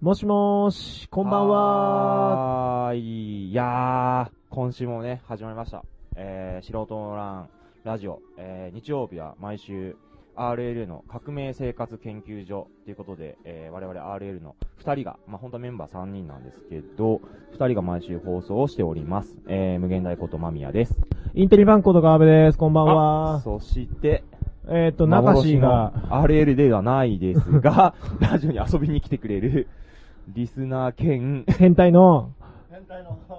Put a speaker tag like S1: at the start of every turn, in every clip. S1: もしもーし、こんばんは。
S2: はーい。いやー、今週もね、始まりました。えー、素人のランラジオ。えー、日曜日は毎週、RLA の革命生活研究所ということで、えー、我々 RL の2人が、まあ、本当はメンバー3人なんですけど、2人が毎週放送をしております。えー、無限大こと間宮です。
S1: インテリバンコの川辺です。こんばんは。
S2: そして、
S1: えーっと、中
S2: し
S1: 志が、。
S2: RL ではないで すが、ラジオに遊びに来てくれる、リスナー兼、
S1: 変態の、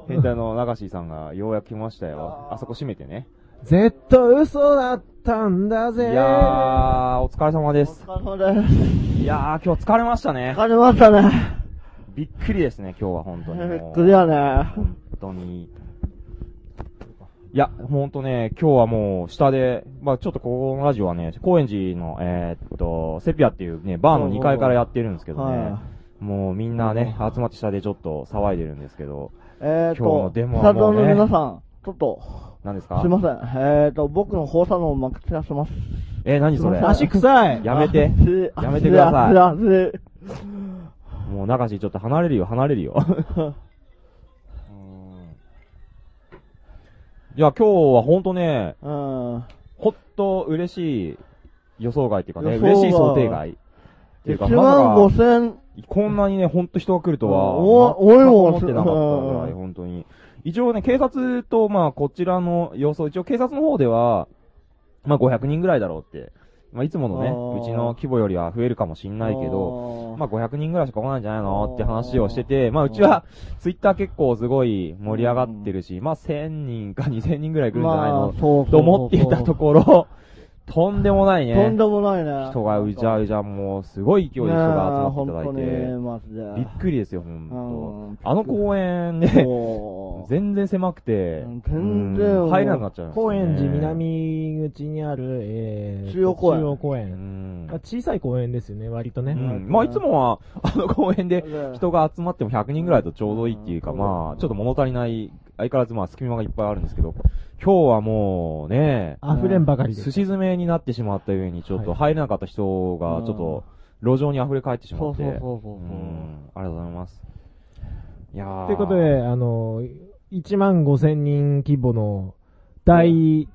S2: 変態の流しさんがようやく来ました よ。あそこ閉めてね。
S1: 絶対嘘だったんだ
S2: い
S1: ぜ。
S2: やー、お疲れ様です。
S3: お疲れ様です。
S2: いやー、今日疲れましたね。
S3: 疲れましたね。
S2: びっくりですね、今日は 本当にもう。
S3: びっくりやね。
S2: 本当に。いや、ほんとね、今日はもう、下で、まあちょっとここのラジオはね、高円寺の、えーっと、セピアっていうね、バーの2階からやってるんですけどね
S3: は。
S2: もうみんなね、集まって下でちょっと騒いでるんですけど、
S3: い。え
S2: 今
S3: ー
S2: 日の
S3: と、
S2: デモ
S3: ス
S2: は
S3: タジ
S2: も
S3: オ
S2: うね
S3: の皆さん、ちょっと、
S2: 何ですか
S3: すいません。えーと、僕の放射能をまく散らします。
S2: えー、何それ
S3: すいま
S1: 足
S3: せん
S1: 臭い。
S2: やめて。
S3: て
S2: やめてください
S3: あ熱い熱
S2: もう、中しちょっと離れるよ、離れるよ。いや、今日はほんとね、
S3: いうん。
S2: ほっと嬉しい予想外っていうかね、
S3: 予想
S2: 嬉
S3: 外
S2: しい想定外。っていうか、
S3: 1
S2: ま
S3: 万
S2: さ
S3: 5千、
S2: か、こんなにね、ほんと人が来るとは、
S3: うんお
S2: 全く
S3: おいお
S2: 思ってなかったぐらい、
S3: うん
S2: ほんとに。一応ね、警察と、まあ、こちらの様子を、一応警察の方では、まあ、500人ぐらいだろうって。まあ、いつもの
S3: あー
S2: ね、うちの規模よりは増えるかもしんないけど、
S3: ど
S2: まあ、500人ぐらいしか来ないんじゃないのって話をしてて、
S3: あー
S2: まあ、うち は、ツイッター結構すごい盛り上がってるし、まあ、1000人か2000人ぐらい来るんじゃないの
S3: そうそうそうそう
S2: と思っていたところ、 とんでもない
S3: とん
S2: ね。
S3: でもないね。
S2: 人がうじゃうじゃ、もう、すごい勢いで人が集まっていただい
S3: ねえ
S2: て、
S3: 本当に、マ
S2: び
S3: ジで。
S2: っくりですよ、ほ
S3: うんん
S2: と。あの公園ね、
S3: もう
S2: 全然狭くて、
S3: 全然
S2: うん入れなくなっちゃいましたね
S1: 高円寺。南口にある、えー、
S3: 中央公園
S1: 中央公
S2: う
S1: 園。
S2: ん
S1: まあ小さい公園ですよね、割と
S2: う
S1: ね。
S2: んまあ、いつもは、あの公園で、人が集まっても100人ぐらいだとちょうどいいっていうか、
S3: うん
S2: まあ、ちょっと物足りない、相変わらずまあ、隙間がいっぱいあるんですけど、今日はもうね、
S1: 溢れんばかりで
S2: 寿司。詰めになってしまった上に、ちょっと
S1: はい
S2: 入れなかった人が
S3: う、ん
S2: ちょっと、路上に溢れ返ってしま
S3: そう
S2: っ
S3: そ
S2: て、
S3: うそう
S2: う
S3: そう。
S2: ん、ありがとうございます。いやー。
S1: ということで、あの、1万5千人規模の、大、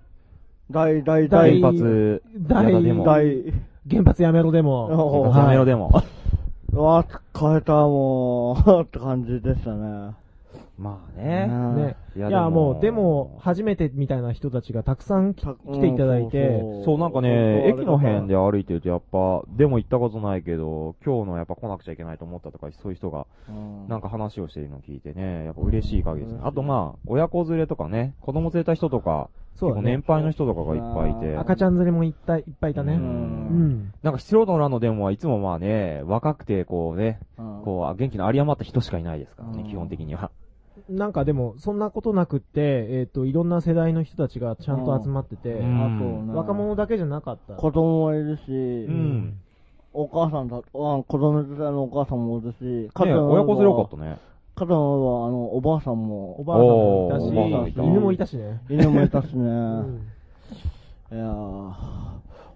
S3: 大、
S1: 大
S3: 大、大、
S2: 原発、
S1: 大
S2: やだでも
S3: 大。
S1: 原発やめろでも、
S3: お
S2: お
S3: う
S2: 金のでも。
S3: うわ、疲れた、もう、って感じでしたね。
S2: まあね。
S3: うん
S1: ね。
S2: い
S1: いや、もう、でも、、初めてみたいな人たちがたくさんき
S3: た
S1: 来ていただいて、
S2: そう、なんかね、駅の辺で
S3: あ
S2: 歩いてると、やっぱ、でも行ったことないけど、今日のやっぱ来なくちゃいけないと思ったとか、そういう人が
S3: れだから、
S2: なんか話をしてるのを聞いてね、やっぱ嬉しい限りですね。
S3: うん
S2: あとまあ、親子連れとかね、子供連れた人とか、
S1: そうだ
S2: 結構年
S1: ね。
S2: 配の人とかがいっぱいいて。
S3: あ
S1: 赤ちゃん連れもいっぱいいっぱいいた
S2: う
S1: ね。うんん。
S2: なんか、素人のランのデモはいつもまあね、若くて、こうね、
S3: うん、
S2: こう、元気の有り余った人しかいないですからね、
S3: うん
S2: 基本的には。
S1: なんかでも、そんなことなくって、えっ、と、いろんな世代の人たちがちゃんと集まってて、
S2: う
S3: あ
S2: ん
S3: とね、
S1: 若者だけじゃなかった。
S3: 子供もいるし、
S2: うん。
S3: お母さんだ、あ子供連れのお母さんもいるし、
S2: ね、
S3: の
S2: 親子連れよかったね。
S3: 家族のあの、おばあさんも、
S1: おばあさんもいたし、
S3: おばあさんもいた
S1: 犬もいたしね。
S3: 犬もいたしね。
S1: うん
S3: いやー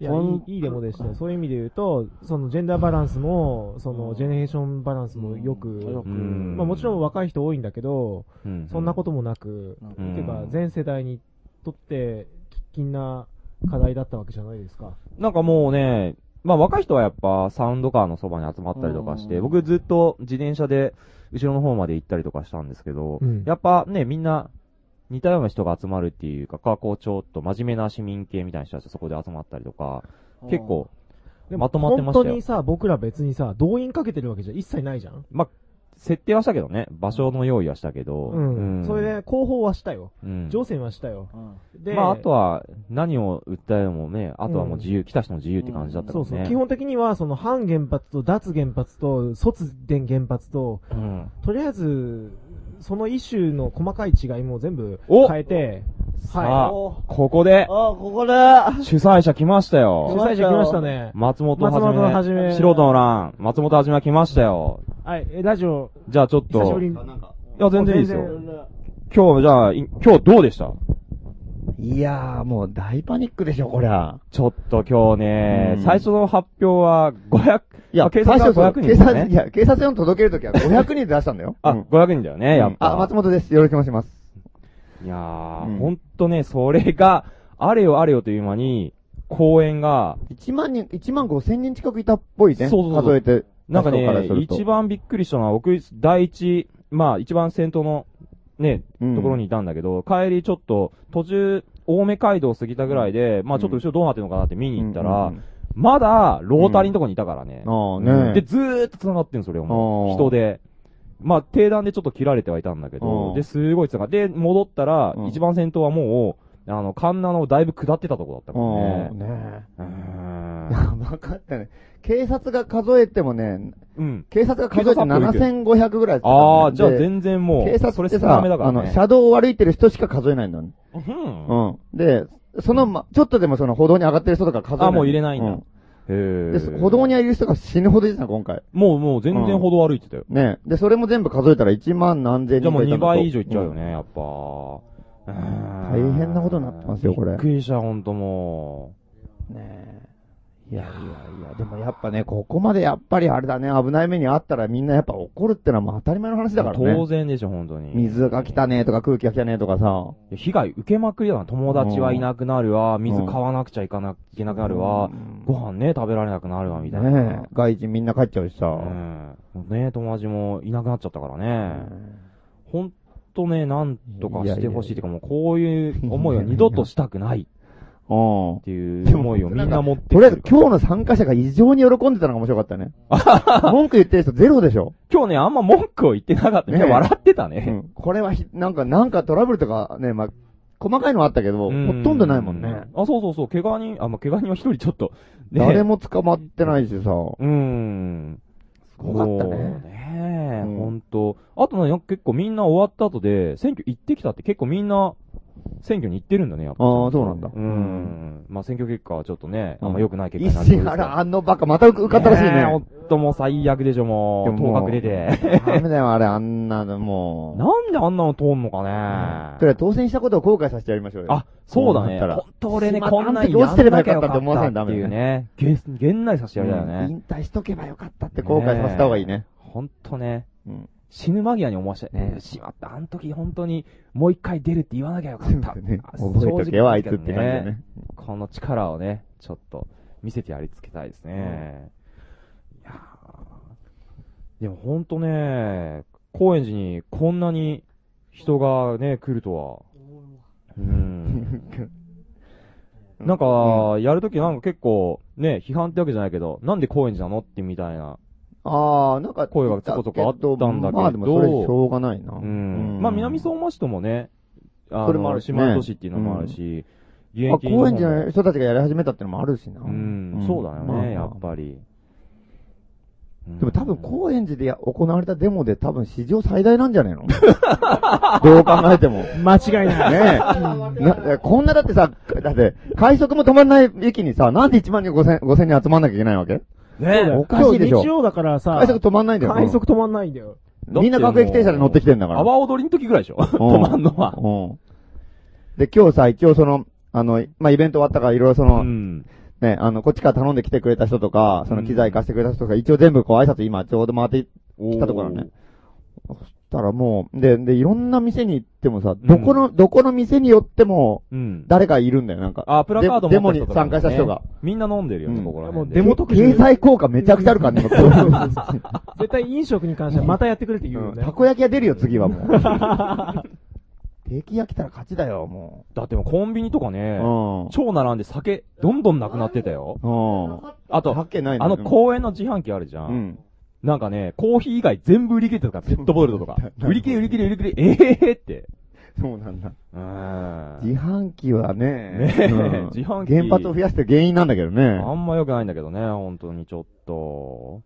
S1: いや
S3: ほん
S1: いい、いいデモでしたよ。そういう意味で言うと、そのジェンダーバランスも、そのジェネレーションバランスもよく、
S3: うん
S2: うん
S1: まあもちろん若い人多いんだけど、
S2: うん
S1: そんなこともなく、
S3: なん
S2: うん
S1: ていうか、全世代にとって、喫緊な課題だったわけじゃないですか。
S2: なんかもうね、まあ若い人はやっぱサウンドカーのそばに集まったりとかして、
S3: うん
S2: 僕ずっと自転車で後ろの方まで行ったりとかしたんですけど、
S1: うん
S2: やっぱね、みんな似たような人が集まるっていうか、かこうちょっと真面目な市民系みたいな人たちがそこで集まったりとか、結構、
S1: で
S2: まとまってました
S1: 本
S2: よ
S1: 当にさ、僕ら別にさ、動員かけてるわけじゃ一切ないじゃん。
S2: 設定はしたけどね、場所の用意はしたけど、
S1: うん。それで、、広報はしたよ。
S2: うん
S1: 乗船はしたよ。
S3: うん、
S1: で、
S2: まああとは何を訴えるもね、あとはもう自由、来た人の自由って感じだったか
S1: そ
S2: ら
S1: うそ
S2: ね。
S1: う。基本的には、その、反原発と脱原発と、卒電原発と、
S2: うん
S1: とりあえず、そのイシューの細かい違いも全部
S2: お
S1: 変えて、
S2: さあ
S1: は
S3: お
S2: ここで
S3: あ、、ここで
S2: 主催者来ました
S1: い。
S2: よ
S1: 主。催者来ましたね。
S2: 松本は
S1: 松
S2: じめ。
S1: 本はじめ。
S2: 素人の欄、松本はじめ来ましたよ。
S1: はい、えラジオ、
S2: じゃあちょっ
S1: 久しぶ
S2: と、
S1: り
S2: い
S1: に。
S2: や、全然いいです
S1: 全
S2: よ。今日、じゃあ、い今日どうでした
S4: いやー、もう大パニックでしょ、こりゃ。
S2: ちょっと今日ね
S4: う、ん
S2: 最初の発表は500、まあ計算が500人だよ
S5: 警察、い
S2: ね。
S5: や、警察署に届けるときは500人で出したんだよ
S2: 。あ、
S5: うん
S2: 500人だよね、やっぱ。
S5: あ、松本です。よろしくお願いします。
S2: いやー、
S5: うん
S2: ほんとね、それが、あれよあれよという間に、公演が、
S5: 1万人、1万5千人近くいたっぽいね。
S2: そうそうそう
S5: 数えて。
S2: なんか
S5: 場所から
S2: ね
S5: す、ると
S2: 一番びっくりしたのは、僕、第一、まあ、一番先頭の、ね、
S5: うん
S2: ところにいたんだけど、帰りちょっと、途中、青梅街道過ぎたぐらいで、まあちょっと後ろどうなってるのかなって見に行ったら、
S5: うんうん
S2: まだ、ロータリーのとこにいたからね。
S5: うんああね
S2: で、ずーっと繋がってんのそれをもう。
S5: ああ
S2: 人で。まあ、定段でちょっと切られてはいたんだけ
S5: う
S2: ど、
S5: ん
S2: で、すごい繋がって、で、戻ったら
S5: う、ん
S2: 一番先頭はもう、あの、カンナのだいぶ下ってたとこだったか
S5: う
S2: ら
S5: ん
S2: ね。
S5: ね
S2: うー
S5: え。
S2: ん。
S5: やばかったね。警察が数えてもね、
S2: うん。
S5: 警察が数えて7500ぐらいだったんだよ
S2: ああ、じゃあ
S5: で
S2: 全然もう、
S5: 警察
S2: それ
S5: って
S2: 少
S5: さ、
S2: なめだから
S5: あの、
S2: ね。
S5: 車道を歩いてる人しか数えないんだね。
S2: うん。
S5: うん。で、その、ま、ちょっとでもその歩道に上がってる人とか数えない。
S2: あもう入れないんだへ
S5: う
S2: ー
S5: んで、歩道にいる人が死ぬほどいたの、今回。
S2: もう、もう全然歩道歩いてたよ。
S5: ね。で、それも全部数えたら1万何千
S2: じゃ
S5: 人
S2: あもう
S5: がい
S2: 2
S5: たのと
S2: 倍以上いっちゃうよね、。やっぱ。うーん
S5: 大変なことになってますよこれ
S2: びっくりした、ほんとも
S5: うんねえいやいやいや、でもやっぱね、ここまでやっぱりあれだね、危ない目にあったらみんなやっぱ怒るってのはもう当たり前の話
S2: う。
S5: だから
S2: 当
S5: ね。
S2: 然でしょ、ほんとに。
S5: 水が来たねとか空気が来たねとかさ。
S2: 被害受けまくりだな。友達はいなくなるわ、水
S5: うん
S2: 買わなくちゃいかな、いけなくなるわ
S5: う、ん
S2: ご飯ね、食べられなくなるわ、みたいな。
S5: ねえ外人みんな帰っちゃうしさ。
S2: うん。ね友達もいなくなっちゃったからね。ほんとね、なんとかしてほしいというか、もうこういう思いは二度としたくない
S5: うん。
S2: っていう思いをみんな持って
S5: と
S2: き
S5: りあ
S2: て
S5: えず
S2: る
S5: 今日の参加者が異常に喜んでたのが面白かった ね。文句言ってる人ゼロでしょ。
S2: 今日ね、あんま文句を言ってなかった。みんな
S5: ねえ
S2: 笑ってた
S5: う
S2: ね。
S5: んこれはひ、なんか、なんかトラブルとかね、まあ、細かいのはあったけど、ほ
S2: う
S5: とんどないもんね。
S2: あ、そうそうそう、怪我人、あ、まあ、怪我人は一人ちょっと、ね。
S5: 誰も捕まってないしさ。
S2: うーん。す
S5: ごかったね
S2: ねえ、
S5: うん
S2: ほんと。あとね、結構みんな終わった後で、選挙行ってきたって結構みんな、選挙に行ってるんだね、やっぱ。
S5: ああ、そうなんだ。
S2: うーん。まあ、選挙結果はちょっとね、あんま良くない結果にな
S5: 石
S2: ってるんですけど。
S5: 原あのバカ、また受かったらしい
S2: えほ
S5: ね。
S2: んともう最悪でしょ、も
S5: で
S2: う。
S5: ももう
S2: 当確出て。
S5: ダメだよ、あれ、あんなの、もう。
S2: なんであんなの通んのか
S5: とりあえ
S2: ね
S5: ず当選したことを後悔させてやりましょうよ。
S2: あ、そうだね。
S5: そうなったら
S2: ほんと俺ね、
S5: すまん
S2: こんな
S5: あん
S2: に
S5: 時落ちてればよかったって
S2: やんなきゃよ
S5: 思わせないとダメ
S2: ってい
S5: だ
S2: う
S5: ね
S2: ね。げん、げんなりさせて
S5: う
S2: や
S5: ん、
S2: りたいよね。
S5: 引退しとけばよかったって後悔させた方がいいね。
S2: ほんとね。
S5: うん
S2: 死ぬ間際に思わせて、
S5: ね
S2: ね、しまった、あの時本当にもう一回出るって言わなきゃよかった。
S5: ね
S2: あ
S5: 覚えとけよ、あいつって感じだ
S2: 正直ですけど
S5: ね。
S2: この力をね、ちょっと見せてやりつけたいですね。いやーでも本当ね、高円寺にこんなに人がね、来るとは。うん。なんか、やるときなんか結構、ね、批判ってわけじゃないけど、なんで高円寺なのってみたいな。
S5: ああ、なんか、
S2: 声がちょこちょこあったんだけど
S5: まあでもそれしょうがないな。
S2: うん。まあ、南相馬市ともね、あ
S5: それもあ
S2: の、
S5: るし
S2: 姉
S5: ね
S2: 妹都市っていうのもあるし、現
S5: まあ、
S2: 役の
S5: 高
S2: 方
S5: 円
S2: も
S5: 寺の人たちがやり始めたってのもあるしな。
S2: うん、そうだよ
S5: まあまあ
S2: ね、やっぱり。
S5: でも多分高円寺でや行われたデモで多分史上最大なんじ ゃねえのどう考えても。ね
S1: 間違いない。
S5: え。なこんなだってさ、だって、快速も止まんない駅にさ、なんで1万人5000、5000人集まんなきゃいけないわけ
S2: ね
S5: おかしいでし
S1: 今
S5: ょ
S1: 日日曜だからさ
S5: 快、速止まんないんだよ。
S1: 快速止まんないんだよ。
S5: うんみんな各駅停車で乗ってきてんだ
S2: 阿
S5: から。
S2: 波踊りの時ぐらいでしょ止
S5: 止
S2: まんのは。
S5: うん。で、今日さ、一応その、あの、まあ、イベント終わったから、いろいろその、
S2: ん。
S5: ね、あの、こっちから頼んで来てくれた人とか、その機材貸してくれた人とか、一応全部こう挨拶今ちょうど回ってきたところだね。そしたらもう、で、で、いろんな店に行ってもさ、どこの、どこの店によっても、
S2: うん。
S5: 誰かいるんだよ、なんか。
S2: あ、プラカード
S5: でデ
S2: 持
S5: モ
S2: った人
S5: に
S2: とか
S5: 参
S2: もね
S5: 加した人が。
S2: みんな飲んでるよね、
S5: うん
S2: ここら
S1: もう
S2: 辺
S1: デ
S2: で。
S1: モ特集
S5: 経済効果めちゃくちゃあるからね、今
S1: 絶対飲食に関してはまたやってくれって言うよ
S5: うん
S1: ね
S5: た。こ焼きが出るよ、次はもう。 定期焼きたら勝ちだよ、も
S2: だってもうコンビニとかね、
S5: う。
S2: 超並んで酒、どんどんなくなってたよ。
S5: うん。うん。
S2: あ
S5: は
S2: と、
S5: っけないね
S2: あの公園の自販機あるじゃ。
S5: うんん。。
S2: なんかね、コーヒー以外全部売り切れてたから、ペットボトルと か売り切れ、売り切れ、売り切れ、ええーって。
S5: そうなんだ。
S2: うーん。
S5: 自販機はね
S2: ね、え
S5: うん
S2: 自販機
S5: 原発を増やしてる原因なんだけどね。
S2: あんま良くないんだけどね、本当にちょっと。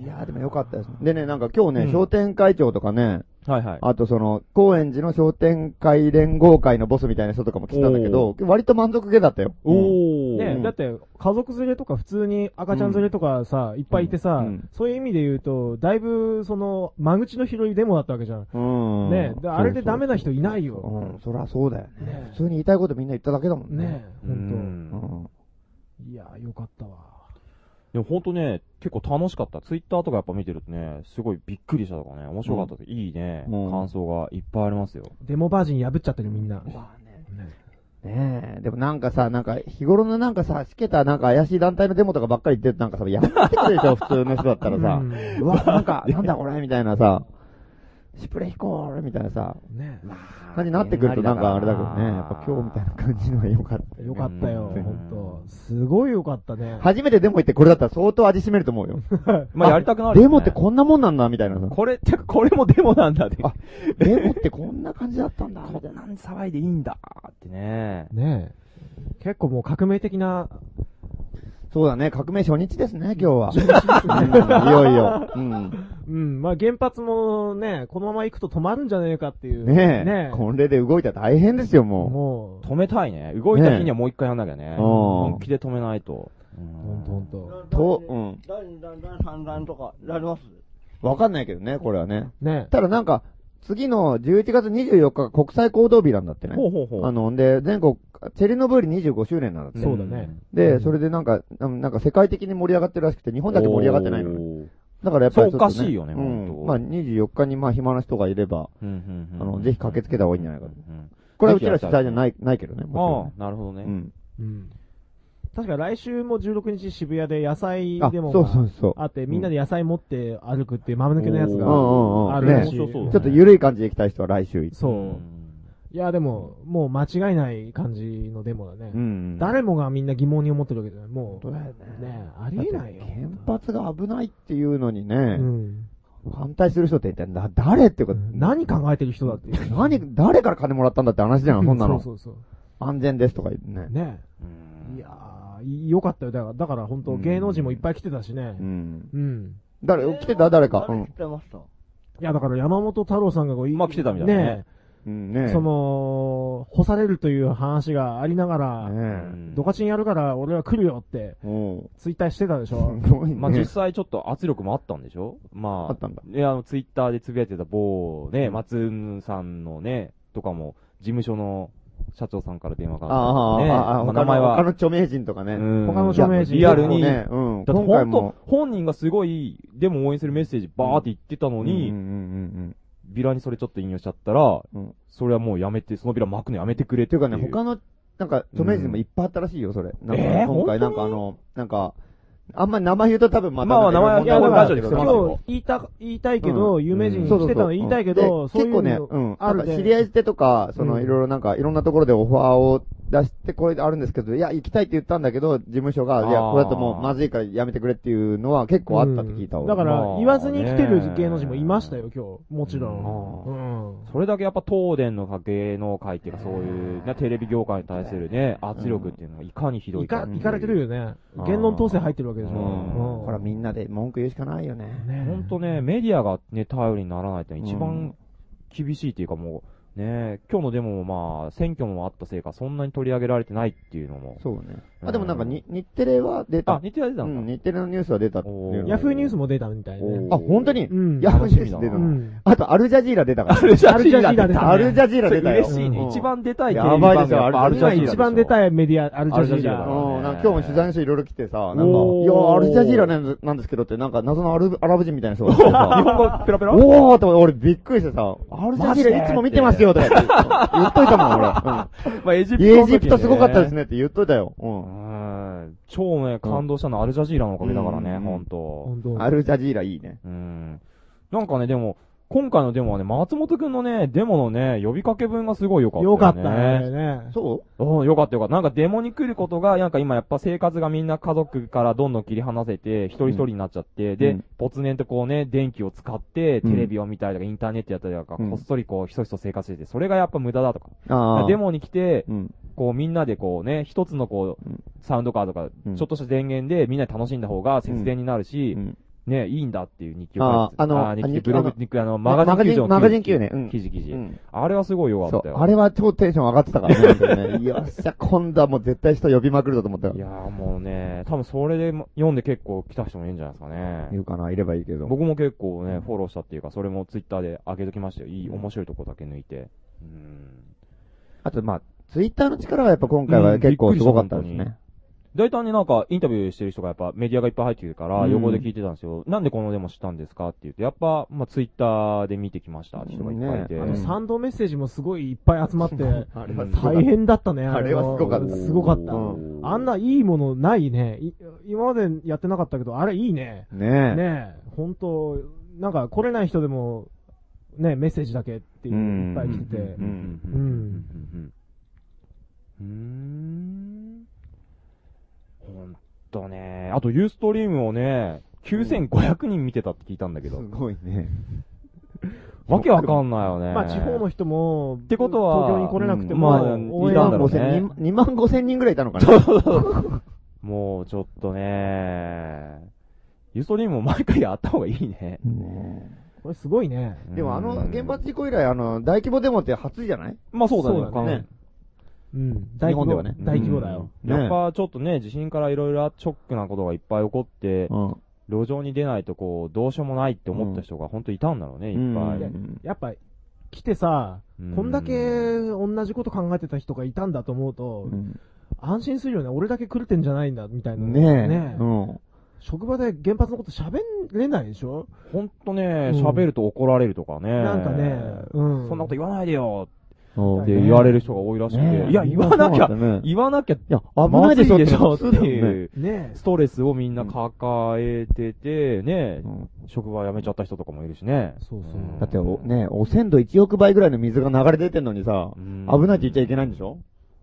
S5: いやーでもよかったですね。でね、なんか今日ね、
S2: うん
S5: 商店会長とかね、
S2: はいはい。
S5: あとその、高円寺の商店会連合会のボスみたいな人とかも来てたんだけど、割と満足げだったよ。
S2: おー。
S1: ね
S5: うん
S1: だって、家族連れとか普通に赤ちゃん連れとかさ、いっぱいいてさ、
S5: うん
S1: そういう意味で言うと、だいぶ、その、間口の広いデモだったわけじゃん。
S5: うん。うん
S1: ねであれでダメな
S5: 人。
S1: 人いない
S5: そ
S1: よ。
S5: うそううん、そりゃそうだよね。
S1: ね
S5: 普通に言いたいことみんな言っただけだもんね。
S1: ね
S2: う
S1: 本
S2: ん
S5: うん。
S1: 当いや、よかったわ。
S2: でも本当ね、結構楽しかった。ツイッターとかやっぱ見てるとね、すごいびっくりしたとかね、面白かったとか、いいね、
S5: うん
S2: 感想がいっぱいありますよ。
S1: デモバージン破っちゃってるみんな。ね
S5: ねえ、でもなんかさ、なんか日頃のなんかさ、しけたなんか怪しい団体のデモとかばっかり言って、なんかさ、やってく るでしょ、普通の人だったらさ
S1: う。ん
S5: うわ、なんか、なんだこれみたいなさ、シュプレヒコールみたいなさ、
S1: ね
S5: 感じになってくるとなんかあれだけどね、やっぱ今日みたいな感じのは良かった。
S1: よかったよ、
S2: うん
S1: 本当すごいよかったね。
S5: 初めてデモ行ってこれだったら相当味しめると思うよ。
S2: まあやりたくなる、ね。
S5: デモってこんなもんなんだ、みたいなさ。
S2: これ、てかこれもデモなんだって。
S5: あデモってこんな感じだったんだ、み
S2: こ
S5: たい
S2: ん
S5: な。
S2: なに騒いでいいんだってね。
S1: ねえ。結構もう革命的な、
S5: そうだね、革命初日ですね、今日は。うんいよいよ。うん。
S1: うん、まあ原発もね、このまま行くと止まるんじゃねえかっていう。
S5: ね
S1: ね
S5: え。これで動いたら大変ですよ、もう。
S1: もう、
S2: 止めたいね。動いた日にはもう一回やんなきゃね。
S5: ん
S2: 本気で止めないと。
S1: ほんとほんと。
S5: と、うん。
S3: 第2弾、第3弾とか、やります
S5: わかんないけどね、これはね。
S1: ね
S5: ただなんか、次の11月24日が国際行動日なんだってね。
S2: ほうほうほう。
S5: あの、で、全国、チェルノブイリ25周年なんだって。
S1: え。そうだね。
S5: で、
S1: うん
S5: それでなんか、うんなんか世界的に盛り上がってるらしくて、日本だけ盛り上がってないのね。
S2: おー
S5: だからやっぱり、
S2: そうおかしいよね
S5: う
S2: ほんと
S5: ん。まあ24日にまあ暇な人がいれば、
S2: うんうんうん
S5: あの、ぜひ駆けつけた方がいいんじゃないかと。
S2: うんうん
S5: これはうちら主催じゃない、ないけどね。
S2: あ
S5: も
S2: あ、なるほど
S5: ちろ
S2: ね。
S5: んね。
S1: うん。確か来週も16日渋谷で野菜
S5: うん。あ、
S1: でも
S5: そうそうそう。
S1: あって、みんなで野菜持って歩くっていうまぬけのやつ
S5: うんう
S1: が
S5: んうん。
S1: ある
S5: ね
S1: らしい。
S2: 面白そうだね
S5: ちょっと緩い感じで行きたい人は来週行って。
S1: そうう。
S2: ん
S1: いや、でも、もう間違いない感じのデモだね
S5: う。ん。
S1: 誰もがみんな疑問に思ってるわけじゃない。もう、
S5: 本当だよね。
S1: ねありえないよ。
S5: 原発が危ないっていうのにね、
S1: うん。
S5: 反対する人って一体な誰っていうか、
S1: 何考えてる人だっていう。
S5: 何、誰から金もらったんだって話じゃん、そんなの。
S1: そうそうそ
S5: 安全ですとか言って
S1: う。
S5: ね。
S1: ね
S2: うん
S1: いやー、よかったよ。だから、だから本当芸能人もいっぱい来てたしね
S5: う。ん。
S1: うん。
S5: 誰、来てた誰か。う
S3: 誰
S5: ん
S3: 来。てました
S1: いや、だから山本太郎さんがこう、い
S2: まあ来てたみたいだね
S5: うんねえ。
S1: その、干されるという話がありながら、
S5: ね
S1: ドカチンやるから俺は来るよって、
S5: え。うん。
S1: ツイッターしてたでしょ。
S5: すごいね。
S2: まあ実際ちょっと圧力もあったんでしょま
S5: あ
S2: あ
S5: っ、たんだ。
S2: ね、あの、ツイッターでつぶやいてた某ね、
S5: うん
S2: 松雲さんのね、とかも、事務所の社長さんから電話が
S5: ああ、
S2: あった
S5: あ
S2: ね。
S5: あ、ああ、
S2: まあ
S5: 他
S2: 名前
S5: の他
S2: は。
S5: の著名人とかね。
S2: うん
S1: 他の著名人
S2: いやリアルに、
S5: ね、うん。
S2: だって
S5: 今回
S2: 本
S5: も
S2: 当、。本人がすごい、でも応援するメッセージバーって言ってたのに、
S5: うんうんうんうん。
S2: ビラにそれちょっと引用しちゃったら、
S5: うん
S2: それはもうやめて、そのビラ巻くのやめてくれっ
S5: って
S2: て
S5: いうかね、他の、なんか、著名人もいっぱいあったらしいよ、それ。なんか、
S2: えー
S5: 今
S2: 本当
S5: 回
S2: に
S5: なんかあの、なんか、あんまり名前言うと多分またな
S2: ま
S5: んか
S2: あ
S5: いろいろ問
S1: い
S5: 題
S1: や、
S5: に
S1: だ
S5: な
S1: から、
S2: い
S5: るけ
S2: や
S5: ど、
S1: 今日
S2: だから
S1: 言いた、言いたいけど、有名人
S2: うん
S1: に
S5: そう
S1: 来
S5: そう
S1: てたの言いたいけど、そ
S5: そ
S1: うう
S5: う
S1: い
S5: ん
S1: う
S5: 結構
S1: の
S5: ね、うん。
S1: あ
S5: なん
S1: る
S5: か
S1: で
S5: 知り合い捨てとか、その
S1: うん
S5: いろいろなんか、いろんなところでオファーを出して、これあるんですけど、いや、行きたいって言ったんだけど、事務所が、いや、
S2: あー
S5: これだともうまずいからやめてくれっていうのは結構あったって聞いた
S1: うんだ
S5: わ。
S1: か
S5: 俺
S1: ら
S2: まあ、
S1: 言わずに来てる芸能人もいましたよ、今日。もちろ。
S2: うん
S1: うん。
S2: それだけやっぱ東電の芸能界っていうかそういう、ね、テレビ業界に対するね、圧力っていうのがいかにひどい
S1: い
S2: か
S1: か、
S2: っていう。
S1: いかれてるよね。言論統制入ってるわけでしょ。
S2: う
S1: うん
S5: ほら、みんなで文句言うしかないよね。
S1: ね
S2: ほんとね、メディアがね、頼りにならないっていうのは一
S5: うん
S2: 番厳しいっていうかもう、ね、今日のデモもまあ、選挙もあったせいか、そんなに取り上げられてないっていうのも。
S5: そうね。
S2: う
S5: あ、
S2: ん
S5: でもなんかに、日テレは出
S2: あ
S5: た、。
S2: 似てられてた
S5: うんん、
S2: だ。
S5: 日テレのニュースは出たっていう
S2: お
S5: の
S1: ヤフーニュースも出たみたいね。
S5: あ、本当に
S1: うん。
S5: ヤフーニュー
S2: 楽しみ
S5: ス
S2: だな
S5: 出た
S1: う
S5: の
S1: ん。
S5: あと、アルジャジーラ出たから。
S2: ルジ
S1: ャジーラ出たね
S5: アルジャジーラ出たよ。
S2: 嬉しいね。一番出たいテレ
S5: や
S2: ビ
S5: ば
S2: 番組
S5: いでしょ
S2: やっぱアルジ
S1: 今
S2: ャジーラでしょ。
S1: 一番出たいメディア、アルジャジ
S2: アルジャジー
S1: ー
S2: ラ
S1: ラ。
S5: うん、なんか今日も取材の人いろいろ来てさ、なんか、いや、
S2: おー
S5: アルジャジーラなんなんですけどって、なんか謎のアルアラブ人みたいな人が来て
S2: 日
S5: さ、
S2: 本語ペラペラ
S5: おーって俺びっくりしてさ、アルジャジーラいつも見てますよとか言って言っといたもん、俺。
S2: まあ、 エジ
S5: うんエジプトすごかったです
S2: ね。
S5: ねって言っといたよ。う
S2: うんん。超ね、感動したのはアルジャジーラのおかげだからね、
S5: うん
S2: ほんと。
S1: 本当。
S5: アルジャジーラいいね。
S2: うん。なんかね、でも、今回のデモはね、松本くんのね、デモのね、呼びかけ文がすごい良かったよ
S1: よ
S2: ね。
S1: かったね。ね
S5: そ
S2: うん、よかったよかった。なんかデモに来ることが、なんか今やっぱ生活がみんな家族からどんどん切り離せて、一人一人になっちゃって、
S5: う
S2: で
S5: ん、
S2: ぽつねんとこうね、電気を使って、テ
S5: うん
S2: レビを見たりとか、インターネットやったりとか、
S5: うん
S2: こっそりこう、ひそひそ生活してて、それがやっぱ無駄だとか。
S5: うああ。
S2: デ、モに来て、
S5: うん。
S2: こうみんなでこうね、一つのこう
S5: うん、
S2: サウンドカードとか
S5: うん、
S2: ちょっとした電源でみんなで楽しんだ方が節電になるし
S5: うん、ね
S2: ね、いいんだっていう日記を
S5: あ
S2: 書いて
S5: あの
S2: 日
S5: あ
S2: 記
S5: 日記
S2: ブロ
S5: あ
S2: グ、
S5: の
S2: 日記、あの、マガジン球場の
S5: マガジン球ねうん
S2: 記事記
S5: う
S2: 事。
S5: ん
S2: あれはすごい良
S5: そ
S2: かっ
S5: う
S2: たよ。
S5: あれは超テンション上がってたからね本当 にね。よっしゃ、今度はもう絶対人呼びまくるぞと思ったよ
S2: いやーもうね、多分それでも読んで結構来た人もいるんじゃないですか
S5: い
S2: ね。
S5: るかないればいいけど。
S2: 僕も結構ね、フォローしたっていうか、それもツイッターで上げときましたよ。いい、面白いとこだけ抜いて。うん。
S5: あと、まあ、ツイッターの力はやっぱ今回は結構すごかったですね。
S2: 大体ね、なんか、インタビューしてる人がやっぱメディアがいっぱい入ってるから、
S5: うん
S2: 横で聞いてたんですよ。なんでこのデモ知ったんですかって言って、やっぱ、まあ、ツイッターで見てきましたって人がいっぱいいて。
S5: ね
S1: あ
S5: あ
S1: の、
S5: の
S1: 賛同メッセージもすごいいっぱい集まって、
S5: あれは
S1: 大変だったね。
S5: あれはすごかった
S1: すごかった。
S5: う
S1: あんないいものないね。い今までやってなかったけど、あれいいね。
S5: ねえ。
S1: ねえ、本当なんか来れない人でも、ね、メッセージだけっていう
S5: うん
S1: いっぱい来てて
S2: う。ん。
S1: う
S2: うんん。うん。うん。ほんとね。あと、ユーストリームをね、9500人見てたって聞いたんだけど。
S5: すごいね。
S2: わけわかんないよね。
S1: まあ地方の人も、って
S2: ことは
S1: 東京に来れなくて
S2: まあ
S1: も、応援
S5: 2
S2: いたん
S5: 万
S2: だろう
S5: 5
S2: ね
S5: 千、2万5千人ぐらいいたのかな。
S2: もうちょっとね、ユーストリームも毎回やった方がいいね。
S1: これすごいね。
S5: でもあ
S2: う
S5: の
S2: ん
S5: 原発事故以来、あの、大規模デモって初じゃない
S2: まあそうだね。
S1: そうだ
S5: ね
S1: うん。大規模
S5: 日本ではね
S1: 大規模だよ。
S2: うんやっぱちょっとね、地震からいろいろショックなことがいっぱい起こって、
S5: うん。
S2: 路上に出ないとこう、どうしようもないって思った人が本当いたんだろうね、いっぱい。
S1: やっぱ、来てさ、
S2: う
S1: こんだけ同じこと考えてた人がいたんだと思うと、安心するよね。俺だけ狂ってんじゃないんだ、みたいな。
S5: ね
S1: ね
S5: え。うん。
S1: 職場で原発のこと喋れないでしょ
S2: ほんとね、
S1: うん
S2: 喋ると怒られるとかね。
S1: なんかねうん
S2: そんなこと言わないでよ
S5: そ
S2: っ
S5: う
S2: て
S1: で
S2: 言われる人が多いらしく
S5: ね
S2: て。
S5: え
S2: いや、言わなきゃ
S5: そうなんだね
S2: 言わなきゃ
S5: いや、危ないでしょ。
S2: まずいでしょっていうう。
S1: ね
S2: ストレスをみんな抱えてて、ね、
S5: うん
S2: 職場辞めちゃった人とかもいるしね。
S1: そうそうん
S5: だって、おね、汚染度1億倍ぐらいの水が流れ出てんのにさ、
S2: うん
S5: 危ないって言っちゃいけないんでしょ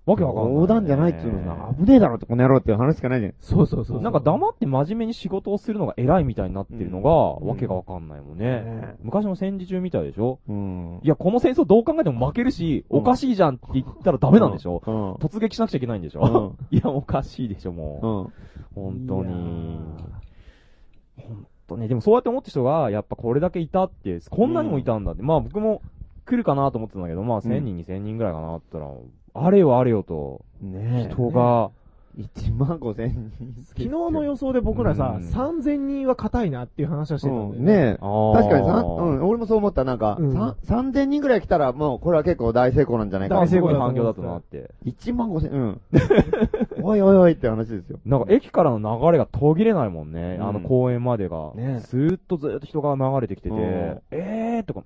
S2: わけわかんない。
S5: 横断じゃないっていうのさ、危ねえだろってこの野郎っていう話しかないじゃん。
S1: そうそうそう。
S2: なんか黙って真面目に仕事をするのが偉いみたいになってるのが、
S5: ん
S2: わけがわかんないもんね。
S1: ね
S2: 昔の戦時中みたいでしょ
S5: うん
S2: いや、この戦争どう考えても負けるし、
S5: うん
S2: おかしいじゃんって言ったらダメなんでしょ、
S5: うん。
S2: 突撃しなくちゃいけないんでしょ、 いや、おかしいでしょ、も
S5: う
S2: う。
S5: ん。
S2: 本当に。
S1: いや
S2: 本当ね、でもそうやって思った人が、やっぱこれだけいたって、こんなにもいたんだって。まあ僕も来るかなと思ってたんだけど、まあ1000人、2000人ぐらいかなって言ったら、あれよあれよと、
S5: ね
S2: 人が、
S5: え。1万5千人。
S1: 昨日の予想で僕らさ、
S2: うん
S1: 3000人は硬いなっていう話はしてたんだ
S5: う
S1: よ
S5: んねえ。
S2: あー
S5: 確かにさん、うん、俺もそう思った。なんか、
S1: うん
S5: さん3000人ぐらい来たら、もう、これは結構大成功なんじゃない
S2: ま
S5: か
S1: 大。
S2: あ
S1: 成
S2: す
S1: 功
S2: ごい
S1: だと思う
S2: 反響だったなって。
S5: 1万5000、うん。おいおいおいって話ですよ。
S2: なんか駅からの流れが途切れないもんね、
S5: うん
S2: あの公園までが。
S5: ね
S2: ずーっとずーっと人が流れてきてて、
S5: うん
S2: えーとか、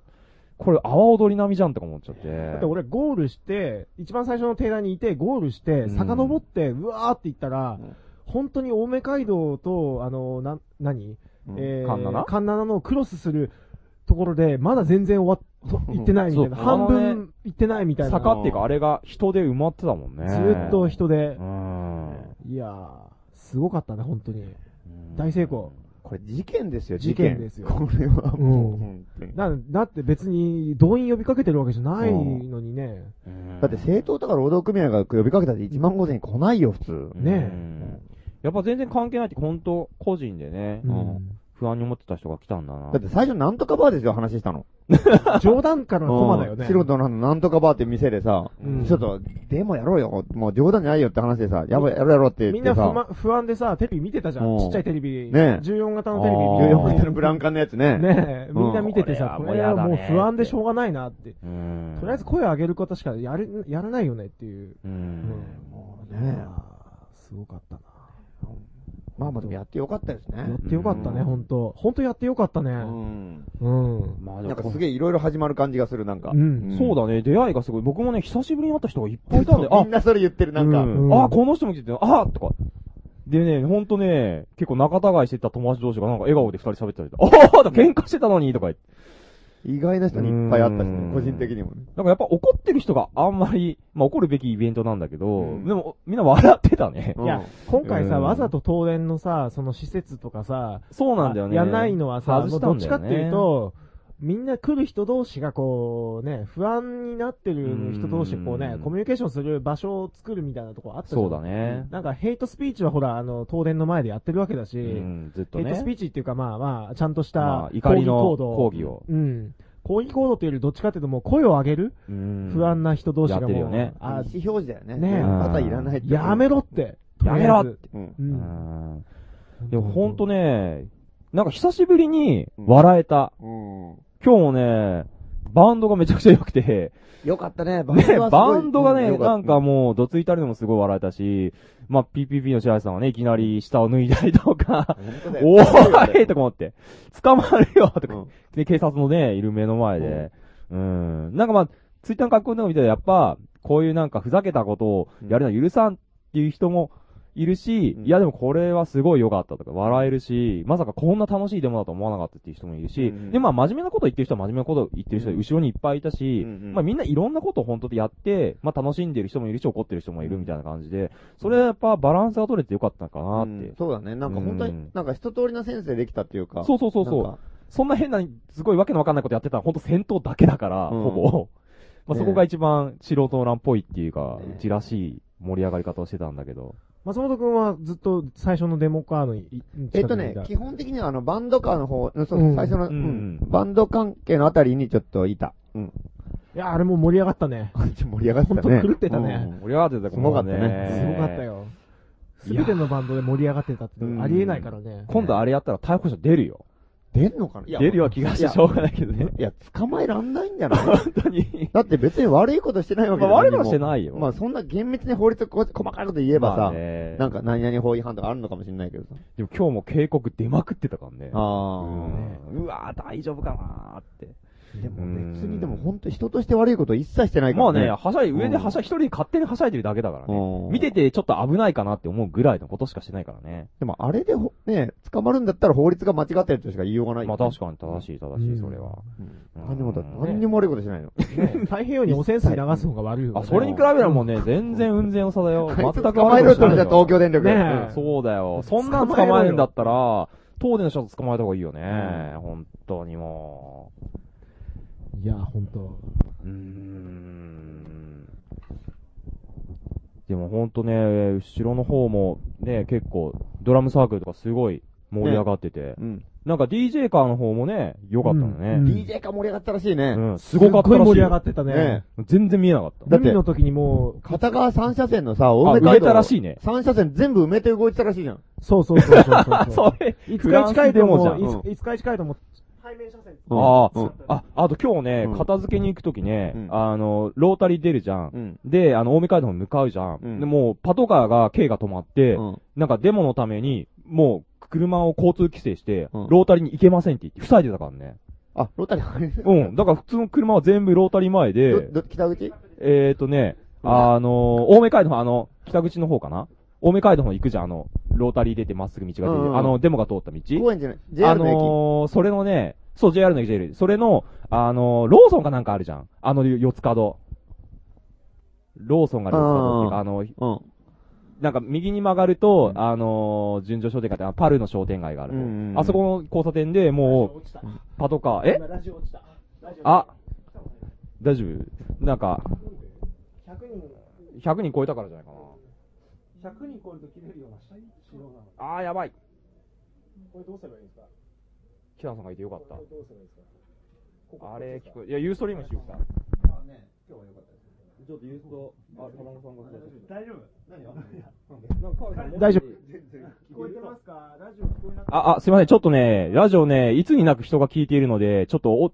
S2: これ阿波踊り並みじゃんとか思っちゃって。
S1: だって俺ゴールして、一番最初の停台にいて、ゴールして、
S2: うん
S1: 遡って、うわーって行ったら、
S5: うん
S1: 本当に青梅街道と、あの、な、何、
S5: うん
S1: え
S2: 環七
S1: 環七のクロスするところで、まだ全然終わっ、と行ってないみたいな。
S2: そう
S1: 半
S2: あの
S1: 分行ってないみたいな。
S2: 坂っていうかあれが人で埋まってたもんね。
S1: ずーっと人で
S2: う。ん。
S1: いやー、すごかったね、本当に。大成功。
S5: これ事件ですよ、
S1: 事
S5: 事
S1: 件
S5: 件。
S1: ですよ
S5: これはも
S1: う
S5: う、
S1: ん
S5: 本当に。だ
S1: だだって別に動員呼びかけてるわけじゃないのにね。
S2: うん
S5: って政党とか労働組合が呼びかけたって1万5000人来ないよ、普通。
S1: ね
S2: うんやっぱ全然関係ないって、本当個人でね、
S5: ん
S2: 不安に思ってた人が来たんだな。
S5: だって最初なんとかバーですよ、話したの。
S1: 冗談からのコマだよね。
S5: 素人のなんとかバーって店でさ、
S1: うん
S5: ちょっと、デモやろうよ、もう冗談じゃないよって話でさ、やばい、やろうやろうって
S1: みんな
S5: 言って
S1: 不
S5: さ、
S1: 満不安でさ、テレビ見てたじゃん。
S5: うん
S1: ちっちゃいテレビ。
S5: ねえ
S1: 14型のテレビ見て
S2: あ
S5: 14
S2: ー
S5: メのブランカンのやつね。
S1: ねえ、
S5: うん
S1: みんな見ててさ、
S2: うん
S1: これはもう
S2: これはもうやだねって
S1: 不安でしょうがないなって。
S2: うん
S1: とりあえず、声を上げることしかやる、やらないよねっていう。う
S2: う。
S1: ん
S5: もう
S1: いや
S5: ね、
S1: ーすごかったな。
S5: まあまあでもやってよかったです
S1: や
S5: ね
S1: っ。てよかったね、
S2: うん
S1: ほんと。ほんとやってよかったね。
S5: うん。
S1: うん。
S2: まあで
S5: な
S2: も
S5: んかすげえいろいろ始まる感じがする、なんか。
S1: うん
S2: そう
S5: だ。
S2: だね、出会いがすごい。僕もね、久しぶりに会った人がいっぱいいたんで、
S5: みんなそれ言ってる、なんか。
S2: う
S1: う
S2: ん
S1: ん
S2: あ、この人も来てて、あとか。でね、ほんとね、結構仲違いしてた友達同士がなんか笑顔で二人喋ってたり とか、ああ喧嘩してたのにとか言って。
S5: 意外な人にいっぱいあったし
S2: うん
S5: ね、個人的にもね。
S2: なんかやっぱ怒ってる人があんまり、まあ怒るべきイベントなんだけど、
S5: うん
S2: でもみんな笑って たね。
S5: うん
S1: いや、今回さ、
S2: うん
S1: わざと東電のさ、その施設とかさ、
S2: そうなんだよね。
S1: やないのはさ、も
S2: 外し
S1: う
S2: た
S1: どっ
S2: んだ
S1: ち
S2: よね
S1: かっていうと、みんな来る人同士がこうね、不安になってる人同士がこうね
S2: う、ん
S1: コミュニケーションする場所を作るみたいなとこあったじゃん。
S2: そうだね。
S1: なんかヘイトスピーチはほら、あの、東電の前でやってるわけだし、
S2: うん、ずっと
S1: ヘイ
S2: ね。
S1: トスピーチっていうかまあまあ、ちゃんとした、
S2: まあ怒りの抗
S1: 抗議行
S2: 議を。
S1: 動。うん。抗議行動というよりどっちかっていうともう声を上げる、不
S2: 不
S1: 安な人同士がもう、
S2: やってるよね
S1: あ、
S5: 意思表示だよね。
S1: ねえ
S5: またいらないっていう
S1: やめろって。
S2: やめろっ
S1: とりあ
S2: て。
S5: うん。
S1: えず
S2: うん
S1: うん
S2: でもほんとね、なんか久しぶりに
S5: うん
S2: 笑えた。
S5: うん。
S2: 今日もね、バンドがめちゃくちゃ良くて、
S4: よかったね、バ
S2: ね、
S4: はす
S2: バ
S4: ごい
S2: ンドが
S4: う
S2: ね、
S4: よかっ
S2: なんかもう、どついたりのもすごい笑えたし、まあ、PPP の白石さんはね、いきなり下を脱いだり とか、おーいとか思って、捕まるよとか、で、警察のね、いる目の前で、うん、なんかまあ、ツイッターの書き込んでも見たら、やっぱ、こういうなんかふざけたことをやるのは許さんっていう人もいるし、
S4: うん
S2: いやでもこれはすごい良かったとか、笑えるし、まさかこんな楽しいデモだと思わなかったっていう人もいるし、
S4: うん
S2: で、まあ真面目なこと言ってる人は真面目なこと言ってる人で後ろにいっぱいいたし、
S4: うんうん
S2: まあみんないろんなことを本当にやって、まあ楽しんでる人もいるし、怒ってる人もいるみたいな感じで、それはやっぱバランスが取れてよかったかなって。
S5: うんそうだね。なんか本当
S2: う
S5: に
S2: ん、
S5: なんか一通りの先生できたっていうか。
S2: そうそうそうそう。
S5: なんか
S2: そんな変な、すごいわけのわかんないことやってたら、ほんと戦闘だけだから、
S5: うん
S2: ほぼ。まあ、
S5: ね
S2: そこが一番素人の欄っぽいっていうか、
S5: ね
S2: うちらしい盛り上がり方をしてたんだけど。
S1: 松本くんはずっと最初のデモカードにい、
S5: えっとね、基本的にはあの、バンドカーの方、そう、
S1: うん
S5: 最初の、
S2: う
S5: うんん、バンド関係のあたりにちょっといた。うん。
S1: いや、あれもう盛り上がったね。
S5: 盛り上がってたね。
S1: ほんと狂ってたね
S5: うん
S2: 盛り上がってた
S5: すごかったね
S1: すごかった
S2: よ。
S1: よ。す
S2: いや
S1: べてのバンドで盛り上がってたってありえないからね。
S2: 今度あれやったら逮捕者出るよ。
S5: 出んのかないや
S2: 出るような気がしてしょうがないけどね。
S5: いや、捕まえらんないんじゃな い
S2: 本当に。
S5: だって別に悪いことしてないわけ
S2: まあ、
S5: じゃ
S2: 悪い
S5: ん
S2: のはして
S5: 何も
S2: ないよ。
S5: まあ、そんな厳密に法律こ細かいこと言えば
S2: まあ
S5: さ、
S2: ね
S5: なんか何々法違反とかあるのかもしれないけどさ。
S2: でも今日も警告出まくってたからね。
S5: あ
S2: うんうわー、大丈夫かなーって。
S5: あ。でも別にでも本当人として悪いこと一切してないか
S2: ま
S5: ら
S2: あ
S5: ね。
S2: ね、はしゃい、上ではしゃい、一人で勝手にはしゃいでるだけだからね。
S5: うん
S2: 見ててちょっと危ないかなって思うぐらいのことしかしてないからね。
S5: でもあれでほ、ね、捕まるんだったら法律が間違ってるとしか言いようがない。
S2: まあ確かに正しい正し
S1: う
S2: い、
S1: ん
S2: それは。
S5: うん何にもだ、
S2: うん
S5: 何にも悪いことしないの。
S1: ね太平洋に汚染水流す方が悪いよね。
S2: あ、それに比べればもうね、全然運善の差だよ。全く
S5: 捕まえろって言われたら東
S2: 京。
S5: 京電力だよ。
S1: ねえ
S2: そうだよ。そんなん捕まえるんだったら、東電の人捕まえた方がいいよね。本当にも
S1: いや、ほんと。
S2: う。うーん。でも本当ね、後ろの方もね、結構、ドラムサークルとかすごい盛り上がってて。
S5: うん。
S2: なんか DJ カーの方もね、良かったのね。
S1: うん
S5: DJ か盛り上がったらしいね。
S2: うん、すごかった
S1: すっ
S2: ら
S1: ごい盛
S2: しい
S1: り上が
S2: よ。
S1: ってたね
S5: ね。
S2: 全然見えなかった。
S5: だって
S1: 海の時にもう、
S5: 片側三車線のさ、青
S2: あ、
S5: 梅
S2: 埋め
S5: 街道
S2: たらしいね。
S5: 三車線全部埋めて動いてたらしいじゃん。
S1: そうそうそうそうそう
S2: それ、
S1: いつ
S2: フ
S1: か
S2: ラン
S1: 近
S2: ス
S1: い
S2: で
S1: と
S2: も
S1: も
S2: じゃ
S1: う、
S2: ん。
S1: いついつか近いとも、背面車線。
S2: ああ、
S5: うん
S2: あ、あと今日ね、
S5: うん
S2: 片付けに行くときね、
S5: うん
S2: あの、ロータリー出るじゃん。
S5: うん。
S2: で、あの、青梅街道に向かうじゃん。
S5: うん
S2: で、もう、パトカーが、K が止まって、
S5: うん。
S2: なんかデモのために、もう、車を交通規制して、
S5: うん
S2: ロータリーに行けませんって言って、塞いでたからね。
S5: あ、ロータリー入る
S2: うん。だから普通の車は全部ロータリー前で、
S5: ど、ど、北口
S2: えーとね、
S5: うん
S2: あのー、青梅街道の、あの、北口の方かな青梅街道の方行くじゃん、あの、ロータリー出てまっすぐ道が出て
S5: うんうん
S2: る。あの、デモが通った道。
S5: 公園じゃない。
S2: あ
S5: JR の駅。
S2: のー、それのね、そう、JR の駅 JR。それの、あのー、ローソンかなんかあるじゃん。あの、四つ角。ローソンがある四つ角っていうか、
S5: あー
S2: あの、
S5: うん。
S2: なんか右に曲がると、
S5: うん
S2: あのー、順序商店街って、あパルの商店街があると、
S5: うんうんうん
S2: あそこの交差点でもう、パトカー、え
S1: ラジオ落ちた。
S2: あ大丈夫なんか、100人超えたからじゃないか
S1: 100人超えると切れるような仕様なの。
S2: な。あー、やばい。
S1: これどうすればいいんですか
S2: キラさんがいてよかった。
S1: どうすればいいですか
S2: あれ、聞こえ、いや、ユーストリームしようか。
S1: 大丈夫。聞こえてますかラジオ聞こえな
S2: あ、あ、すいません。ちょっとね、ラジオね、いつになく人が聞いているので、ちょっとお、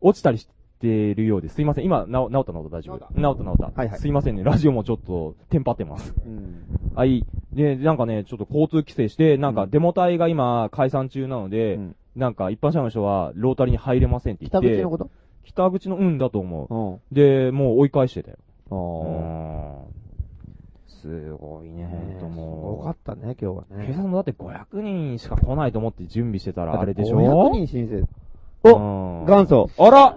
S2: 落ちたりしてるようです。すいません。今、なお、治った治った大丈夫。治った治った。
S5: はいはい
S2: すいませんね。ラジオもちょっと、テンパってます。
S5: うん。
S2: はい。で、なんかね、ちょっと交通規制して、なんか
S5: うん
S2: デモ隊が今、解散中なので、
S5: うん
S2: なんか一般社の人は、ロータリーに入れませんって言
S5: 北
S2: って、
S5: 口のこと
S2: 北口のうんだと思
S5: うん。あ
S2: う。で、もう追い返してたよ。
S5: あ。
S2: うんすごいね、ほんと
S5: 多
S2: も
S5: かったね、今日
S2: う。
S5: は
S2: 警
S5: ね。
S2: 察もだって500人しか来ないと思って準備してたら、あれでしょ
S5: ?500 人申請。
S2: うん
S5: 元祖。
S2: あら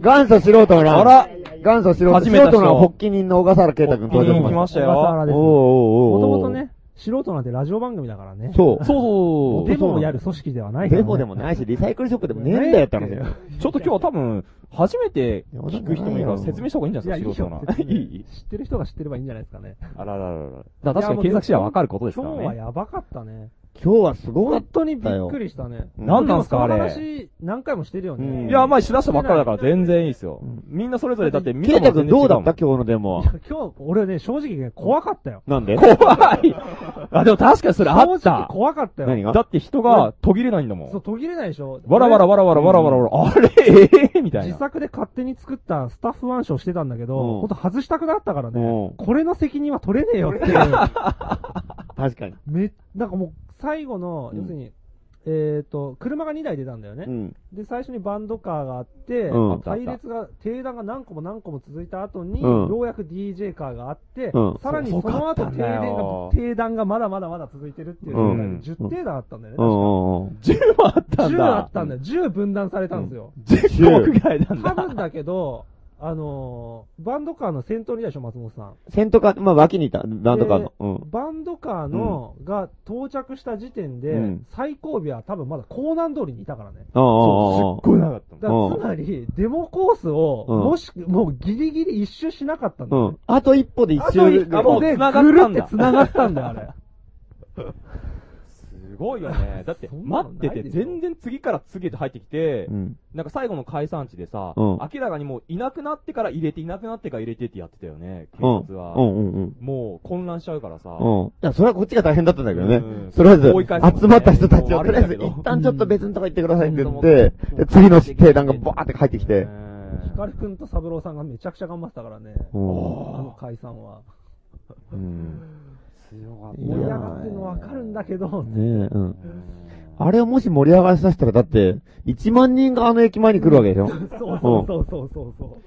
S5: 元祖素人のラン。
S2: あら
S5: 元祖素人。
S2: 初めての人
S5: 素人の発起人の小笠原啓太君登
S2: 発起人
S5: 場し
S2: 来
S5: ま
S2: ま
S5: し
S2: したよ
S1: 小笠原
S5: た。
S1: です。
S5: お
S1: もと
S5: うおうおう
S1: もと。ね、素人なんてラジオ番組だからね。
S5: そ
S2: そう。
S1: デモをやる組織ではな
S5: う。
S1: いから、
S5: デ
S1: ね。
S5: モでもないし、リサイクルショップでもねえんだよって話だよ。
S2: ちょっと今日は多分、初めて聞く人もいるから説明した方がいいんじゃ
S1: い
S2: な
S1: や、
S2: い
S1: いい
S2: で
S1: よ。
S2: すか、素人
S1: 別
S2: な。い
S1: に
S2: い
S1: 知ってる人が知ってればいいんじゃないですかね。
S2: あららららら。だから確かに検索したらわかることですから
S1: 今日は
S2: ね。
S1: やばかったね。
S5: 今日はすごかっ
S1: 本
S5: た。
S1: 当にびっくりしたね。
S5: うん
S2: なんなんすか
S1: でも
S2: あれ
S1: その話、何回もしてるよね。
S5: うん
S2: いや、まあ、しだしたばっかりだから全然いいですよ
S5: うん。
S2: みんなそれぞれ、だって見
S4: ケ
S2: た
S4: イタ
S2: も
S4: 君
S2: ん
S4: どうだった今日の電話。
S1: 今日、俺ね、正直ね、怖かったよ。
S4: なんで
S2: 怖いあ、でも確かにそれあっ
S1: 正直
S2: た
S1: 怖かったよ。
S4: 何が
S2: だって人が途切れないんだも。
S1: そうん途切れないでしょ。
S2: わらわらわらわらわらわらわら、あれええみたい
S1: 自
S2: な。
S1: 作で勝手に作ったスタッフ腕章してたんだけど、
S4: うん
S1: ほんと外したくなったからね、
S4: うん
S1: これの責任は取れねえ よっていう。
S4: 確かに。
S1: め、なんかもう、最後の、
S4: うん
S1: 要するに、えっ、と、車が2台出たんだよね。
S4: うん。
S1: で、最初にバンドカーがあって、
S4: うんあった
S2: あった
S1: 隊列が、停断が何個も何個も続いた後に、
S4: うん
S1: ようやく DJ カーがあって、
S4: うん
S1: さらにその後
S2: 遅かった
S1: 停
S2: んだ
S1: 電が
S2: よ、
S1: 停断がまだまだまだ続いてるっていう状態で、
S2: うん
S1: 10停断あったんだよね。
S4: うんうんうん。
S2: 10もあったん
S1: 10あ
S2: だ
S1: っ。たんだよ。10分断されたんですよ。
S2: 10個ぐらいなんだ。
S1: 多分だけど、あのーバンドカーの先頭にいたでしょ、松本さん。
S5: セントカー、まあ脇にいた、なんとかの。うん。
S1: バンドカーの、が到着した時点で、
S5: うん
S1: 最後尾は多分まだ港南通りにいたからね。
S2: そう、すっごい長かったの
S1: だからつまり、デモコースを、
S5: うん
S1: もし、もうギリギリ一周しなかったんだ
S5: う
S1: よ、
S5: ん。あと一歩で一
S1: あと
S5: 周
S1: 一歩で、ぐるって繋がったんだよ、あれ。
S2: すごいよね。だって、
S1: そんな
S2: 待
S1: の
S2: ってて、
S1: ないでしょ
S2: 全然次から次へと入ってきて
S5: う、ん。
S2: なんか最後の解散地でさ、
S5: うん
S2: 明らかにもういなくなってから入れて、いなくなってから入れてってやってたよね、警
S5: うん。
S2: 察は。
S5: うんうんうん。
S2: もう混乱しちゃうからさ。
S5: うん。いや、それはこっちが大変だったんだけどね。
S2: うん
S5: とりあえず
S2: 追い返すもん、ね
S5: 集まった人たちを、
S2: もう
S5: とりあえ
S2: あれだ
S5: ず、
S2: けど
S5: 一旦ちょっと別のとこ行ってくださいって言っ
S2: う
S5: て
S2: ん、
S5: で次の定段がバーって入ってきて、
S2: うん
S1: ヒカルくんと三郎さんがめちゃくちゃ頑張ってたからね。
S5: う
S1: あ
S5: ん
S1: の解散は。
S5: うん。
S2: 強かった
S5: い
S1: 盛
S5: や
S1: り上がってるのわかるんだけど、
S5: ねえ、うん。
S2: うん
S5: あれをもし盛り上がらさせたら、だって、1万人があの駅前に来るわけでしょ
S1: そうそうそうそうそうそ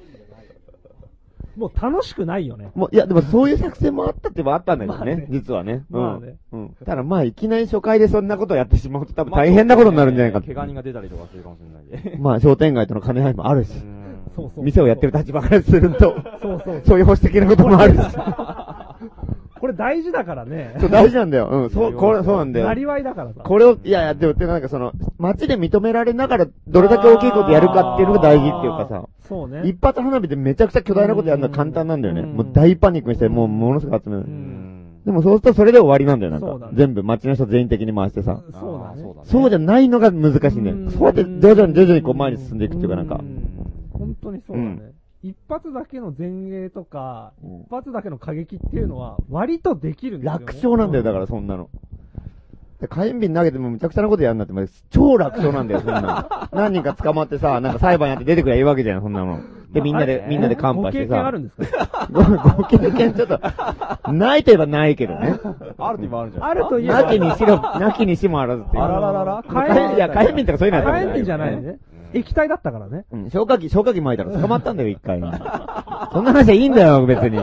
S1: う。もう楽しくないよね。
S5: もう、いや、でもそういう作戦もあったってばあったんだけど
S1: まあね
S5: ね、実はね。う
S1: まあ
S5: ん。
S1: ね。
S5: うん。ただまあ、いきなり初回でそんなことやってしまうと多分大変なことになるんじゃないか
S2: まあ怪我人が出たりとかするかもしれないで。
S5: まあ、商店街との兼ね合いもあるし、
S2: うん
S1: そうそう。
S5: 店をやってる立場からすると、
S1: そうそう。
S5: そういう保守的なこともあるし。
S1: これ大事だからね。
S5: そう大事なんだよ。うん、そう、これ、そうなんだ
S1: な
S5: よ。
S1: りわいだからさ。
S5: これを、いやいや、でも、でもなんかその、街で認められながら、どれだけ大きいことやるかっていうのが大事っていうかさ、
S1: そうね。
S5: 一発花火でめちゃくちゃ巨大なことやるのは簡単なんだよね。
S1: うん
S5: もう大パニックにして、もうものすごく集める
S2: う。
S1: ん
S2: ん
S5: でもそうするとそれで終わりなんだよ、
S1: そう
S5: なん
S1: だ
S5: か
S1: ね。
S5: 全部、街の人全員的に回してさ。
S1: そうだ
S2: あー
S1: ね。
S2: ね
S5: そうじゃないのが難しいんだ
S1: うん
S5: よ。そうやって徐々に徐々にこう前に進んでいくっていうかなん
S1: う
S5: か
S2: う。ん
S1: 本当にそうだね。一発だけの前衛とか、
S5: うん
S1: 一発だけの過激っていうのは、割とできるんですよ、ね。
S5: 楽勝なんだよ、だからそんなの。で火炎瓶投げてもむちゃくちゃなことやんなって、もう超楽勝なんだよ、そん なの。何人か捕まってさ、なんか裁判やって出てくりゃいいわけじゃん、そんなの。で、みんなで、みんなでカンパして
S1: ご経験あ
S5: さ
S1: る。んですか
S5: ごご経験ちょっと、ないと言えばないけどね。
S2: あると今あるんじゃない
S1: あるといえば。
S5: なきにしろ、なきにしもあらずっていう。
S2: あらららら
S1: 火
S5: 火炎
S1: 炎
S5: いや、火炎瓶とかそういうのやったこ
S1: 火
S5: と
S1: 炎瓶じゃない。ね。液体だったからね。
S5: うん、消火器、消火器巻いたら捕まったんだよ、一回。そんな話はいいんだよ、別に。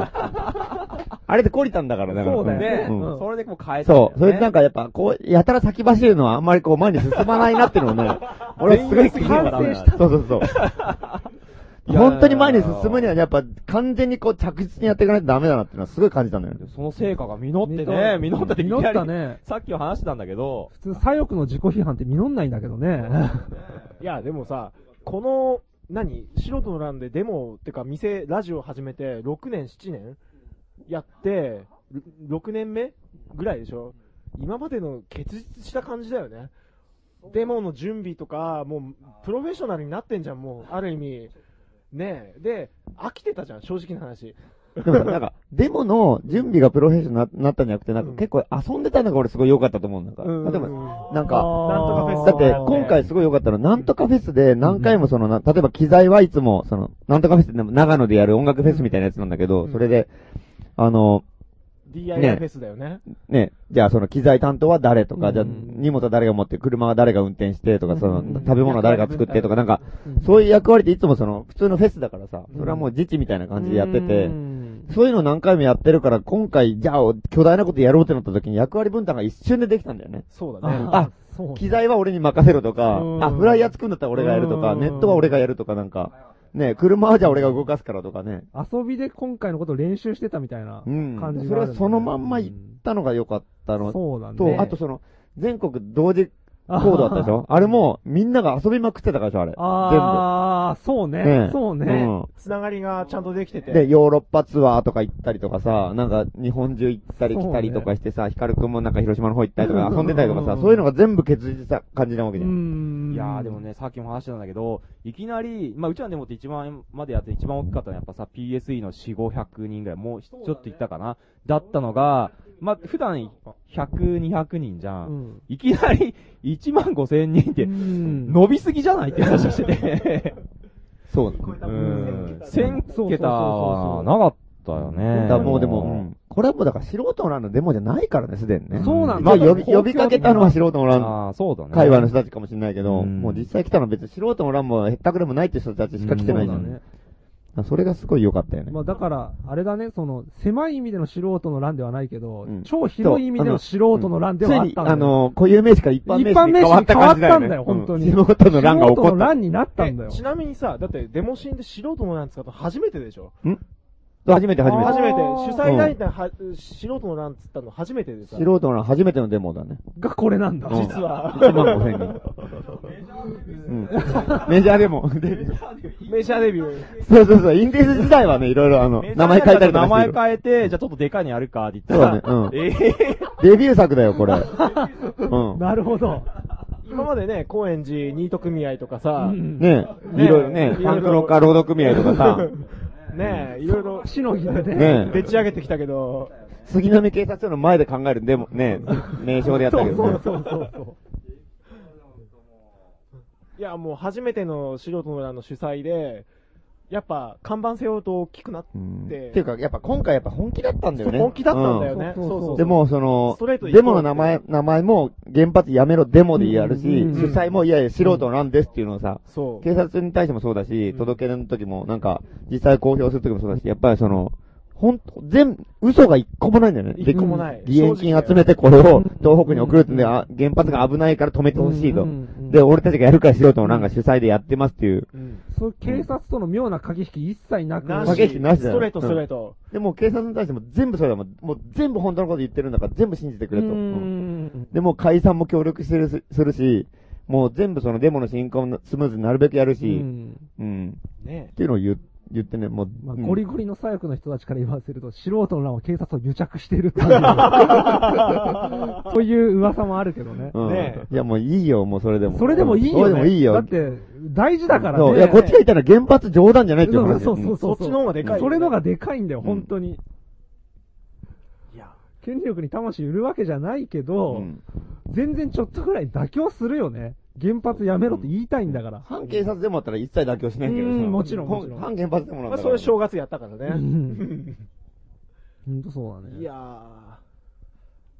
S5: あれで懲りたんだから、だから。
S1: そうだよ
S2: ね、
S5: うん
S1: うん
S2: それでもう変えたんだよね
S5: そう。それでなんかやっぱ、こう、やたら先走るのはあんまりこう前に進まないなっていうのをね、俺はすごい気づい
S1: 反省した
S5: そうそうそう。
S2: いや
S5: 本当に前に進むにはやっぱ完全にこう着実にやっていかないとダメだなっていうのはすごい感じたんだよね。
S2: その成果が実ってね、実ったっていきなり
S1: 実ったね。
S2: さっきは話してたんだけど、
S1: 普通、左翼の自己批判って実んないんだけどね。
S6: いや、でもさ、この、何素人の欄でデモ、ってか店、ラジオ始めて、6年、7年やって、ろ6年目ぐらいでしょ今までの結実した感じだよね。デモの準備とか、もう、プロフェッショナルになってんじゃん、もう、ある意味。ねえ。で、飽きてたじゃん、正直な話。
S5: でもさ、なんか、デモの準備がプロフェッショナルになったんじゃなくて、なんか結構遊んでたのが俺すごい良かったと思うんだから。
S6: うん
S5: 例えば、なんか、
S6: なんとかフェス
S5: だって、今回すごい良かったのは、なんとかフェスで何回もその、な例えば機材はいつも、その、なんとかフェスで長野でやる音楽フェスみたいなやつなんだけど、
S6: うん
S5: それで、あの、
S6: DIY フェスだよね。
S5: ね、じゃあその機材担当は誰とか、
S1: うん
S5: じゃあ荷物は誰が持って、車は誰が運転してとか、その、
S1: うん
S5: 食べ物は誰が作ってとか、なんか、
S1: う
S5: そういう役割っていつもその、普通のフェスだからさ、それはもう自治みたいな感じでやってて、
S1: うん
S5: そういうの何回もやってるから、今回、じゃあ、巨大なことやろうってなった時に役割分担が一瞬でできたんだよね。
S6: そうだね。
S1: あ、そうね
S5: 機材は俺に任せろとか
S6: う、ん
S5: あ、フライヤー作るんだったら俺がやるとか、
S1: うん
S5: ネットは俺がやるとかなんか、ね、車はじゃあ俺が動かすからとかね。
S1: 遊びで今回のことを練習してたみたいな
S5: うん
S1: 感じ。
S5: それはそのまんま
S1: い
S5: 行ったのが良かったの
S1: そうだね。
S5: と、あとその、全国同時コードあったでしょあれも、みんなが遊びまくってたからでしょ、あれ。
S1: ああ、そう
S5: え
S1: ね
S5: え。
S1: そう
S5: 全部。
S1: ね。
S5: うん
S6: つながりがちゃんとできてて。
S5: で、ヨーロッパツアーとか行ったりとかさ、なんか日本中行ったり来たりとかしてさ、ヒカルくんもなんか広島の方行ったりとか遊んでたりとかさ、そういうのが全部結実した感じなわけ
S1: う
S5: じゃん。
S1: ん。
S2: いやーでもね、さっきも話してたんだけど、いきなり、まあ、うちらでもって一番、までやって一番大きかったのはやっぱさ、PSE の4、500人ぐらい、もうひちょっといったかなだったのが、まあ、普段100、200人じゃん。
S1: うん、
S2: いきなり1万5千人って、
S1: うん。
S2: 伸びすぎじゃないって話をしてて。
S5: そう
S2: うん。
S1: 千
S2: 1000桁はなかったよね。
S5: だからもうでも、うんこれはもうだから素人のランのデモじゃないからね、すでにね。
S1: そうなん
S5: ま
S1: だ。
S5: あ呼び、呼びかけたのは素人のラン、
S2: ああ、そうだね。
S5: 会話の人たちかもしれないけ
S2: う
S5: ど、
S2: ん
S5: もう実際来たのは別に素人のランもへったくれもないって人たちしか来てないじ
S1: そ
S5: ゃ。
S1: うんだね
S5: あそれがすごい良かったよね。
S1: まあだから、あれだね、その、狭い意味での素人の欄ではないけど、
S5: うん
S1: 超広い意味での素人の欄ではあ
S5: つ
S1: っ
S5: いに、
S1: たんだ
S5: あ
S1: よ。
S5: の、固有名詞から一般名詞に変わった感じだよ
S1: 一般名詞に変わった
S5: ね。
S1: んだよ本当に
S5: うん素人の乱が起
S1: 素人の
S5: こった。
S1: 欄になったんだよ
S6: え。ちなみにさ、だってデモシーンで素人のなん使ったの初めてでしょ
S5: 初めて初めて。
S6: 初めて。
S1: あ
S6: 主
S1: ー
S6: 催団体は、素人のなんつったの初めてでさ。
S5: 素人の初めてのデモだね。
S1: がこれなんだ。
S5: 実は。1万5千人。うんメジャーデモ。で
S6: メジャーデビュー。
S5: そうそうそう、インディーズ時代はね、いろいろあの、名前変えたりと
S2: 名
S5: かし
S2: 前
S5: てる。
S2: 変えて、じゃあちょっとでかいのやるかって
S5: そ
S2: 言
S5: う
S2: った
S5: だ
S2: ら
S5: ね、、う
S2: ええ
S5: ん。デビュー作だよ、これ。うん。
S1: なるほど。
S6: 今までね、高円寺ニート組合とかさ、
S1: うん
S5: ね
S6: ね
S5: いろいろね、パンクロッカー労働組合とかさ、
S6: ねえ、いろいろ
S1: しのぎでね。
S5: ね
S6: でっち上げてきたけど、
S5: 杉並警察署の前で考えるデモ、ね名称でやった
S1: そ
S5: け
S1: うそ
S5: ど
S1: う
S5: ね。
S1: そうそうそ
S6: いや、もう初めての素人の欄の主催で、やっぱ看板背負うと大きくなっ
S5: うんって
S6: て、
S5: いうか、やっぱ今回やっぱ本気だったんだよね。
S6: 本気だったんだよね。
S1: うん
S6: そうそうそう
S5: で、も、その
S6: ストレー、トで
S5: デ
S6: 行こ
S5: モ
S6: う
S5: の名前、名前も、原発やめろデモでやるし、主催も、いやいや、素人なんですっていうのをさ、
S6: そう。
S5: 警察に対してもそうだし、届け出の時も、なんか、実際公表する時もそうだし、やっぱりその、ほん、全、嘘が一個もないんだよね。
S6: 一個もない
S5: で義援金集めてこれを東北に送るってんで、あ原発が危ないから止めて
S1: う。
S5: ほしいと
S1: うん。うん
S5: で、俺たちがやるから素人のなんか主催でやってますっていう。
S6: うん
S1: そう警察との妙な駆け引き一切なく。
S6: な
S5: 駆け引きなしだ
S6: ス
S5: よ
S6: トレート、ストレート。
S5: でも警察に対しても全部それだもん。もう全部本当のこと言ってるんだから全部信じてく
S1: う
S5: れ
S1: んう
S5: と。うん
S1: ん
S5: で、もう解散も協力してるすするし、もう全部そのデモの進行もスムーズになるべくやる
S1: う
S5: し、
S1: ん。
S5: うん。
S6: ね
S5: っていうのを言う言ってね、もう、
S1: まあ、
S5: うん
S1: ゴリゴリの左翼の人たちから言わせると、素人の欄は警察を癒着している っていう。そういう噂もあるけどね。
S5: うん
S6: ね
S5: いやもういいよ、もうそれでも。
S1: それでもいいよ、ね。
S5: それでもいいよ。
S1: だって、大事だからね。
S5: そういや、こっちが言ったら原発冗談じゃないっていう話。
S1: そうそうそう。
S6: そっちの方がでかい。
S1: それのがでかいんだよ、
S5: うん
S1: 本当に。いや。権力に魂売るわけじゃないけ
S5: うん
S1: ど、
S5: うん
S1: 全然ちょっとぐらい妥協するよね。原発やめろって言いたいんだから。
S5: 反警察でもあったら一切妥協しないけど
S1: うん
S5: さ
S1: もちろんもちろん
S5: 反原発でもなん
S6: ま
S5: だ
S6: あ
S5: から
S6: それ正月やったから
S1: う
S6: ね。
S1: んほんとそうだね。
S6: いや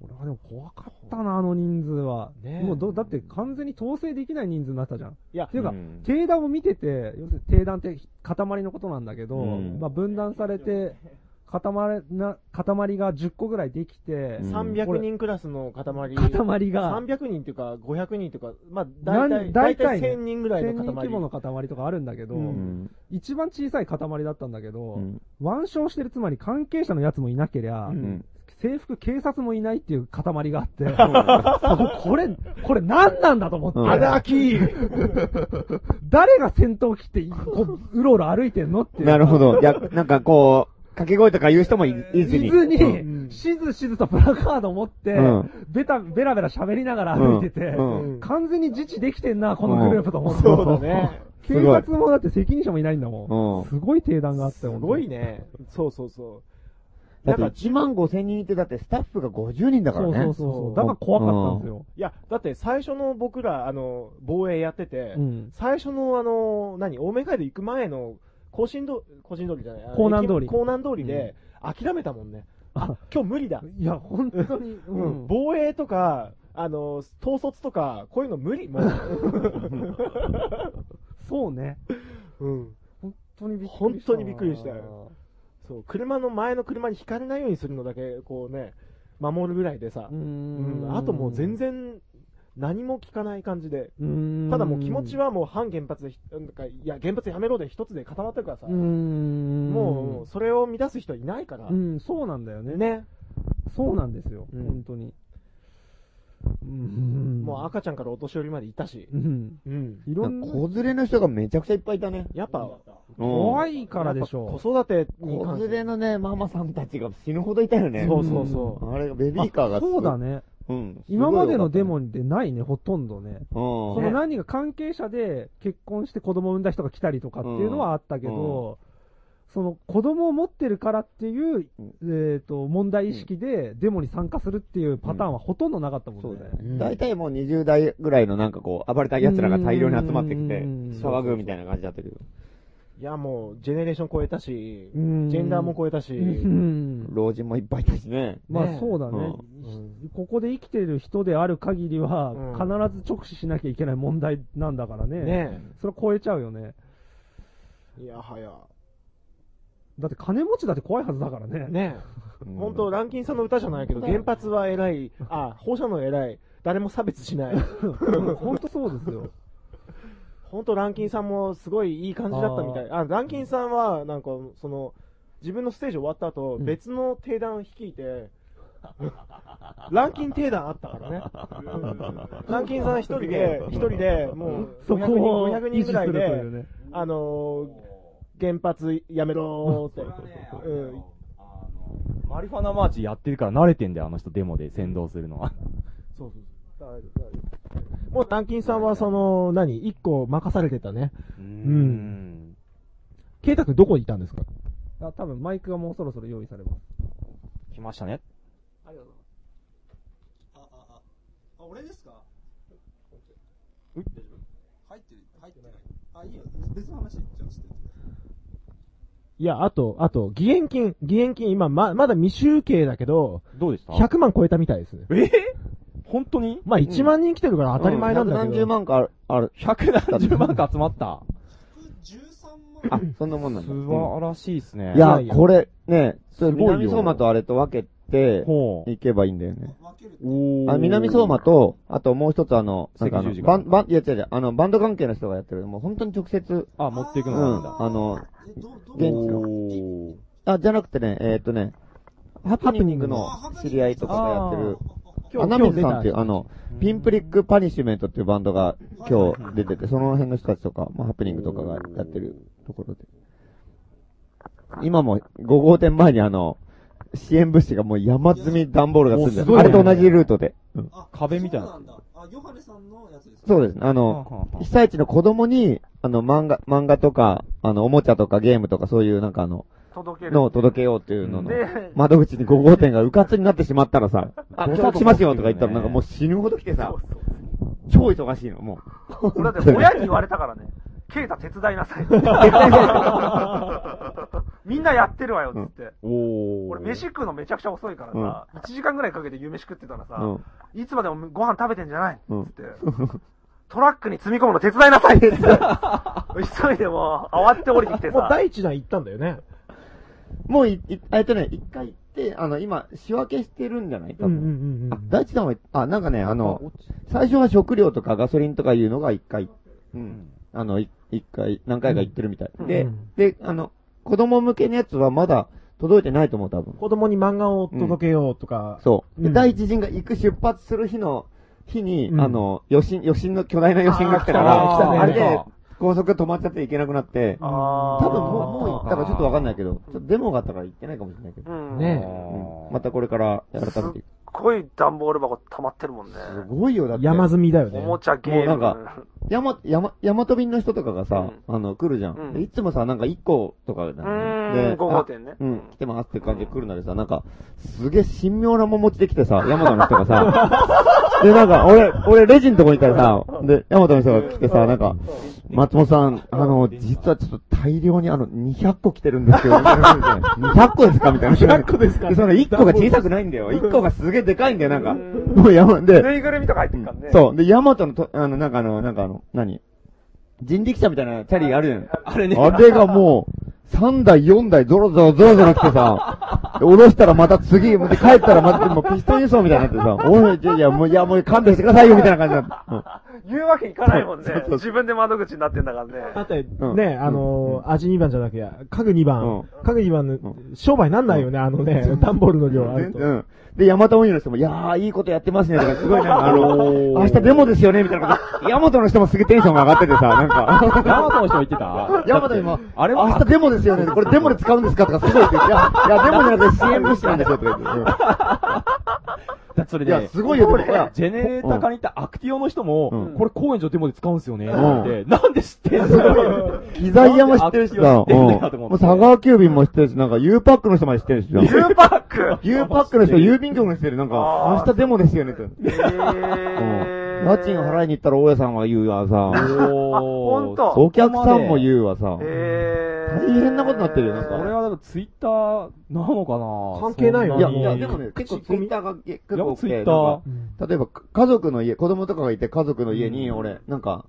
S1: 俺はでも怖かったな、あの人数は。
S6: ねえ
S1: もうど、だって完全に統制できない人数になったじゃん。
S6: いや
S1: っていうか、
S5: ん
S1: 定談を見てて、要するに定談って塊のことなんだけど、
S5: うん
S1: まあ分断されて、塊な、塊が10個ぐらいできて、
S5: う
S6: ー、
S5: ん
S6: 300人クラスの塊。
S1: 塊が、
S6: 300人というか、500人というか、まあ、
S1: な
S6: 大
S1: ん大
S6: 体、大
S1: 体
S6: 体
S1: ね
S6: 1000人ぐらいの
S1: 1000
S6: 塊。
S1: 人規模の塊とかあるんだけど、
S6: う
S5: うんん
S1: 一番小さい塊だったんだけど、
S5: うん
S1: 腕章してるつまり関係者のやつもいなけりゃ、
S5: うん
S1: 制服警察もいないっていう塊があって、そうこれ、これ何なんだと思って、
S5: うんあら
S1: き誰が戦闘機ってこう、うろうろ歩いてんのっていう。
S5: なるほど。いや、なんかこう、掛け声とか言う人もいいず
S1: い
S5: に。
S1: ず
S5: うん
S1: に、しずしずとプラカード持って、
S5: うん
S1: ベタ、ベラベラ喋りながら歩いてて、
S5: うん
S6: うん
S1: 完全に自治できてんな、このグループと思って。
S6: そうだね。
S1: 警察もだって責任者もいないんだもん。
S5: うん
S1: すごい定談があって、
S6: すごいね。そうそうそう。
S5: だ
S6: な
S5: っ
S6: ん
S5: て
S6: か、
S5: 1万5千人いて、だってスタッフが50人だから
S1: 本当
S5: ね。
S1: に。そうそうそうそう。だから怖かったんですよ。
S6: いや、だって最初の僕ら、あの、防衛やってて
S1: う、ん。
S6: 最初のあの、何、青梅街で行く前の、更新通り、更新通りじゃない
S1: 港南通り
S6: 駅港南通りで、諦めたもんね。あ、今日無理だ。
S1: いや、本当に、うん。
S6: 防衛とか、あの、統率とか、こういうの無理、も
S1: そうね。
S6: う。うん。
S1: 本当にびっくりした。
S6: 本当にびっくりしたよ。そう、車の前の車にひかれないようにするのだけ、こうね、守るぐらいでさ
S1: う、。
S6: うんん、あともう全。然、何も聞かない感じで、
S1: うん。
S6: ただもう気持ち、はもう反原発でひ、なんか、いや、原発やめろで一つで固まってるからさ、
S1: うん。
S6: もう、それを乱す人いないから
S1: う、ん、そうなんだよね。
S6: ね。
S1: そうなんですよ。
S6: うん
S1: 本当に。
S7: うん
S6: もう赤ちゃんからお年寄りまでいたし。
S7: うん。
S6: うん。
S7: いろんな、
S5: 子連れの人がめちゃくちゃいっぱいいたね。
S6: やっぱ、
S7: 怖いからでし
S6: やっぱ
S7: ょ
S6: 子育てに
S5: 子
S6: 関
S5: 連
S6: して。
S5: れのね、ママさんたちが死ぬほどいたよね。
S6: そうそうそう。
S5: あれがベビ
S7: う。
S5: ーカーが
S7: あ
S5: すごい
S7: そうだ。ね。
S5: うん。
S7: 今までのデ
S5: う
S7: モでないね、ほとんどね。
S5: ん。
S7: その何人か関係者で結婚して子供を産んだ人が来たりとかっていうのはあったけど、その子供を持ってるからっていう、えっと問題意識でデモに参加するっていうパターンはほとんどなかったもんね。
S5: そうだよね。大体もう20代ぐらいのなんかこう、暴れたい奴らが大量に集まってきて、
S7: うん
S5: 騒ぐみたいな感じだったけど、
S6: いや、もう、ジェネレーション超えたし、
S7: う
S6: ジ
S7: ん
S6: ェンダーも超えたし、
S7: うん
S5: 老人もいっぱいいたしね。
S7: ま
S6: ね
S7: あそうだね、ここで生きてる人である限りは
S6: うん、
S7: 必ず直視しなきゃいけない問題なんだからね、
S6: ね
S7: それを超えちゃうよね、
S6: いやはや。
S7: だって金持ちだって怖いはずだからね、
S6: ね
S5: うん
S6: 本当ランキンさんの歌じゃないけど、原発は偉い、あ、放射能偉い、誰も差別し ない。
S7: 本当そうです よ、
S6: 本当ランキンさんもすごいいい感じだったみたい。あランキンさんは、なんか、その、自分のステージ終わった後、
S7: ん
S6: 別の定談率いて、ランキン定談あったか らね。ランキンさん一人で、一人で、もう、
S7: そ
S6: 500人
S7: こを
S6: 500
S7: 維持
S6: 人
S7: す
S6: ぐ
S7: る
S6: ら
S7: と
S6: い
S7: い
S6: で
S7: う、ね、
S6: あのー、原発やめろーって。うん
S2: マリファナマーチやってるから慣れてんだよ、あの人デモで先導するのは。
S6: そうそうそう。もう、ランキンさんは、その、何一個任されてたね。。
S2: うん
S6: ケイタ君どこにいたんですか
S7: あ多分マイクがもうそろそろ用意されます。
S2: 来ましたね。
S8: あ、俺ですか入ってる、入ってない。あ、いいよ。別の話じゃあして。
S6: いや、あと、あと、義援金。義援金、今、ま、まだ未集計だけど、
S2: どうでした
S6: 100万超えたみたいですね。
S2: えぇ本当に
S6: まあ、1万人来てるから当たり前なんだけど。
S5: 130万かある、ある。
S2: ?170 万か集まった。
S8: 13
S5: あ
S8: 万、
S5: そんなもんなんだ。
S2: 素晴らしいですね。
S5: いや
S6: いやい、や
S5: これ、ね、
S2: ごいよ
S5: 南相馬とあれと分けて、
S2: ほう。
S5: 行けばいいんだよね。
S8: 分けると。
S2: お
S5: あ南相馬と、あともう一つあの、なんかあの
S2: 赤十字
S5: バ
S2: か
S5: ン、バン、いや違う違う、あの、バンド関係の人がやってる、もう本当に直接、
S2: あ、持っていく
S5: う
S2: のなんだ。
S5: ん、あの、
S8: え、ど、ど、
S5: 現地の
S2: お
S5: あ、じゃなくてね、えーっとね、ハプニングの知り合いとかがやってる、穴水さんっていう、あの、ピンプリックパニッシュメントっていうバンドが今日出てて、その辺の人たちとか、まあ、ハプニングとかがやってるところで。今も5号店前にあの、支援物資がもう山積み段ボールが積んで
S2: おすごい
S5: る。あ
S2: ね
S5: れと同じルートで。うん
S8: あ
S2: 壁みたいな
S8: そうなんだ。あ、ヨハネさんのやつですか
S5: そうですね。あの、被災地の子供に、あの、漫画、漫画とか、あの、おもちゃとかゲームとかそういうなんかあの、
S6: 届
S5: のを届けようっていうのの、窓口に5号店がうかつになってしまったらさ、あ、
S2: どう
S5: 協
S2: ぞ
S5: 力しますよとか言っ
S2: ど
S5: たら
S2: うぞ
S5: なんかもう死ぬほど来てさ、超忙しいの、もう。だ って
S9: 親に言われたからね、ケイタ手伝いなさい。みんなやってるわよ、つって。
S2: お
S9: 俺、飯食うのめちゃくちゃ遅いからさ、1時間ぐらいかけて夕飯食ってたら
S5: う
S9: さ、
S5: ん。
S9: いつまでもご飯食べてんじゃない
S5: うん
S9: つって。トラックに積み込むの手伝いなさいって。 急いでもう、慌てて降りてきて
S6: もう
S9: さ。
S6: 第一弾行ったんだよね。
S5: もうい、いえっとね、一回行って、あの、今、仕分けしてるんじゃない多分。
S6: ん
S5: あ、第一弾は、あ、なんかね、あ
S2: あ
S5: の
S2: 落、
S5: 最初は食料とかガソリンとかいうのが一回、うん。あの、い一回、何回か行ってるみたい。で、で、あの、子供向けのやつはまだ届いてないと思う、多分。
S6: 子供に漫画を届けようとか、
S5: そう。で
S6: うん
S5: 第一陣が行く出発する日の、日に、
S6: うん
S5: あの、余震、余震の、巨大な余震が来たか
S2: あー来たね
S5: ら、あれ
S2: 来た
S5: で
S2: ね、
S5: 高速が止まっちゃって行けなくなって、
S9: あ
S5: 多
S9: ー
S5: 分もう、もう行ったかちょっとわかんないけど、ちょっとデモがあったから行ってないかもしれないけど、
S9: うん。
S6: ね
S5: うんまたこれから改めて行く。
S9: すっごい段ボール箱溜まってるもんね。
S5: すごいよ、だって。
S6: 山積みだよ
S9: お
S6: ね。
S9: もちゃゲーム。
S5: もうなん山、山、山飛びの人とかがさ、あの、来るじゃ
S9: うん
S5: ん。でいつもさ、なんか1個とかだ
S9: う
S5: よね
S9: ーん、
S5: で
S9: 5号店ね
S5: あ。うん、来てますって感じで来るなでさ、なんか、すげえ神妙な面持ちで来てさ、ヤマトの人がさ、で、なんか、俺、俺、レジのとこにいたらさ、で、ヤマトの人が来てさ、なんか、松本さん、あの、実はちょっと大量にあの、200個来てるんですけど、みたいな200個ですかみたいな。200個ですかその1個が小さくないんだよ。1個がすげえでかいんだよ、なんか。もうヤマ、で、
S9: ぬいぐるみとか入ってるからね。
S5: そう。で、ヤマトのと、あの、なんかあの、なんかあの、何人力車みたいなチャリあるじゃん。あれね。あれがもう、3台、4台、ゾロゾロゾロゾロ来てさ、で下ろしたらまた次、で帰ったらまた、もうピストン輸送みたいになってさ、おい、いやいや、もう、いや、もう勘弁してくださいよ、みたいな感じになって。
S9: 言うわけいかないもんね
S5: そうそうそう。
S9: 自分で窓口になってんだからね。
S1: だって、
S5: うん
S1: ね、あのー、味2番じゃなきゃ、家具2
S5: うん
S1: 番、家具2番の
S5: う、
S1: 商売なんないよね、あのね、段ボールの量あると。
S5: うん。で、ヤマタ運輸の人も、いやー、いいことやってますね、とか、すごいなんか、あの、明日デモですよね、みたいなこと。ヤマトの人もすげえテンションが上がっててさ、なんか。
S2: ヤマトの人言ってた
S5: ヤマト今、
S2: あれは
S5: 明日デモですよね、これデモで使うんですかとか、すごい言って、いや、いや、デモじゃなくて CM 物資なんですよ、とか言ってうん。
S2: だ ってそれ
S5: いや、
S2: で、
S5: すごいよ、でもいや
S2: ジェネレーター化に行ったアクティオの人も、
S5: うん
S2: これ高円寺のデモで使うんすよね、
S5: ん
S2: って、なんで知 ってんの
S5: 機材屋も知ってるしさ、うん。
S2: なんでア
S5: も
S2: クティブなの
S5: う佐川急便も知ってるし、なんか U パックの人まで知ってるしさ。
S9: U パック
S5: U パックの人、郵便局の人で、なんか、
S9: あ
S5: 明
S9: ー
S5: 日デモですよね、と。
S9: え
S5: うん
S9: ー。
S5: 家賃払いに行ったら大家さんが言うわさ、
S9: あ、ほんと。
S5: お客さんも言うわさ、
S9: えー。
S5: 大変なことになってるよなんか
S2: 俺はだからツイッターなのかな
S1: 関係ないよ
S2: そん
S5: いや、
S2: に
S5: いや、でもね、結構ツイッターが結
S2: やっ
S5: 構
S2: ぱツイ
S5: な
S2: ッ
S5: ん
S2: ター
S5: か。例えば、か家族の家、子供とかがいて家族の家に、俺、なんか、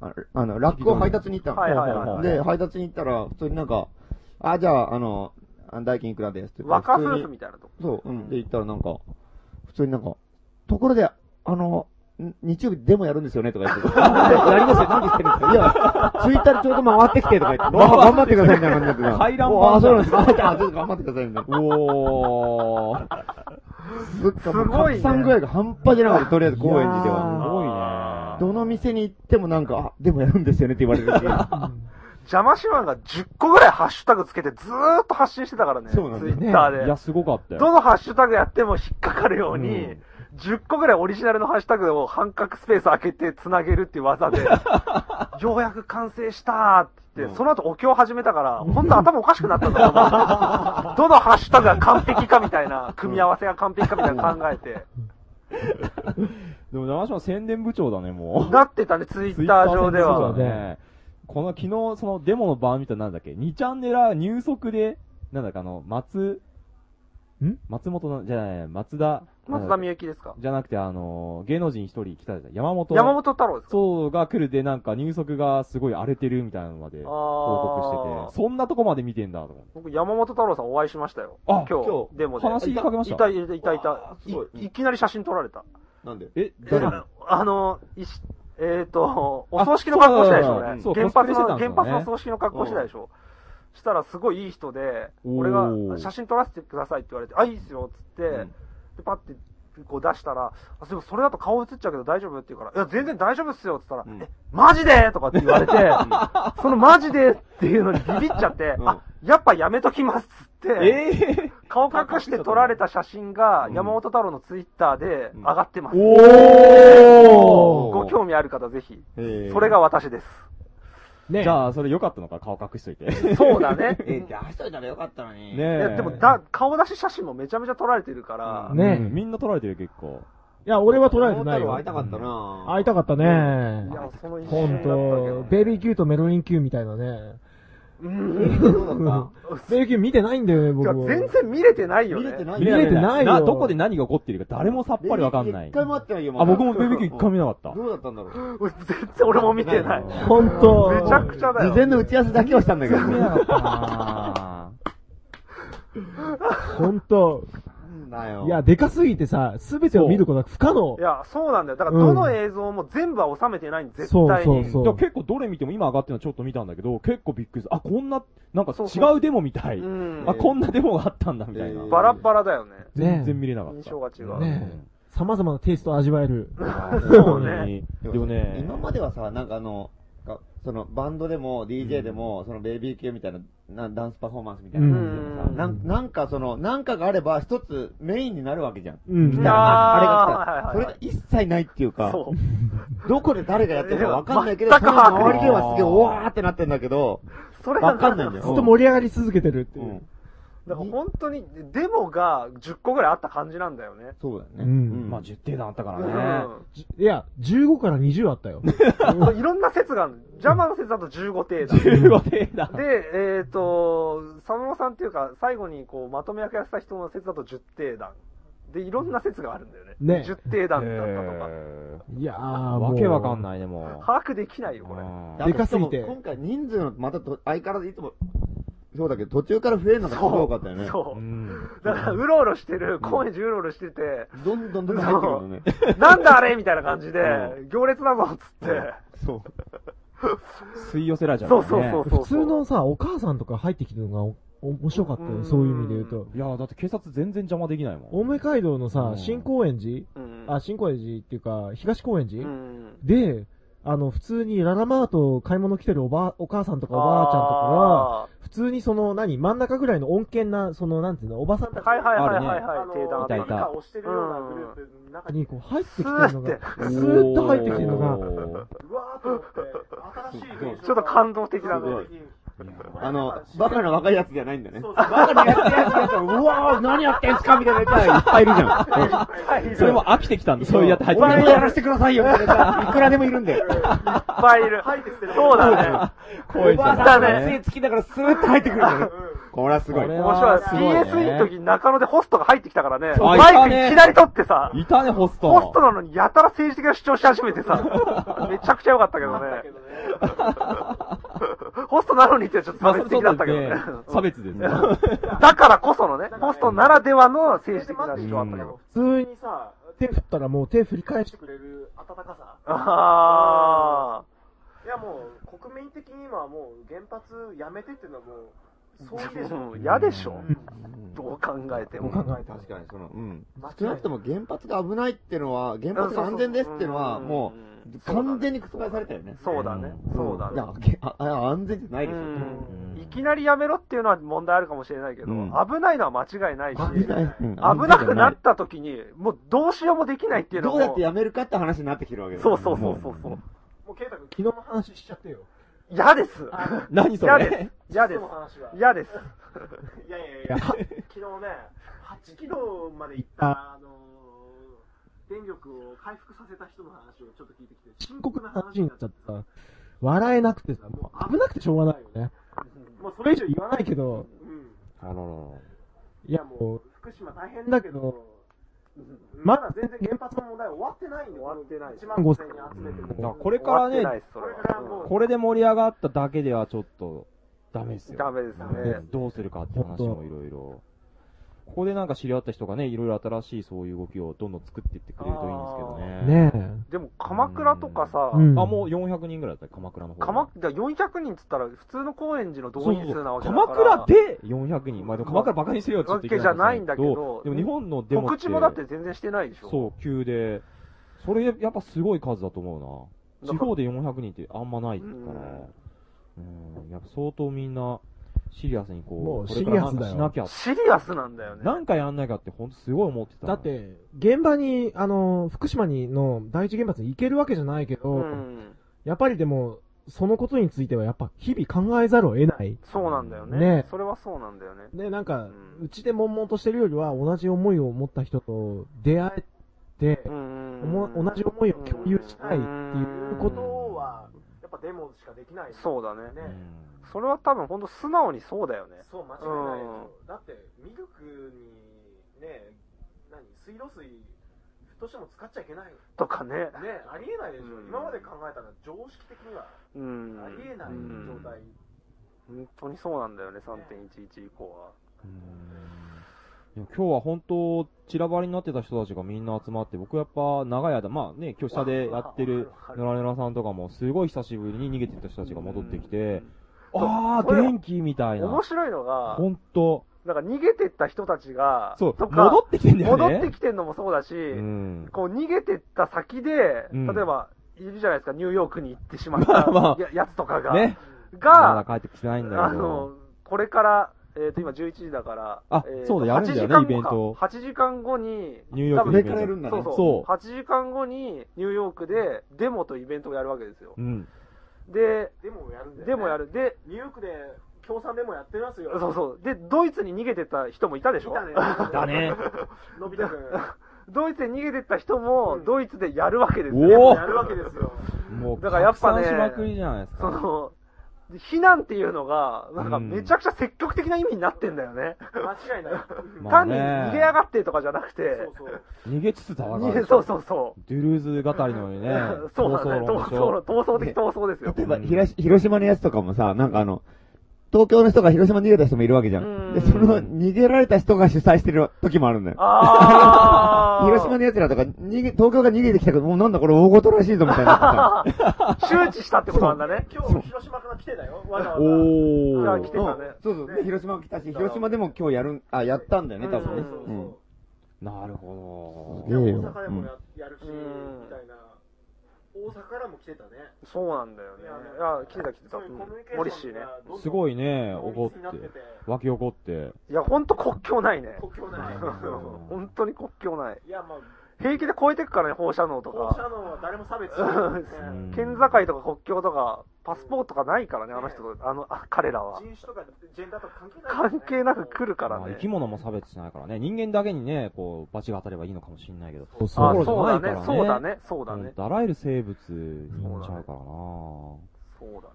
S5: ああの、ラックを配達に行ったの。
S9: はいはいはい
S5: で、配達に行ったら、普通になんか、あ、じゃあ、あの、あ代金いくらですって言って
S9: 若
S5: 普
S9: 夫
S5: 通
S9: 婦
S5: に、
S9: みたいなとこ。
S5: そう、うん。で、行ったらなんか、普通になんか、ところで、あの、ん日曜日でもやるんですよねとか言って。 やりますよ、何言ってるんですかいや、ツイッターでちょうど回ってきてとか言 って、頑張ってくださいみたいな感じになってた。
S2: 回覧板
S5: おあ、そうなんですか。あ、ちょっと頑張ってくださいみたいな。
S2: おー。
S5: すっかもう
S9: すごいね
S5: 拡散具合が半端じゃなかった、とりあえず高円寺で
S1: いや
S5: は。
S2: すごいね。
S5: どの店に行ってもなんか、あ、でもやるんですよねって言われる し。
S9: 邪魔しマンが10個ぐらいハッシュタグつけてずーっと発信してたからね。
S5: そうなんだよね
S9: ツイッターで。
S2: いや、すごかったよ。
S9: どのハッシュタグやっても引っかかるように、10個ぐらいオリジナルのハッシュタグを半角スペース開けて繋げるっていう 技で、ようやく完成したーって言って、その後お経を始めたから、本当頭おかしくなったんだと思う。どのハッシュタグが完璧かみたいな、組み合わせが完璧かみたいなの考えて、
S2: でも、長島宣伝部長だね、も
S9: なってたね、ツイ
S2: う。
S9: ッター上で
S2: ツイッター宣伝部。長
S9: は
S2: だね。この、昨日、そのデモの版見たなんだっけ ?2 チャンネル入足で、なんだかあの、松、
S1: ん
S2: 松本の、じゃない、松田、
S9: 松田みゆきですか
S2: じゃなくて、あの、芸能人一人来たじゃん。山本。
S9: 山本太郎ですか
S2: そうが来るで、なんか入足がすごい荒れてるみたいなのまで
S9: あ
S2: 報告し
S9: ー
S2: てて、そんなとこまで見てんだと思って。
S9: 僕、山本太郎さんお会いしましたよ。
S2: あ
S9: 今
S5: 今
S9: 日、デモで。
S2: 話しかけました
S9: いた、いた、いた、いた
S5: あ。すごい
S9: いいきなり写真撮られた。
S5: なんで
S2: え、
S5: 誰
S9: え
S5: に
S9: あの、いしえっ、と、お葬式の格好したでしょ、
S2: あ
S9: ね
S2: そう。だ
S9: 原
S2: そう
S9: 発
S2: だそうコ
S9: の、
S2: スプレしてたんですよ
S9: 原
S2: ね
S9: 発の葬式の格好してたでしょ。したら、すごいいい人で、
S2: おー
S9: 俺が写真撮らせてくださいって言われて、あ、いいっすよ、つって、
S2: うん
S9: で、パって、こう出したら、あ、でもそれだと顔映っちゃうけど大丈夫って言うから、いや、全然大丈夫っすよ、つったら、
S5: うん
S9: え、マジでとかって言われて、 そのマジでっていうのにビビっちゃって、
S5: うん
S9: あ、やっぱやめときます、つって、
S2: ええ
S9: 顔隠して撮られた写真が、山本太郎のツイッターで上がってます。
S5: お
S9: ご興味ある方ぜひ。
S5: 味
S9: それが私です。
S1: ね
S2: じゃあ、それ良かったのか、顔隠しといて。ね
S9: そうだね。
S5: え、出しといたらよかったのに。
S9: いや、でもだ、顔出し写真もめちゃめちゃ撮られてるから、
S2: うん
S1: ね
S2: みんな撮られてる、結構。
S1: いや、俺は取られてない
S5: 山
S1: よ
S5: 本。太郎会いたかったな
S1: 会いたかったね
S9: い。や、その一
S1: ほ
S9: 瞬だ
S1: ん
S9: ったけど
S1: と、、ベイビーキューとメロリンキューみたいなね。
S9: うん。
S1: ベイビーキュー見てないんだよね、僕
S9: てか
S1: は。
S9: 全然見れてないよね。
S5: ない
S1: 見れて
S5: い。
S1: ないよ。
S2: どこで何が起こっているか誰もさっぱりわかんない
S5: 一。回も会ってないよ、まだ
S2: あ、僕もベビーキュー一回見なかった。
S5: どうだったんだろう。
S9: 俺全然俺も見てない。
S1: ほんと。
S9: めちゃくちゃ だ
S5: 事
S9: よ。
S5: 前の打ち合わせだけはしたんだけど。
S2: 見なかった な
S1: ほんと。
S5: だよ
S1: いや、でかすぎてさ、すべてを見ることは不可能
S9: い。や、そうなんだよ。だから、どの映像も全部は収めてないん絶
S1: そう
S9: 対
S1: そ
S9: に。
S1: うそ
S2: でも
S1: う。
S2: 結構どれ見ても今上がってるのちょっと見たんだけど、結構びっくりする。あ、こんな、なんか
S9: そう
S2: 違
S9: そう
S2: デモみたい。
S9: うん
S2: あ、。こんなデモがあったんだみたいな
S5: え。ー
S9: バラバラだよね。
S1: ね
S2: 全然見れなかった。
S9: 印象が違う。
S1: ね様々なテイストを味わえる。
S9: そうね。
S2: でもね、
S5: 今まではさ、なんかあの、がそのバンドでも DJ でも、そのベイビー系みたいななダンスパフォーマンスみたいなのでもさ、
S9: うん
S5: なんなんかその、なんかがあれば一つメインになるわけじゃん。
S1: うん
S5: みたい
S9: あー
S5: な、あれが来た。
S9: はい
S5: そ
S9: はい
S5: れ
S9: は
S5: が一切ないっていうか、
S9: そう。
S5: どこで誰がやってるかわかんないけど、
S9: 全
S5: そ
S9: く
S5: の
S9: 把握できな
S5: 周
S9: い
S5: りではすげえ、おわーってなってんだけど、
S9: それが
S5: わかんないんだよ。
S1: ずっと盛り上がり続けてるって
S5: う
S1: い
S5: ん、
S1: う。
S9: だから本当に、デモが10個ぐらいあった感じなんだよね。
S5: そうだよね。
S1: うん
S2: まあ10点弾あったか
S9: う
S2: らね。
S9: ん
S1: じいや、15から20あったよ。
S9: そういろんな説がある。ジャマの説だと15程度。
S2: 15点だ。
S9: で、えっ、と、佐野さんっていうか、最後にこう、まとめ役やってた人の説だと10定段。で、いろんな説があるんだよね。
S1: ね
S9: 10定段だったとか。
S2: え
S1: いやー、
S2: ー
S1: も
S2: わ
S1: う
S2: けわかんないね、もう。
S9: 把握できないよ、これ。
S2: うん
S5: あと
S1: でかすぎて
S5: しかも今回人数の、またと相変わらずいつも、そうだけど、途中から増えるのがすごい多かったよね。
S9: そうう。
S2: ん。
S9: だから、うろうろしてる、高円寺うろうろしてて、
S5: どんどんどんどん入ってくるのね。
S9: なんだあれみたいな感じで、行列だぞっつって。
S2: 吸い寄せられちゃう、ね。
S9: そうそうそうそう。
S1: 普通のさ、お母さんとか入ってきてるのがお面白かった
S9: う
S1: よ、
S9: ん
S1: そういう意味で言うと。
S2: いやーだって警察全然邪魔できないもん。
S1: 青梅街道の
S2: う
S1: さ
S2: ん、
S1: 新高円寺
S9: うん、
S1: あ、新高円寺っていうか、東高円
S9: う
S1: 寺
S9: ん。
S1: で、あの、普通にララマート買い物来てるおば、お母さんとかおばあちゃんとか
S9: あ
S1: が、普通にその、何、真ん中ぐらいの穏健な、その、なんていうの、おばさんたち
S6: はいはいはいはい
S9: あ
S6: は
S9: る
S6: い。
S9: ね
S6: あの
S2: いたいた
S6: なんか押してるようなグループの中に、
S1: にこう入ってきて
S9: ー
S1: る
S9: ス
S1: の
S9: ーって
S1: が、、スーッと入ってきてるのが、
S2: が。
S6: うわーと思って、新しい現象
S9: ちょっと感動的だね
S6: 感動的
S5: あの、バカな若いやつじゃないんだね。
S6: そうそう
S5: バカなやつやつやつうわー、何やってんすかみたいなやつがいっぱいいるじゃん。
S2: それも飽きてきたんで、そういうやって入
S5: お
S2: って
S5: 前
S2: き
S5: もやらせてくださいよみたいなやついくらでもいるん だよ。
S9: いっぱいいる。そうだね。
S5: おばあ
S9: だ
S5: さんが
S9: ね。
S5: つきだからスーッと入ってくるんだよね。これはすごい。
S2: これ
S9: 面白い。
S2: すごいね
S9: PSE の時に中野でホストが入ってきたからね。
S2: そうあ
S9: マイ
S2: いた
S9: ク
S2: ね
S9: いきなり取ってさ、
S2: いたね、ホスト。
S9: ホストなのにやたら政治的な主張し始め てさ、めちゃくちゃ良かったけどね。ホストなのにってちょっと差別的だったけどね。
S2: 差別ですね。
S9: だからこそのね、ホストならではの政治的な主張あったけど。
S1: 普通にさ、手振ったらもう手振り返してくれる。
S6: 温かさ。
S9: あ
S6: いやもう、国民的に今はもう原発やめてっていうのはもう、そういうでし
S9: あ、
S6: ょ。
S9: もう嫌でしょ。どう考えても。
S5: 確かにその、うん。少なくとも原発が危ないってのは、原発が安全ですってのは、もう、完全に覆されたよね。
S9: そうだね。そうだ
S5: い
S9: ね
S5: や。、けああ安全じゃないでしょ。
S9: うんいきなりやめろっていうのは問題あるかもしれないけど、
S5: うん
S9: 危ないのは間違いないし、
S5: 危ない。うん
S9: 危なくなった時に、もうどうしようもできないっていうの
S5: ど
S9: も。
S5: うやってやめるかって話になってきるわけだよ
S9: そうそうそうそう。そう
S6: もう、ケイタ君、昨日の話しちゃってよ。
S9: 嫌です。
S2: 何そ
S9: 嫌です
S2: れ。
S9: 嫌
S6: 昨
S9: です
S6: 日の。話は。
S9: 嫌です。
S6: いやいやいや、昨日ね、8キロまで行った、あのー電力を回復させた人の話をちょっと聞いてきて、深刻な話
S1: 話
S6: に
S1: に
S6: な
S1: な
S6: っ
S1: っ
S6: ち
S1: ち
S6: ゃ
S1: ゃ
S6: っ、
S1: ってた。笑えなくてさ、もう危なくてしょうがないよね。
S6: もうそ
S1: それ
S6: れ以
S1: 以上言わないけど、
S6: 上、うん、
S5: あの、
S1: いやもう、
S6: 福島大変だけど、まだ全然原発の問題終わってないんで、終わってない。1万5000人集めて
S2: だから
S6: も。
S2: これ
S9: 終
S2: から
S9: わってない
S2: ね、
S9: です、それは。
S6: これからもう
S2: これで盛り上がっただけではちょっと、ダメです
S9: うん
S2: よ。
S9: ダメですね。
S2: どうするかって話もいろいろ。ここでなんか知り合った人がね、いろいろ新しいそういう動きをどんどん作っていってくれるといいんですけどね。
S1: ねえ。
S9: でも、鎌倉とかさ、
S1: うん
S2: あ、もう400人ぐらいだった鎌倉の方。
S9: 鎌だから400人っつったら、普通の高円寺の動
S2: そう
S9: 員
S2: そう
S9: 数なわけだから
S2: 鎌倉で400人。まあでも鎌倉バカにしてるよって言って
S9: わけじゃないんだけど
S2: でも日本のデモって
S9: 告知もだって全然してないでしょ。
S2: そう、急で。それやっぱすごい数だと思うな。
S9: だ
S2: 地
S9: から
S2: 方で400人ってあんまないから。うん。やっぱ相当みんなシリアスにこう、
S1: もう
S2: これからなん
S1: シ
S2: か
S1: リアスだ
S2: し
S1: よ
S2: なきゃ。
S9: シリアスなんだよね。
S2: なんかやんないかってほんとすごい思ってた。
S1: だっ、て、現場に、あの、福島にの第一原発に行けるわけじゃないけど、
S9: うん。
S1: やっぱりでも、そのことについてはやっぱ日々考えざるを得ない。
S9: そうなんだよね。
S1: ね
S9: それはそうなんだよね。
S1: ね、なん
S9: う
S1: か、
S9: ん
S1: うちで悶々としてるよりは同じ思いを持った人と出会えて、
S9: うん
S1: おも同じ思いを共有したいっていうこ
S6: こと
S1: と
S6: は、やっぱデモしかできない。
S9: そうだね。
S2: う
S6: ね。
S2: ん
S9: それは多分ほんと素直にそうだよね。
S6: そう、間違いないですよ
S9: う
S6: だって、ミルクに、ね、何、水道水、どうしても使っちゃいけない。ね、
S9: とかね。
S6: ありえないでしょ。
S9: うん
S6: 今まで考えたら常識的には
S9: うん。
S6: ありえない状態。
S9: うん。本当にそうなんだよね、3.11以降は。
S2: でも今日は本当、散らばりになってた人たちがみんな集まって、僕やっぱ長い間、まあね、今日下でやってるのらねらさんとかも、すごい久しぶりに逃げてった人たちが戻ってきて、あ
S9: そ
S2: ー、
S9: う
S2: 元気みたいな
S9: 面。白いのが、
S2: 本当、
S9: なんか逃げてった人たちが、
S2: そう、
S9: と
S2: 戻
S9: か
S2: ってきてんだよね。
S9: 戻ってきてんのもそうだし、
S2: うん。
S9: こう逃げてった先で、
S2: うん
S9: 例えば、いるじゃないですか、ニューヨークに行ってしまった
S2: まあまあ
S9: ややつとかが、
S2: ね。まだ
S9: が、
S2: 帰ってきてないんだけど。
S9: あの、これから、えっ、と、今11時だから、
S2: あ
S9: えー
S2: そうだやるんだよね
S9: 8時間後か
S2: イベントを
S9: 8時間後に、
S2: ニューヨーク
S9: 多
S2: に
S9: 分
S5: 上からやるんだ
S9: そ
S5: ね
S9: う。そう
S2: そう
S9: 8時間後にニューヨークでデモとイベントをやるわけですよ。
S2: うん。
S9: で、
S6: デモをやるんだよ、ね。
S9: デモや。る。で、
S6: ニューヨークで共産デモやってますよ。
S9: そうそう。で、ドイツに逃げてった人もいたでしょ
S6: いたね。
S2: だね。
S6: のび太くん。
S9: ドイツに逃げてった人も、ドイツでやるわけです
S2: お
S9: よ。
S2: お
S6: やるわけですよ。
S2: もう、
S9: だからやっぱね
S2: 拡散しまくりじゃないです
S9: そ
S2: か。
S9: の、避難っていうのが、なんかめちゃくちゃ積極的な意味になってんだよね。
S6: 間違いない。
S2: まあ
S9: 単
S2: ね
S9: に逃げ上がってとかじゃなくて、
S6: そうそう。
S2: 逃げつつ戦う
S9: 逃
S2: でし
S9: げ
S2: ょ。
S9: そうそうそう。。
S2: ドゥルーズ語りのようにね
S9: そうなんだよ。
S2: 論
S9: 闘
S2: でし
S9: 争
S2: ょ
S9: 論、闘争的闘争ですよ。
S5: 例えば、ひらし広島のやつとかもさ、なんかあの、東京の人が広島に逃げた人もいるわけじゃん。
S9: ん
S5: で、その逃げられた人が主催してる時もあるんだよ。
S9: ああ。
S5: 広島の奴らとか、逃げ、東京が逃げてきたけど、もうなんだこれ大事らしいぞみたいな。
S9: 周知したってことなんだね。
S6: 今日、広島から来てたよ。わざわざ。
S5: お
S9: じゃあ来てたね
S5: そうそう。で、広島来たし、広島でも今日やるん、あ、やったんだよね、多分ね。
S9: う
S5: うん。
S2: なるほ
S5: す
S6: で
S5: げえ
S6: 大
S5: よ
S6: 阪でもややるし、
S9: うん
S6: みたいな。大阪からも来てたね。
S9: そうなんだよね。あ、来てた来てた。
S6: そうういうんコミュニケ
S9: モ
S6: ー
S9: リ
S6: シ
S9: シ
S6: ョ
S9: ー
S6: ン
S9: ね。
S6: がどんどん
S2: ど。すごいね、怒っ
S6: 密になってて。て、
S2: 湧き起こって。
S9: いや、ほんと国境ないね。
S6: 国境内。
S2: う
S9: 本当に国境ない。
S6: いや、まあ、
S9: 平気で超えてくからね、放射能と
S6: 放射
S9: か。
S6: 能は誰も差別し
S9: う
S6: ない、ね。
S9: 県境とか国境とか、パスポートがないからね、あの人と、あの、あ彼らは。
S6: 人種とかジェンダーとか関係ないからね、
S9: 関係なく来るから
S2: まあ
S9: ね
S2: 生。き物も差別しないからね。人間だけにね、こう、罰が当たればいいのかもしれないけど。
S1: そう
S9: あ、
S2: そう
S9: そうだね
S2: そ、う
S9: そうだね、そうだ
S2: ほ
S9: ね
S2: ん。とあらゆる生物になっちゃうからなそ
S9: そ
S2: う
S9: うだね。
S2: なんで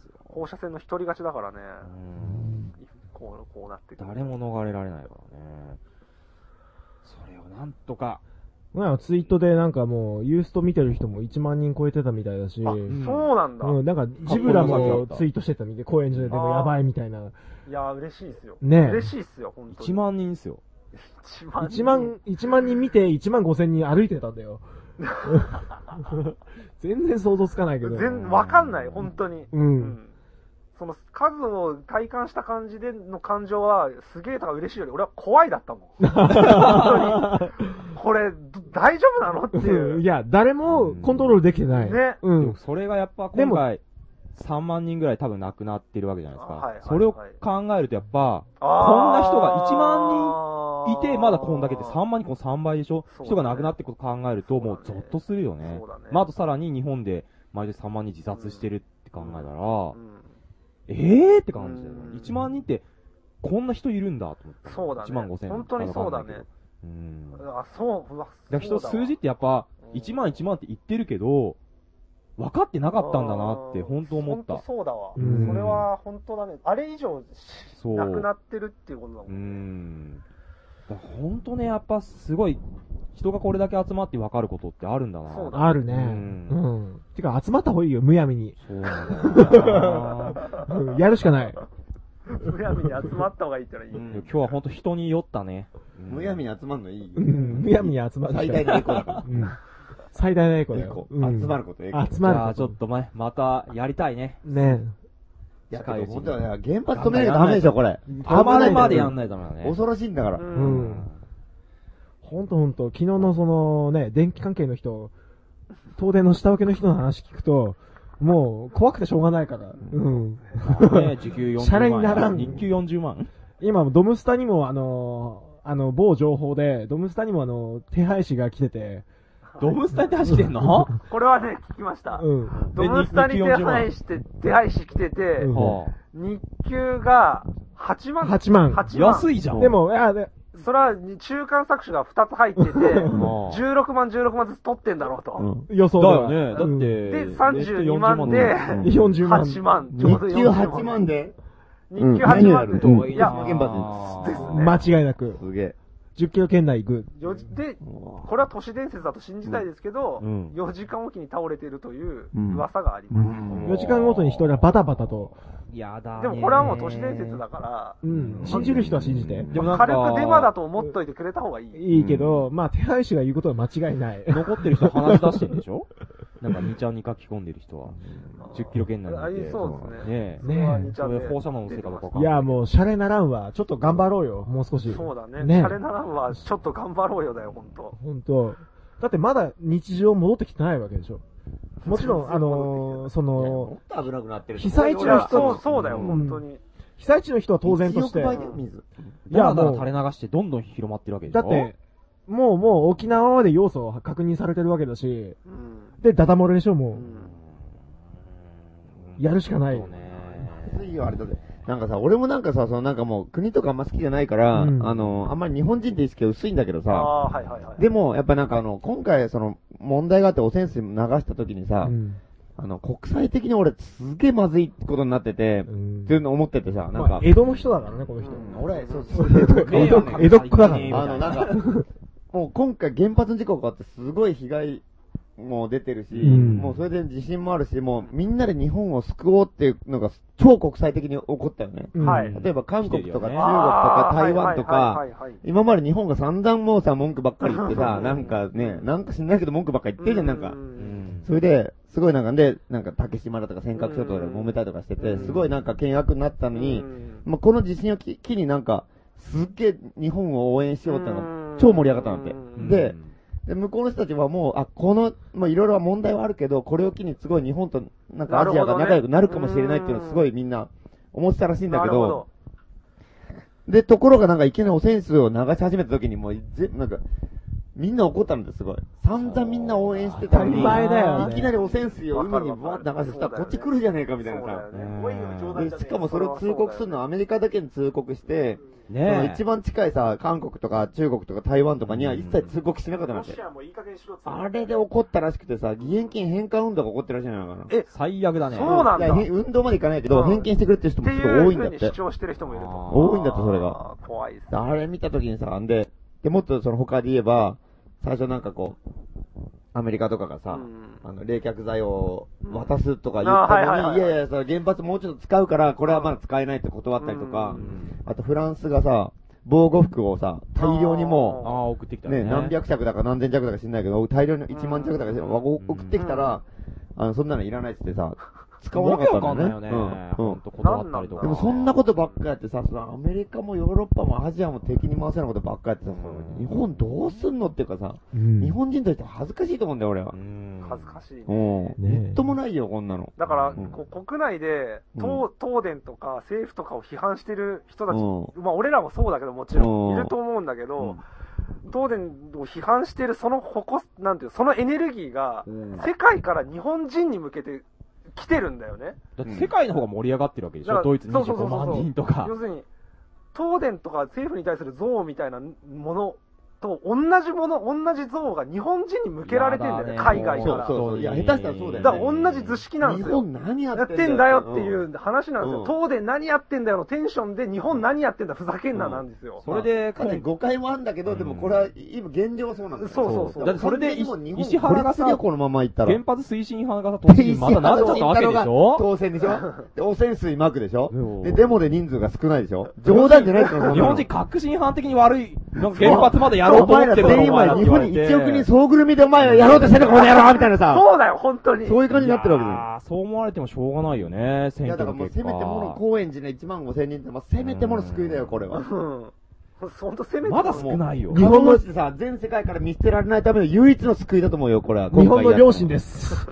S2: すよ。
S9: 放射線の独り勝ちだからね。
S2: うん
S9: こう、こうなってくる
S2: 誰も逃れられないからね。それをなんとか。
S1: まあ、ツイートでなんかもう、ユースト見てる人も1万人超えてたみたいだし、
S9: あ、
S1: うん、
S9: そうなんだ。
S1: なんか、ジブラもツイートしてたみたい、公演所ででもやばいみたいな。
S9: いやー、嬉しいですよ。
S1: ね
S9: 嬉しいですよ、本当に。
S2: 1万人ですよ。
S9: 1万
S1: 1万、1万人見て1万5千人歩いてたんだよ。全然想像つかないけど。
S9: 全、わかんない、本当に。
S1: うん
S9: その、数を体感した感じでの感情は、すげえとか嬉しいより、俺は怖いだったもん。 本当に。これ、ど大丈夫なのっていう。
S1: いや、誰もコントロールできてない。
S9: ね
S1: う
S2: で
S1: ん
S2: も。それがやっぱ
S1: で
S2: 今
S1: も
S2: 回、3万人ぐらい多分亡くなってるわけじゃないです
S9: あはいはい
S2: か
S9: はい。
S2: それを考えるとやっぱ、こんな人が1万いて、まだこんだけで3万人、この3倍でしょ、
S9: そうだね
S2: 人が亡くなってこと考えると、もうゾ
S9: そうだね
S2: ッとするよね
S9: そうだね。
S2: まあ、あとさらに日本で毎年3万人自殺してるって考えたら、
S9: うん
S2: ええーって感じだよ
S9: うん
S2: ね。1万人って、こんな人いるんだと思って。
S9: そうだね
S2: 1万5千
S9: 本当にそうだね。
S2: うん。だか
S9: あ、そう、うわ、
S2: ら人
S9: そうだ
S2: 数
S9: わ
S2: 字ってやっぱ
S9: うん、
S2: 1万1万って言ってるけど、分かってなかったんだなって、本当思っ
S9: 本
S2: た
S9: 当。そうだわ。そ
S1: うん
S9: れは本当だね。あれ以上
S2: そう
S9: なくなってるっていうことだも。
S2: うんん。だから本当ね、やっぱすごい、人がこれだけ集まって分かることってあるんだな。
S9: そうだ
S1: あるね。
S2: う
S1: うんん。てか、集まった方がいいよ、むやみに。
S2: そうなんだよ な
S1: うんやるしかない。
S9: むやみに集まった方がいいってのはいい。
S2: 今日は本当人に酔ったね。うん
S5: むやみに集まるのいいよ
S1: うん。むやみに集まる
S5: 最大のエコだから。
S1: うん。最大のエコだ
S5: エ
S1: よ
S5: コ。。
S1: うん
S5: 集まることエコ。
S1: 集
S2: じ
S1: まる
S2: ゃあちょ
S1: こ
S2: っと前、またやりたいね。
S1: と。ね
S5: いや、
S2: 近いうちに
S5: 本当はね原発止めなきゃダメでしょ、これ。
S2: たま
S1: ない
S2: にまでやんないとダメだね。
S5: 恐ろしいんだから
S9: う。
S1: え。うんん。ほんとほんと、昨日のそのね、電気関係の人、東電の下請けの人の話聞くと、もう怖くてしょうがないから。うん。
S2: ね、時給40万円。
S1: シャレにならん
S2: 日給40万
S1: 今、ドムスタにも、あのーあの、某情報で、ドムスタにも、あの、手配師が来てて、
S2: ドブスタって走ってんの
S9: これはね、聞きました。
S1: うん。
S9: ドムスタに手配して、手配し来てて、
S1: うん
S2: は
S9: 日給が8万。
S1: 8万
S2: あ
S9: 8万。
S2: 安いじゃん。
S1: で、も、いや、で
S9: それは中間搾取が2つ入ってて、
S2: ああ
S9: 16万16万ずつ取ってんだろうと。
S1: 予想
S2: だ
S1: で
S2: よ
S1: は。
S2: ね。だ
S1: うん
S9: で、
S2: って、
S9: 32万で、
S1: うん40万。
S9: 8万。
S5: 日
S9: ちょうど
S5: 給8
S9: 40
S5: 万。で。
S9: 日給8万
S5: うん
S9: で。
S5: 何やる
S9: いや、
S5: 原発
S9: ですね
S1: 間違いなく。
S5: すげえ。
S1: 10キロ圏内行く。
S9: よじで、これは都市伝説だと信じたいですけど、
S2: うん
S9: 4時間おきに倒れているという
S5: うん
S9: 噂があります。
S1: 4時間ごとに人がバタバタと。
S2: やだね。
S9: でもこれはもう都市伝説だから、
S1: うん。信じる人は信じて。
S2: でもなんか
S9: 軽くデマだと思っといてくれた方がいい。
S1: いいけど、まあ、手配師が言うことは間違いない。
S2: 残ってる人話し出してんでしょなんか2ちゃんに書き込んでる人は。10キロ圏内
S9: あ
S2: にい
S9: り
S2: て。
S9: そうですね。
S2: ね
S9: それは二ちゃ
S2: そ
S9: んで
S2: れ放射能のせいかどうかわかん
S1: い
S2: ない
S1: や、もう、シャレならんわ。ちょっと頑張ろうよ、もう少し。
S9: そうだね。
S1: ね
S9: シャレならんは、ちょっと頑張ろうよだよ、ほんと。
S1: 本当。だってまだ日常戻ってきてないわけでしょ。もちろん、あのーその、
S5: と危なくなってる
S1: 被災
S9: い
S1: 地の
S9: や、
S1: 人
S9: そ
S1: も
S9: う、、そうだよ、
S1: うん
S9: ほんとに。
S1: 被災地の人は当然として。
S5: 1億倍だよ水。
S1: い
S2: だ
S1: や、
S2: らだら
S1: も
S2: 垂れ
S1: う、
S2: 流してどんどん広まってるわけでし
S1: だ
S2: ょ
S1: って、もうもう沖縄まで要素は確認されてるわけだし、
S9: うん。
S1: で、ダダ漏れでしょ、
S9: う
S1: も
S9: ん
S1: う。やるしかないよ。
S5: きついよ、あれだって。なんかさ、俺もなんかさ、そのなんかもう国とかあんま好きじゃないから、
S1: うん
S5: あの、あんまり日本人って意識が薄いんだけど
S9: あ
S5: さ、
S9: あー、はいはいはい。
S5: でも、やっぱなんかあの、今回その、問題があって汚染水流した時に
S1: う
S5: さ、
S1: ん。
S5: あの、国際的に俺すげえまずいことになってて、
S1: うん
S5: っていうの思っててさ、なん
S1: まあ
S5: か、、
S1: 江戸の人だからね、この人。
S5: うん俺、そうそう、
S1: 江戸江戸っ子だから
S5: あの、なんか、もう今回原発の事故があってすごい被害もう出てるし、
S7: ん
S5: もうそれで自信もあるし、もうみんなで日本を救おうっていうのが超国際的に起こったよね。
S9: はい。
S5: 例えば韓国とか中国と
S9: あ
S5: か
S9: ー
S5: 台湾とか
S9: はい、はいはいはいはい
S5: 今まで日本が散々もうさ、文句ばっかり言ってさ、なんかね、なんか知んないけど文句ばっかり言ってるじゃん、なんか
S9: う。
S5: それで、すごいなんかで、なんか竹島だとか尖閣諸島で揉めたりとかしてて、すごいなんか険悪になったのに、まあ、この地震をき機になんか、すっげえ日本を応援しようってのが超盛り上がったんだって。で、で、向こうの人たちはもう、あ、この、まあ、いろいろ問題はあるけど、これを機にすごい日本と、なんかアジアが仲良くなるかもしれないっていうのをすごいみんな思ってたらしいんだ
S9: な
S5: け
S9: る
S5: ど、
S9: ほど。
S5: で、ところがなんかいきなり汚染水を流し始めた時にもう、ぜ、なんか、みんな怒ったんです、すごい。散々みんな応援してたのに、
S1: 当たり前だよね
S5: いきなり汚染水を海に
S9: わかるわ
S5: バ
S9: か
S5: ーッて
S9: る
S5: 流してたら、こっち来るじゃねえかみたいなさ。
S9: そうだよね
S5: で、しかもそれを通告するのはアメリカだけに通告して、その
S2: ね
S5: 一番近いさ、韓国とか中国とか台湾とかには一切通告しなかったなん
S9: ロ
S5: て
S9: シ。アもいい加減にしろっつって
S5: あれで怒ったらしくてさ、義援金返還運動が起こってるらしいのよ。だから
S9: え
S2: 最悪だね。
S9: そうなんだ
S5: いやへ運動までいかないけど、返金してくれっていう人
S9: って
S5: もちょ
S9: い
S5: っと多
S9: う
S5: いんだ
S9: 風
S5: っ
S9: に
S5: て
S9: 主。張してる人もいると。
S5: 多いんだって、それが。
S9: あー。怖いですね。
S5: あれ見たときにさ、んで、で、もっとその他で言えば、最初なんかこう、アメリカとかがさ、
S9: うん
S5: あの、冷却剤を渡すとか言った
S9: うんあはい
S5: の
S9: はいは
S5: に、
S9: い
S5: いやいや、その原発もうちょっと使うから、これはまだ使えないって断ったりとか、あとフランスがさ、防護服をさ、大量に
S2: あ
S5: も
S2: あ、送ってき
S5: う、
S2: た
S5: ね、何百着だか何千着だか知んないけど、大量に1万着だか知んない送ってきたら、あの、そんなのいらないって言ってさ、 使わなかったんだよ
S2: わ
S5: ね。
S2: けわかんないよね。ほ
S5: うんうん
S2: んと断ったりとか。
S5: でもそんなことばっかやってさ、そのアメリカもヨーロッパもアジアも敵に回せないことばっかやってさ、
S2: うん
S5: 日本どうすんのっていうかさ、
S1: うん
S5: 日本人として恥ずかしいと思うんだよ、俺は
S2: う。ん。
S9: 恥ずかしいね。
S5: うん。
S1: ねえ
S5: みっともないよ、こんなの。
S9: だから、
S5: うん
S9: こう国内で、東東電とか政府とかを批判してる人たち、
S5: う
S9: まあ俺らもそうだけどもちろ、
S5: うんん
S9: いると思うんだけど、東電を批判してるその矛、なんていうの、そのエネルギーが、
S5: うん
S9: 世界から日本人に向けて来てるんだよね。
S2: だって世界の方が盛り上がってるわけでし
S9: だか
S2: ょ
S9: ら
S2: ドイツ
S9: そうそうそう
S2: 25
S9: そう
S2: 万人とか
S9: 要。するに、東電とか政府に対する憎悪みたいなものと同じもの、同じ憎悪が日本人に向けられてんだよね、
S2: やだ
S9: 海外から。
S5: そうそうそういや下手したらそうだよね
S9: だから同じ図式なん
S5: 日
S9: ですよ。
S5: 本何や
S9: や
S5: っ
S9: って
S5: んだ
S9: てんだよってい。う話なんですよ。
S5: うん
S9: 東電何やってんだよのテンションで、日本何やってんだふざけんななんですよ。
S2: それで、
S5: かなり誤解もあるんだけど、でもこれは今現状はそうなんだよ。
S9: そうそうそう
S2: だってそれで
S5: 完全にもう
S2: 石
S5: 日
S2: 原が
S5: 本が
S2: さ
S5: さ、このまま行ったら
S2: 原。発推進派がさ、突入またなっちゃったわけでしょ
S5: 当選でしょで、汚染水まくでし
S2: うん
S5: ょで、デモで人数が少ないでしょ冗談じゃないってこと
S2: 日本人革新犯的に悪い、なんか原発までやろうと思ってる
S5: お前ら全員今日本に1億人総ぐるみでお前らやろうとしてるのかこの野郎みたいなさ。
S9: そうだよ、本当に。
S5: そういう感じになってるわけだよ。
S2: ああ、そう思われてもしょうがないよね、
S5: い
S2: 選
S5: や、だ
S2: 挙の
S5: からもう
S2: 結
S5: せ
S2: 果。
S5: めてもの高円寺で1万5千人って、まあ、せめてもの救いだよ、これは。
S9: うん。ほんと攻めて
S2: まだ少ないよ。
S5: 日本のってさ、全世界から見捨てられないための唯一の救いだと思うよ、これは。
S1: 日本の両親
S5: で。
S1: です。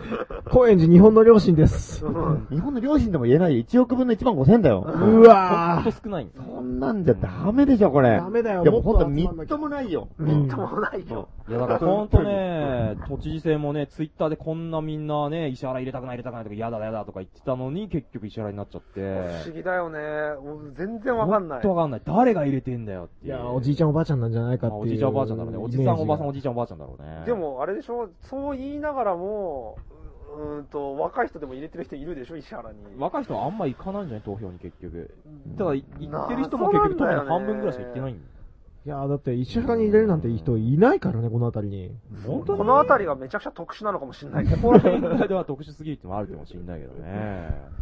S1: 高円寺日本の両親です。
S9: うん
S5: 日本の両親でも言えないよ。1億分の1万5千だよ。
S1: う
S2: ほん
S1: わ
S2: と少ない。
S5: こんなんじゃダメでしょ、これ。
S1: ダメだよ
S5: いや、もうほんと
S1: もっと集
S5: み
S1: まんな
S5: っ
S1: きゃ
S5: ともないよ。
S1: みっと
S9: ともないよ。
S2: いや、だからほんとね、都知事選もね、ツイッターでこんなみんなね、石原入れたくない入れたくないとか、嫌だ嫌だとか言ってたのに、結局石原になっちゃって。
S9: 不思議だよね。俺全然わかんない
S2: ほ。とわかんない。誰が入れてんだよって
S1: い
S2: いう。
S1: や、おじいちゃんおばあちゃんなんじゃないかっ
S2: ま
S1: ていう。
S2: あおじいちゃんおばあちゃんだろうね。おじさんおばさんお
S1: じ
S2: じいちゃんおばあちゃんだろうね。
S9: で、も、あれでしょそう言いながらも、うーんと、若い人でも入れてる人いるでしょ石原に。
S2: 若い人はあんま行かないんじゃない投票に結局。ただ、行ってる人も結局、都内の
S9: 謎なんだよね
S2: 半分ぐらいしか行ってないんだよ。
S1: いや、だって石原に入れるなんて人いないからね、この辺りに。
S2: 本当
S9: こ
S2: に
S9: の辺りがめちゃくちゃ特殊なのかもしれないけ
S2: ここ
S9: ど。
S2: ら辺ぐらいでは特殊すぎるってのもあるか もしれないけどね。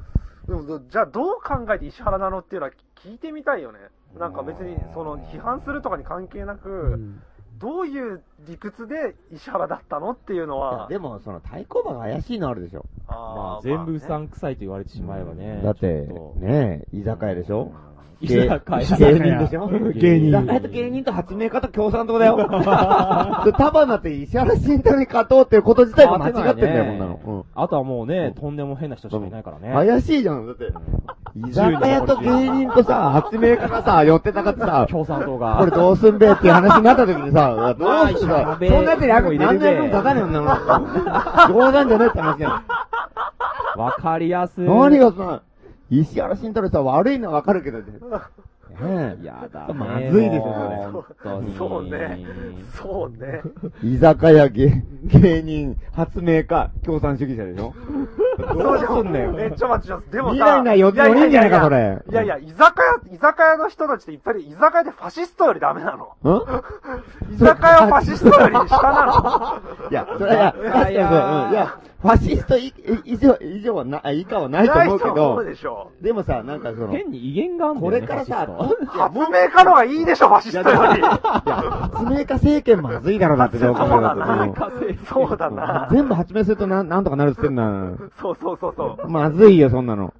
S9: でも、じゃあどう考えて石原なのっていうのは聞いてみたいよね。なんか別に、その、批判するとかに関係なく、どういう理屈で石原だったのっていうの
S5: いや
S9: は。
S5: でも、その対抗馬が怪しいのあるでしょ。
S2: まあ
S9: あ、ー
S2: 全部う
S9: ま
S2: さんくさいと言われてしまえばね。
S5: だって
S2: ちょ、っ
S5: ねえ、居酒屋でしょ
S2: と、石坂
S5: 芸
S2: 井
S5: 人でしょ
S1: 芸人
S5: 居酒屋と芸人と発明家と共産党 だよ。タバナって石原慎太郎に勝とうっていうこと自体が間違ってんだよ、こんなの。
S2: あとはもうね、とんでも変な人しかいないから
S5: うん
S2: ね。
S5: 怪しいじゃん、だ って。居酒屋と芸人とさ、発明家がさ、寄ってたかっ てさ、
S2: 共産党
S5: これ
S2: が。
S5: どうすんべっていう話になった時にさ、どうすん
S2: まあ
S5: だそんなやつに役に何の役に立たねえんだよ、冗談じゃないって話だよ。
S2: わかりやすい。
S5: 何がさ、石原慎太郎さ、悪いのはわかるけどね。ねえ
S2: やだね。
S5: まずいですよ
S2: もう本当に
S9: そうね。そうね。
S5: 居酒屋芸芸人、発明家、共産主義者でしょどうすんね
S9: めっ
S5: ん。
S9: ちゃ待ってます。でも
S5: 未
S9: さ、
S5: 来ないよ、4人じゃないか、それ。
S9: いやいや、居酒屋、居酒屋の人たちっていっぱいいる居酒屋でファシストよりダメな の。
S5: うん
S9: 居酒屋ファシストより下な の。
S5: いや、それは、確かにそう、うん。いや、ファシスト以以上、以上はな、あ以下はないと
S9: ない
S5: 思うけ
S9: 人もそう
S5: ど、
S9: でしょ。
S5: でもさ、なんかその、
S2: 変に威厳があるんだ
S5: こ
S2: よね。
S5: れから
S2: ファ
S5: さ、
S2: シスト
S5: いや
S9: 発明家の方がいいでしょ、ファシストより。
S5: いや、発明家政権まずいだろうなって、そう考えるとうん
S9: そうだな。
S5: 全部発明するとなんなんとかなるって言ってんな。
S9: そうそうそうそう。
S5: まずいよ、そんなの。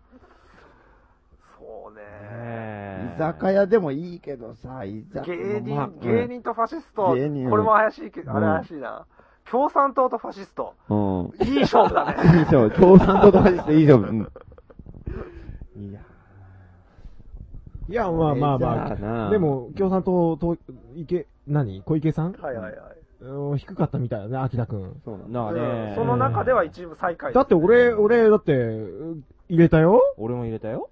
S9: そうね。
S2: ねえ
S5: 居酒屋でもいいけどさ、居酒屋。
S9: 芸
S5: まあ
S9: 人、芸。人とファシスト。これ
S5: 芸人
S9: も怪しいけど、あれ
S5: うん
S9: 怪しいな。共産党とファシスト。
S5: うん。うん
S9: いい勝負だ
S5: いい
S9: ね。
S5: 勝負。共産党と話していい勝負。うん
S1: いや、まあまあ
S4: じゃ
S1: ま
S4: な
S1: あ。で、も、共産党、と、池、何小池さん
S9: はいはいはい。
S1: うん低かったみたいだね、秋田くん。
S2: なあ
S9: う
S2: ね
S9: ん。その中では一部最下位。
S1: だって俺、俺、だって、入れたよ
S2: 俺も入れたよ。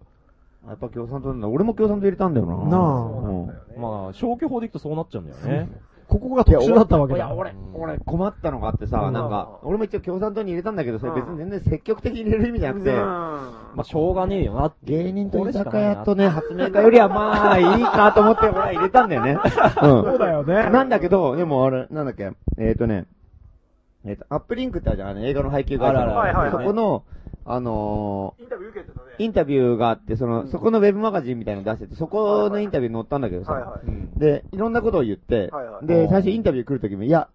S5: やっぱ共産党なんだ。俺も共産党入れたんだよな。
S1: な
S9: そう
S1: あ。
S9: なんだよね。
S2: まあ、消去法でいくとそうなっちゃうんだよね。
S1: ここが特殊だったわけ
S5: い
S1: だ
S5: や、。俺、俺困ったのがあってさ、
S9: ん
S5: なんか、俺も一応共産党に入れたんだけど、それ別
S9: うん
S5: に全然積極的に入れる意味じゃなくて、
S9: うん
S2: まあ、しょうがねえよなっていう。
S5: 芸人
S2: ことれ
S5: 居
S2: しか
S5: 酒
S2: ないな
S5: 屋とね、発明家よりはまあいいかと思って俺は入れたんだ よね。
S1: そうだよ
S5: うん。
S1: ね。
S5: なんだけど、でもあれ、なんだっけ、えっ、ー、とね、えっ、と、アップリンクってあるじゃん、あの映画の配給会社
S2: あらら
S9: はいはいはい
S5: そこの、あの
S9: インタビュー受けてたね。
S5: ーインタビューがあって、その、そこのウェブマガジンみたいなの出してて、そこのインタビューに載ったんだけどさ、
S9: はいはい。
S5: で、いろんなことを言って、
S9: はいはい
S5: で、最初インタビュー来るときも、いや、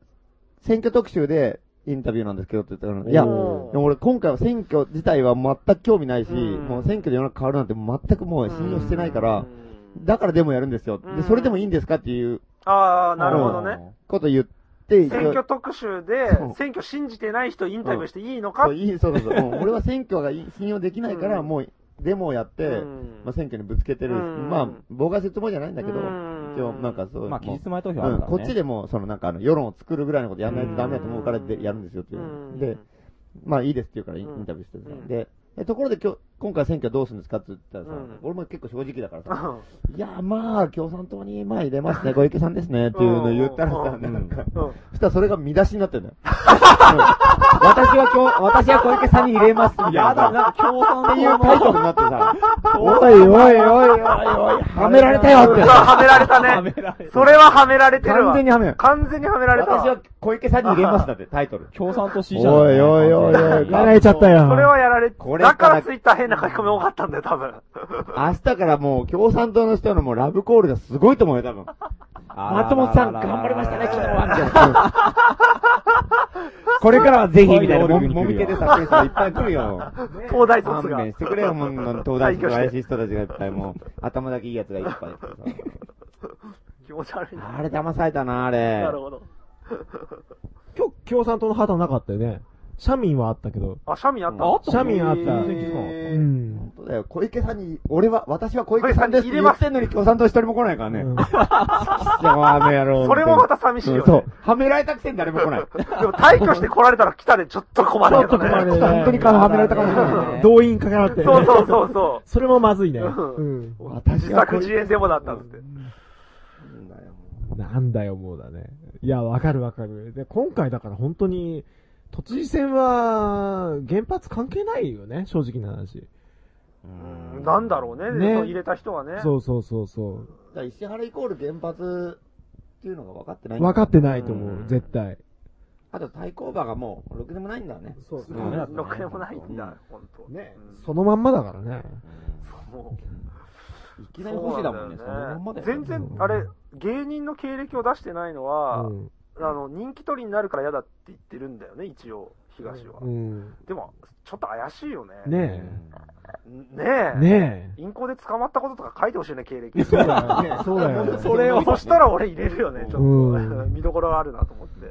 S5: 選挙特集でインタビューなんですけどって言ったら、いや、で
S9: おー
S5: も俺今回は選挙自体は全く興味ないし、
S9: うん
S5: もう選挙で世の中変わるなんて全くもう信用してないから、
S9: うん
S5: だからでもやるんですよ。
S9: うん
S5: で、それでもいいんですかっていう
S9: ああ、なるほどね。
S5: こと言って、一応
S9: 選挙特集で
S5: そう、
S9: 選挙信じてない人インタビューしていいのか
S5: そういい、そうそうそう。うん俺は選挙がい信用できないから、
S9: うん
S5: もう、デモをやって、
S9: うん
S5: まあ選挙にぶつけてる。
S9: うん
S5: まあ、妨害するつもりじゃないんだけど、
S9: うん
S5: 一応、なんかそう、
S2: まあ、期
S5: もう
S2: 日前投票あ
S5: う
S2: る
S5: ん、
S2: から
S5: こ
S2: ね。
S5: っちでも、そのなんかあの、世論を作るぐらいのことやらないとダメだと思うからで、やるんですよっていうう。
S9: ん
S5: で、まあいいですって言うからイン
S9: うん
S5: インタビューしてた
S9: うん
S5: ので、でところで今日、今回選挙どうするんですかって言ったらさ
S9: うん、
S5: 俺も結構正直だから
S9: う
S5: さ、
S9: ん
S5: いや、まあ、共産党に、まあ入れます ね、小池さんですね、っていうのを言ったらさ、
S9: うん
S5: なんか、
S9: うん
S5: そしたらそれが見出しになってんだよ。うん私は今日、私は小池さんに入れます、みたいな。
S2: やだ、なんか共産
S5: っていうタイトルになってさ、
S1: おいおいおいおい。
S5: はめられたよっ
S9: う
S5: て
S9: わ。はめられたね。それははめられてる
S5: 完
S9: わ。
S5: 全にはめられた。
S9: 完全にはめられたわ。
S5: 私は小池さんに入れますだって、タイトル。
S2: 共産党支持者だ
S5: お
S2: ね
S5: いおいおいおい、
S1: やられちゃったよ。
S9: それはやられ、
S5: これ
S9: だか
S5: から
S9: らツイッター変な書き込み多かったんだよ、多分。
S5: 明日からもう共産党の人のもうラブコールがすごいと思うよ、多分。 松本さん、頑張りましたね、今日は、みたいな。 これからはぜひ、みたいな。ももみけで撮影したいっぱい来る よ。
S9: 東大卒
S5: 勘
S9: が。
S5: 弁してくれよ、もう、東大生の怪しい人たちがいっぱい、もう、頭だけいいやつがいっぱいいて
S9: 気持ち悪いな。
S5: さ。あれ、騙されたな、あれ。
S9: なるほど。
S1: 今日、共産党の旗なかったよね。社民はあったけど。
S9: あ、シャミあった
S2: ああ
S9: の
S2: った
S1: 社民あっ
S9: へ
S1: た。
S9: ー
S1: うん。
S5: 本当だよ、小池さんに、俺は、私は小池さんですって言ってんのに共産党一人も来ないからね。
S1: うん
S5: 貴様あの野郎
S9: それもまた寂しいよね
S5: うんそう。はめられたくせに誰も来ない。
S9: でも退去して来られたら来たでちょっと困るけどね。
S5: 本当に顔はめられたかもしれないね。
S1: 動員かけられて。
S9: そうそうそうそ
S1: それもまずいね。
S9: うん
S1: うん。
S9: う。自作自演デモだったんですって。
S1: なんだよ、もうだね。いや、わかるわかる。で、今回だから本当に、都知事選は、原発関係ないよね、正直な話。
S9: うん なんだろうね、
S1: ね
S9: そう入れた人はね。
S1: そうそうそうそ
S5: だから石原イコール原発っていうのが分かってな
S1: う。
S5: いんだ
S1: 分かってないと
S9: う
S1: 思
S9: ん
S1: う、絶対。
S5: あと対抗馬がもう、ろくでもないんだよね。
S1: そう
S5: う
S9: うん
S5: ん
S9: ろくでもないんだ、ほんと。
S1: ね
S9: うん
S1: そのまんまだからね。
S9: もう
S5: いきなり欲しいだもんね。
S9: そ
S5: そうのまんま
S9: な
S5: だ
S9: んだ
S5: よ
S9: よね全然、あれ、芸人の経歴を出してないのは、
S1: うん
S9: あの、人気取りになるから嫌だって言ってるんだよね、一応、東は。
S1: うん。
S9: でも、ちょっと怪しいよね。
S1: ね
S9: ね
S1: え。
S9: え。
S1: ねえ。
S9: 銀行で捕まったこととか書いてほしいよね、経 歴。
S1: そうだよ ね。そうだよね。
S5: それを
S9: そしたら俺入れるよね、ちょっと。
S1: う
S9: 見どころがあるなと思って。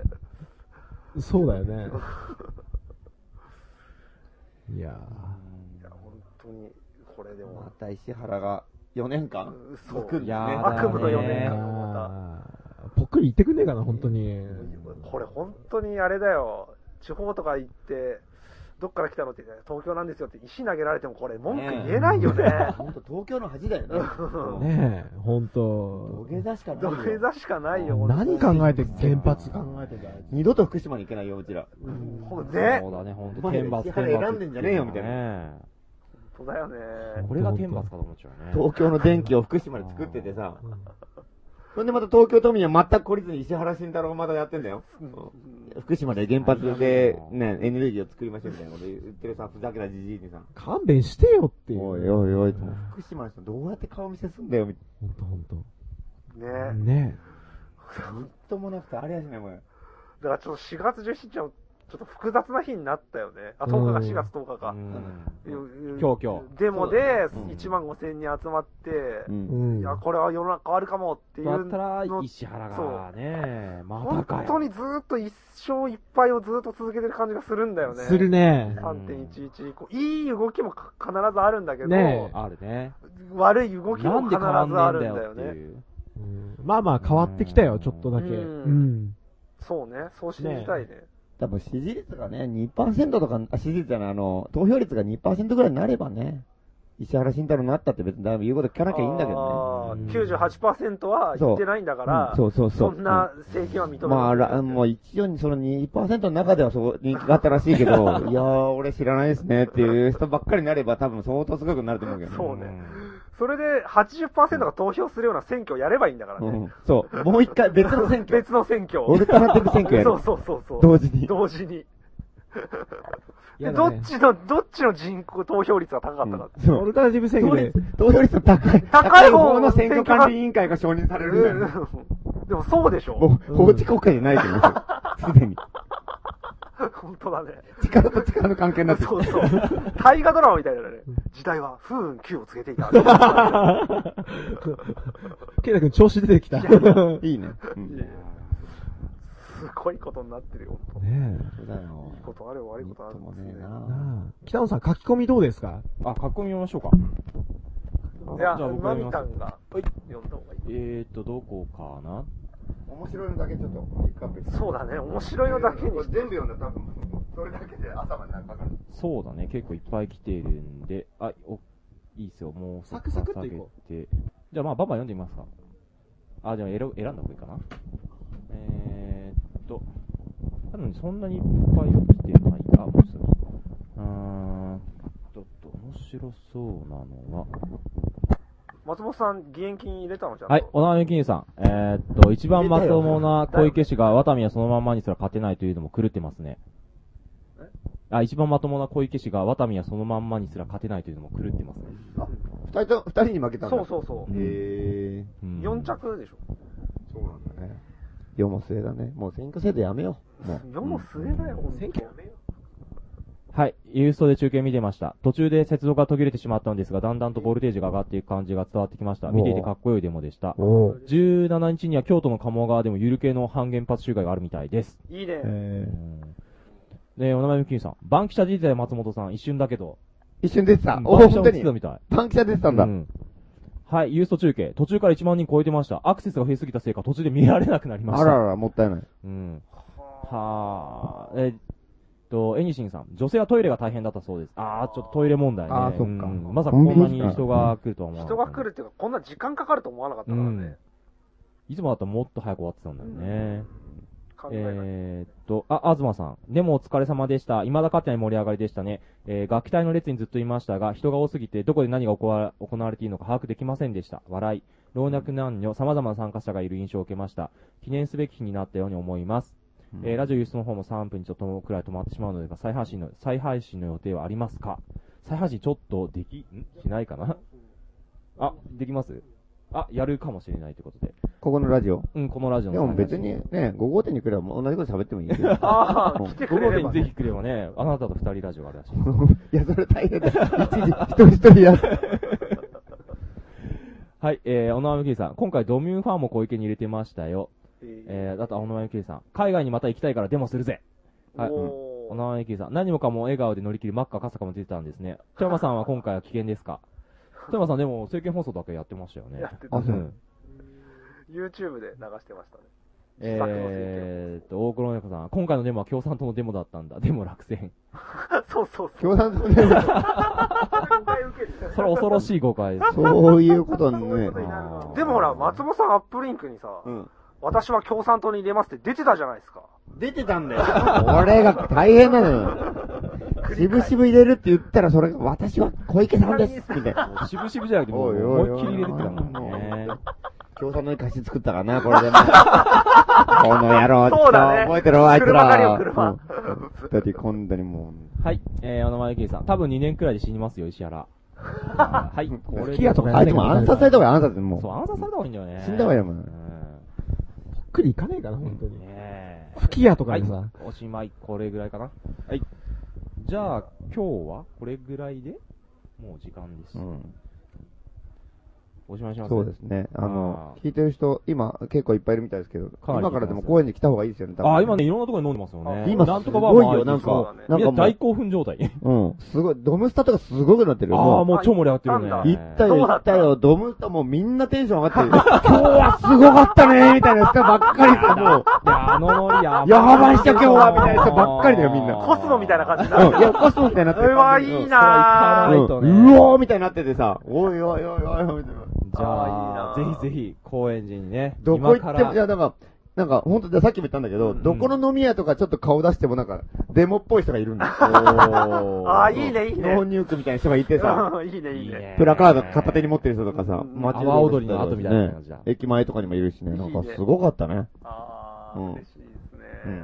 S1: そうだよ ね。いや
S9: いや、本当に、これで
S5: ま
S9: も、
S5: た石原が4年間
S9: そう
S5: 作る
S2: いや
S5: ね
S2: ー
S9: 悪夢の4
S1: ー
S9: 年
S2: だ
S9: 間
S2: ね
S9: のま
S1: あーぽっくり言ってくんねえかな、本当に。
S9: た。これ本当にあれだよ。地方とか行って、どっから来たのって言って、東京なんですよって石投げられてもこれ文句言えないよね。
S3: ほんと東京の恥だよね。
S1: ねえ、ほん
S3: 土
S1: と。
S3: 下座しかない
S9: 土
S3: よ。
S9: 下座しかないよ、
S1: 何考えて原発考えて
S4: 二度と福島に行けないよ、うちら。
S9: ほんとね。
S2: そうだね、ほんと、
S4: お前
S2: 天罰
S4: 石
S2: 天
S4: 原
S2: 罰。
S4: 選んでんじゃねえよみたい
S2: な。
S9: そうだよね。
S2: これが天罰かと思っちゃうね。
S4: 東京の電気を福島で作っててさ。そんでまた東京都民は全く懲りずに石原慎太郎がまたやってんだよ。福島で原発でね、エネルギーを作りましょうみたいなこと言ってるさ、ふざけたじじいにさ。
S1: 勘弁してよっていう。
S5: おいおいおい。
S4: 福島の人どうやって顔見せすんだよ、みたい
S1: ほんとほんと。
S9: ね
S1: ね
S4: な。ずっともなくて、あれやしない、これ。
S9: だからちょっと4月17日はちょっと複雑な日になったよね。あ、10日が4月10日か
S2: う。ん
S9: 今
S2: 今日今日。
S9: デモで1万5千人集まって、
S1: え。うん。
S9: いや、これは世の中変わるかもってい
S2: だ
S9: う
S2: ったら、
S9: の、
S2: 石原
S9: そ
S2: がね、また
S9: 本
S2: か
S9: 当
S2: よ。
S9: にずーっと一生いっぱいをずーっと続けてる感じがするんだよね。
S1: するね
S9: 3.11以降。いい動きもか必ずあるんだけど、
S1: ね
S2: あるね。
S9: 悪い動き
S2: な
S9: も
S2: んで変
S9: 必ず
S2: わんね
S9: ある
S2: え
S9: ん
S2: ん
S9: だ
S2: だ
S9: よ
S2: よって
S9: ね。
S2: いう。
S1: うんまあまあ変わってきたよ、ちょっとだけ。
S9: う
S1: うんん。
S9: そうね、そう信じたいね。
S5: 多分支持率がね、2%とか、あ支持率じゃない、あの、投票率が2%ぐらいになればね、石原慎太郎になったって別に誰も言うこと聞かなきゃいいんだけど
S9: あー98%は言ってないんだか
S5: ね。
S9: ら、
S5: うんそうそうそう。
S9: そんな政権は認め
S5: う
S9: なんい。
S5: まあ、らもう一応にその2%の中ではそう人気があったらしい けど、いやー、俺知らないですねっていう人ばっかりになれば多分相当すごくなると思うけどね。
S9: そうね。それで80%が投票するような選挙をやればいいんだから
S5: う
S9: ね。
S5: ん。そう。もう一回別の選挙。
S9: 別の選挙を
S5: オルタナティブ選挙やる
S9: そうそうそうそう。
S5: 同時に。
S9: 同時に。
S1: や
S9: で、
S1: だ
S9: ど
S1: ね
S9: っちの、どっちの人口投票率が高かったかって。
S5: そ
S1: オ
S5: う。
S1: ルタナティブ選挙で。
S5: 投票率の高い。
S9: 高い方
S5: 方
S9: の
S5: の
S9: 選
S5: 選
S9: 挙
S5: 挙
S9: 管
S5: 管
S9: 理
S5: 理委員会が承認されるんだよね。
S9: うんでもそうでしょ
S5: もう、法治国家じゃないと思うよ。すでに。
S9: 本当だね。
S5: 力と力の関係になってる
S9: そうそう。大河ドラマみたいだね。時代は風雲急を告げていた。 い
S1: ケイタ君調子出てきた。ね
S5: いいね。うん。
S9: やすごいことになってるよ。
S1: え。
S5: そうだよ
S9: いい。ことあれば悪いことあるんですね。
S1: なあ北野さん、書き込みどうですか
S2: あ、書き込み読みましょうか。
S9: いや、
S2: じゃあ僕
S9: マ
S2: 読み
S9: ミ
S2: ます
S9: タンが読んだ方がいい。
S2: えーと、どこかな
S5: 面白いのだけちょっと、一回別
S9: そうだね、面白いのだけに。
S5: 全部読んだら多分、それだけで朝までなんかかる。
S2: そうだね、結構いっぱい来てるんで、あ、お、いいっすよ、もう、
S1: サクサクっといこ
S2: う。じゃあ、まあ、バンバン読んでみますか。あ、じゃあ、選ぶ選んだ方がいいかな。えーっと、なのにそんなにいっぱい来てない。あ、もうちょっと。うーん、ちょっと面白そうなのは、
S9: 松本さん、義援金入れたのじゃんと
S2: はい、小田上金融さん。えーっと、一番まともな小池氏が、ワタミはそのまんまにすら勝てないというのも狂ってますね。あ、一番まともな小池氏が、ワタミはそのまんまにすら勝てないというのも狂ってますね。
S5: 二人と、二人に負けたんだ。
S9: そうそうそう。
S5: へ
S2: うん
S9: 4。着でしょ。
S5: ー。世も末だね。もう選挙制度やめよう。もう。
S9: 世も末だよ、選挙。
S2: はい、ユーストで中継見てました。途中で接続が途切れてしまったのですが、だんだんとボルテージが上がっていく感じが伝わってきました。見ていてかっこよいデモでした。
S5: おう
S2: 17日には京都の鴨川でもゆる系の半原発集会があるみたいです。
S9: いいね。
S2: ねえ、お名前みきんさん。バンキシャ自体松本さん、一瞬だけど。
S5: 一瞬出てた。お
S2: バ
S5: お、
S2: ンキシャも
S5: 本当
S2: 来て
S5: に
S2: た。みたい。
S5: パンキシャ出てたんだ
S2: う。んはい、ユースト中継。途中から1万人超えてました。アクセスが増えすぎたせいか、途中で見られなくなりまし
S5: あ
S2: た。
S5: らあら、もったいない。
S2: うん。はあ、えっと、エニシンさん。女性はトイレが大変だったそうです。ああ、ちょっとトイレ問題ね。
S5: あーそっか
S2: うんまさかこんなに
S5: コンビニ
S2: 人が来るとは思わな
S9: 人
S2: か
S9: が
S2: った
S9: 来るっていうか、こんな時間かかると思わなかったからね。
S2: いつもだったらもっと早く終わってたんだよね。
S9: 考えが
S2: えー、っと、あ、あずまさん。でもお疲れ様でした。未だかつてない盛り上がりでしたね。えー、楽器隊の列にずっといましたが、人が多すぎて、どこで何が行わ行われていいのか把握できませんでした。笑い。老若男女、様々な参加者がいる印象を受けました。記念すべき日になったように思います。えー、ラジオユースの方も3分ちょっとくらい止まってしまうのですが、再配信の、再配信の予定はありますか再配信ちょっとでき、んしないかなあ、できますあ、やるかもしれないということで。
S5: ここのラジオ。
S2: うん、このラジオ
S5: で
S2: の
S5: も
S2: 再配信
S5: 別にね、5号店に来れば同じこと喋ってもいいけど。
S9: あ
S5: う
S9: あ、
S5: ん
S9: 来て
S2: ご
S9: くれれ
S2: め
S9: ば
S2: ん、
S9: ね、
S2: ぜひくればね、あなたと二人ラジオがあるらしい。
S5: いや、それ大変だ。一時、一人一人やって。
S2: はい、えー、小野真由さん、今回ドミューンファンも小池に入れてましたよ。えー、だと小野真由さん、海外にまた行きたいからデモするぜ。はい、小
S9: おー
S2: 野真由さん、何もかも笑顔で乗り切り、マッカー赤坂も出てたんですね。富山さんは今回は危険ですか富山さん、でも政見放送だけやってましたよね
S9: や。ってた
S5: あ、そうう。
S2: ん。
S9: YouTube で流してましたね。
S2: えーっと、大黒猫さん。今回のデモは共産党のデモだったんだ。デモ落選。
S9: そうそうそ
S5: 共
S9: う。
S5: 産党ね、
S9: 絶対受けて
S2: それ恐ろしい誤解です。
S5: そういうことね。
S9: でもほら、松本さんアップリンクにさ、
S10: うん
S9: 私は共産党に入れますって出てたじゃないですか。
S10: 出てたんだよ。
S5: 俺が大変なのよ。しぶしぶ入れるって言ったら、それが、私は小池さんですみたいな。
S2: しぶしぶじゃなくて、も
S5: おいうおいおい
S2: 思いっきり入れてたもんね。
S5: 共産党に貸し作ったからな、これでも。この野郎、ちょっ
S9: そう
S5: と
S9: だね
S5: 覚えてろ、あいつら。
S9: 車借りよう車
S5: うんだって今度にも う、
S2: はい。えー、お名前キリさん。多分2年くらいで死にますよ、石原。あーはい。これで
S6: 吹き矢とかや
S5: あ
S6: っ
S5: いつも暗殺された方がいい暗殺も
S2: そう、
S5: う。
S2: 暗殺された方がいいんだよね。
S5: 死んだ方がいいよ
S2: う。
S5: もうん
S6: っくりいかねえかな、本当に。
S2: ねえ。
S6: 吹き矢とか
S2: はい
S6: でさ。。
S2: おしまい、これぐらいかな。はい。じゃあ、今日はこれぐらいで、もう時間です。
S5: うん
S2: おしまいします。
S5: そうですね。あの
S2: あ、ー
S5: 聞いてる人、今結構いっぱいいるみたいですけど、
S2: なり
S5: 今からでも公園に来た方がいいですよね、多分
S2: あー、今ね、いろんなところに飲んでますよね。
S5: 今
S2: なんとかバ
S5: すご
S2: ー
S5: い
S2: も
S5: よ、
S2: あ
S5: な
S2: り
S5: ん
S2: そう
S5: か
S9: だね。
S5: なん
S2: い
S5: か
S2: や、
S5: も
S2: 大
S5: う、
S2: 興奮状態。
S5: うん。すごい、ドムスタとかすごくなってる
S2: あ
S5: よ。
S2: あ、
S5: も
S2: もう超盛り上がってる
S9: あ
S2: よ
S9: ー
S5: う、
S2: ね。
S5: 行ったよ、
S9: どう
S5: 行
S9: だ
S5: っ
S9: った
S5: たよ、ドムスタもうみんなテンション上がってる。 今日はすごかったねみたいな人ばっかりさ、 もう。
S2: いや、あのノリやばい。
S5: やばいっしょ今日はみたいな人ばっかりだよみんな
S9: コスモみたいな感じになる。
S5: うん、いや、コスモみたいになって
S9: それはいいな
S5: う
S9: ぁ。
S5: んうおーみたいになっててさ、おいおいおいおいおいみたいな。
S2: じゃあ、
S9: あーいいな
S2: ぜひぜひ、高円寺にね、
S5: どこ行
S2: 今
S5: っ
S2: か
S5: ても、
S2: ら
S5: いや、なんか、なんか、ほんと、じゃあさっきも言ったんだけど、どこの飲み屋とかちょっと顔出してもなんか、デモっぽい人がいるんだよ。
S9: あーいいねいいね
S5: ノーニュークみたいな人がいて さ、
S9: うんいいね、いいね。
S5: プラカード片手に持ってる人とかさ、
S9: うん
S5: 街
S2: 阿波踊りの後みたいな感じだ
S5: ね駅前とかにもいるしね、なん
S9: い
S5: か
S9: いね
S5: すごかったね。
S9: ああ、
S5: うん
S9: 嬉しいですね。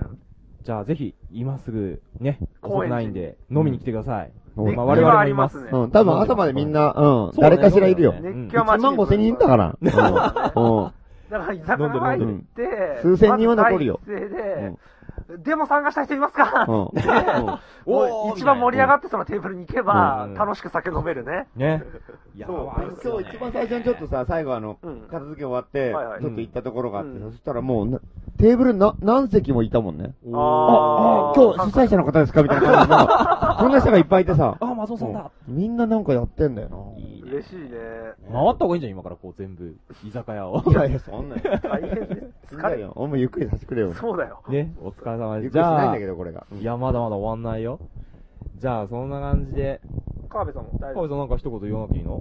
S2: じゃあぜひ、今すぐ、ね、
S9: 高
S2: 遅
S9: 円
S2: く
S9: 寺
S2: ないんで、飲みに来てください。
S5: うん
S2: まあ、
S9: 熱
S2: 我
S9: 気
S2: 々
S9: は
S2: も
S9: あ
S2: い
S9: り
S2: ま。
S9: ますすね。
S5: うん、多分朝までみんな、うん、
S2: そうだね
S5: 誰かしらいるよ。
S2: そうだ
S5: 1
S2: ね
S9: 熱気は
S5: 万
S9: 街に
S5: 5千人いんだから。うん うん。
S9: だから、居酒屋入
S5: 飲ん
S9: っ
S5: で
S9: て、
S5: うん数千人は残るよ
S9: まず第一 声で、でも参加した人いますか
S5: うん
S9: って
S5: うん
S9: もう一番盛り上がってそのテーブルに行けば
S2: うん、
S9: 楽しく酒飲めるね。
S2: ね。や
S5: そ
S2: ばいっ
S5: う
S2: すよ
S5: 今
S2: ね
S5: 日一番最初にちょっとさ、最後あの
S9: うん、
S5: 片付け終わって
S9: はいは、い
S5: ちょっと行ったところがあって
S9: う、ん
S5: そしたらもうな、テーブルな何席もいたもんね。
S9: あ
S5: あ、あ今日主催者の方ですかみたいな感じでなんか、こんな人がいっぱいいてさ、
S2: あ、松尾さんだ。
S5: みんななんかやってんだよ
S2: いいね
S9: 嬉しいね。
S2: 回った方がいいんじゃん、今からこう全部、居酒屋を
S5: な。。いやいや、そんなんよ。
S9: 大変です。疲れる。
S5: よ。お前ゆっくりさせてくれよ。
S9: そうだよ。
S2: ね、お疲れ様で
S5: ゆ
S2: す。じ
S5: っくりしないん
S2: ゃあ
S5: だけ、ど、これが。
S2: いや、まだまだ終わんないよ。じゃあ、そんな感じで、
S9: 川辺さんも大
S2: 河部
S9: 丈
S2: さんなんか一言言わなくていいの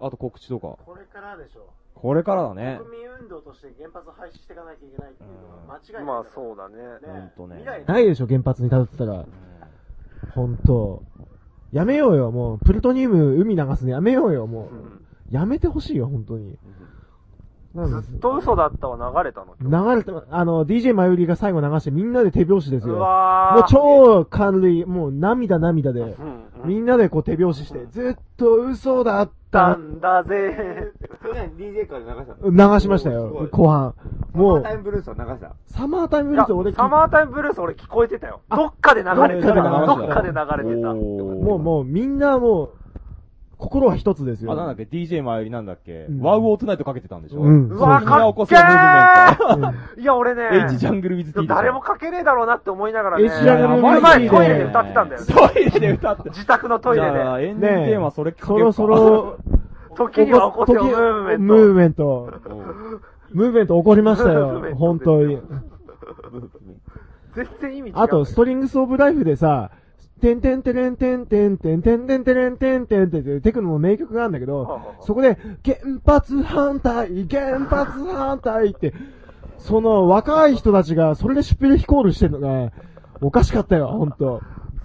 S2: あと告知とか。
S11: これからでしょ。
S2: これからだね。
S11: 国民運動として原発を廃止していかないといけないっていうのは間違いない。
S9: 夫。まあそうだね。
S2: ほんとね
S11: 未来の
S6: ないでしょ、原発にたどってたら。ほんと。やめようよ、もう。プルトニウム海流すのやめようよ、も
S9: うん
S6: う。やめてほしいよ、ほんとに。なんです
S9: ずっと嘘だったは流れたの。
S6: 流れて、あの、DJ マユリが最後流してみんなで手拍子です
S9: う
S6: よ。
S9: わー。
S6: もう超軽い、もう涙涙で、
S9: うんうん
S6: みんなでこう手拍子して、ずっと嘘だっ
S9: な
S6: た、
S9: んだぜ。
S10: 去年 DJ から流したの。
S6: 流しました
S10: すご
S6: よ
S10: い、
S6: 後半。も
S10: もう。
S6: う
S10: タ、イムブルースを流した。
S6: サマータイム
S9: い
S6: リー
S9: や
S6: ズ俺聞い
S9: サマータイムブルース俺聞こえてたよ。どっかで流れて
S6: どっかで流れ
S9: た。
S6: てた
S9: どっかで流れてた。
S6: もうもうみんなもう、心は一つですよ。
S2: あ、なんだっけ、DJ 前よりなんだっけ、
S6: ん
S2: ワウオートナイトかけてたんでしょ
S6: うん
S9: うわ、
S2: みんな
S9: か
S2: を
S9: っ
S2: 起こす
S9: け
S2: ムーブメン
S9: ーいや、俺ね
S2: ト。、エッジジャングルウィズティーでしょ。
S9: 誰もかけねえだろうなって思いながらね、
S6: エッジジャングル
S9: この前トイレで歌ってたんだよ。
S2: トイレで歌って。
S9: 自宅のトイレ
S2: じゃ
S9: で。
S2: あエンディングテーマそれかけ
S6: そ
S2: ようか
S6: ろそ、ろ、
S9: 時には起こせよ、ムーブメン
S6: ム
S9: ト。
S6: ーブメント。ムーブメント起こりました
S9: ムーブメン
S6: よ、
S9: ト
S6: 本当に。
S9: 全然意味違う。
S6: あと、ストリングスオブライフでさ、てんてんてれんてんてんてんてんてんてれんてんてんてんってテクノの名曲があるんだけど、そこで、原発反対原発反対って、その若い人たちがそれでシュピレヒコールしてるのが、おかしかったよ、ほんと。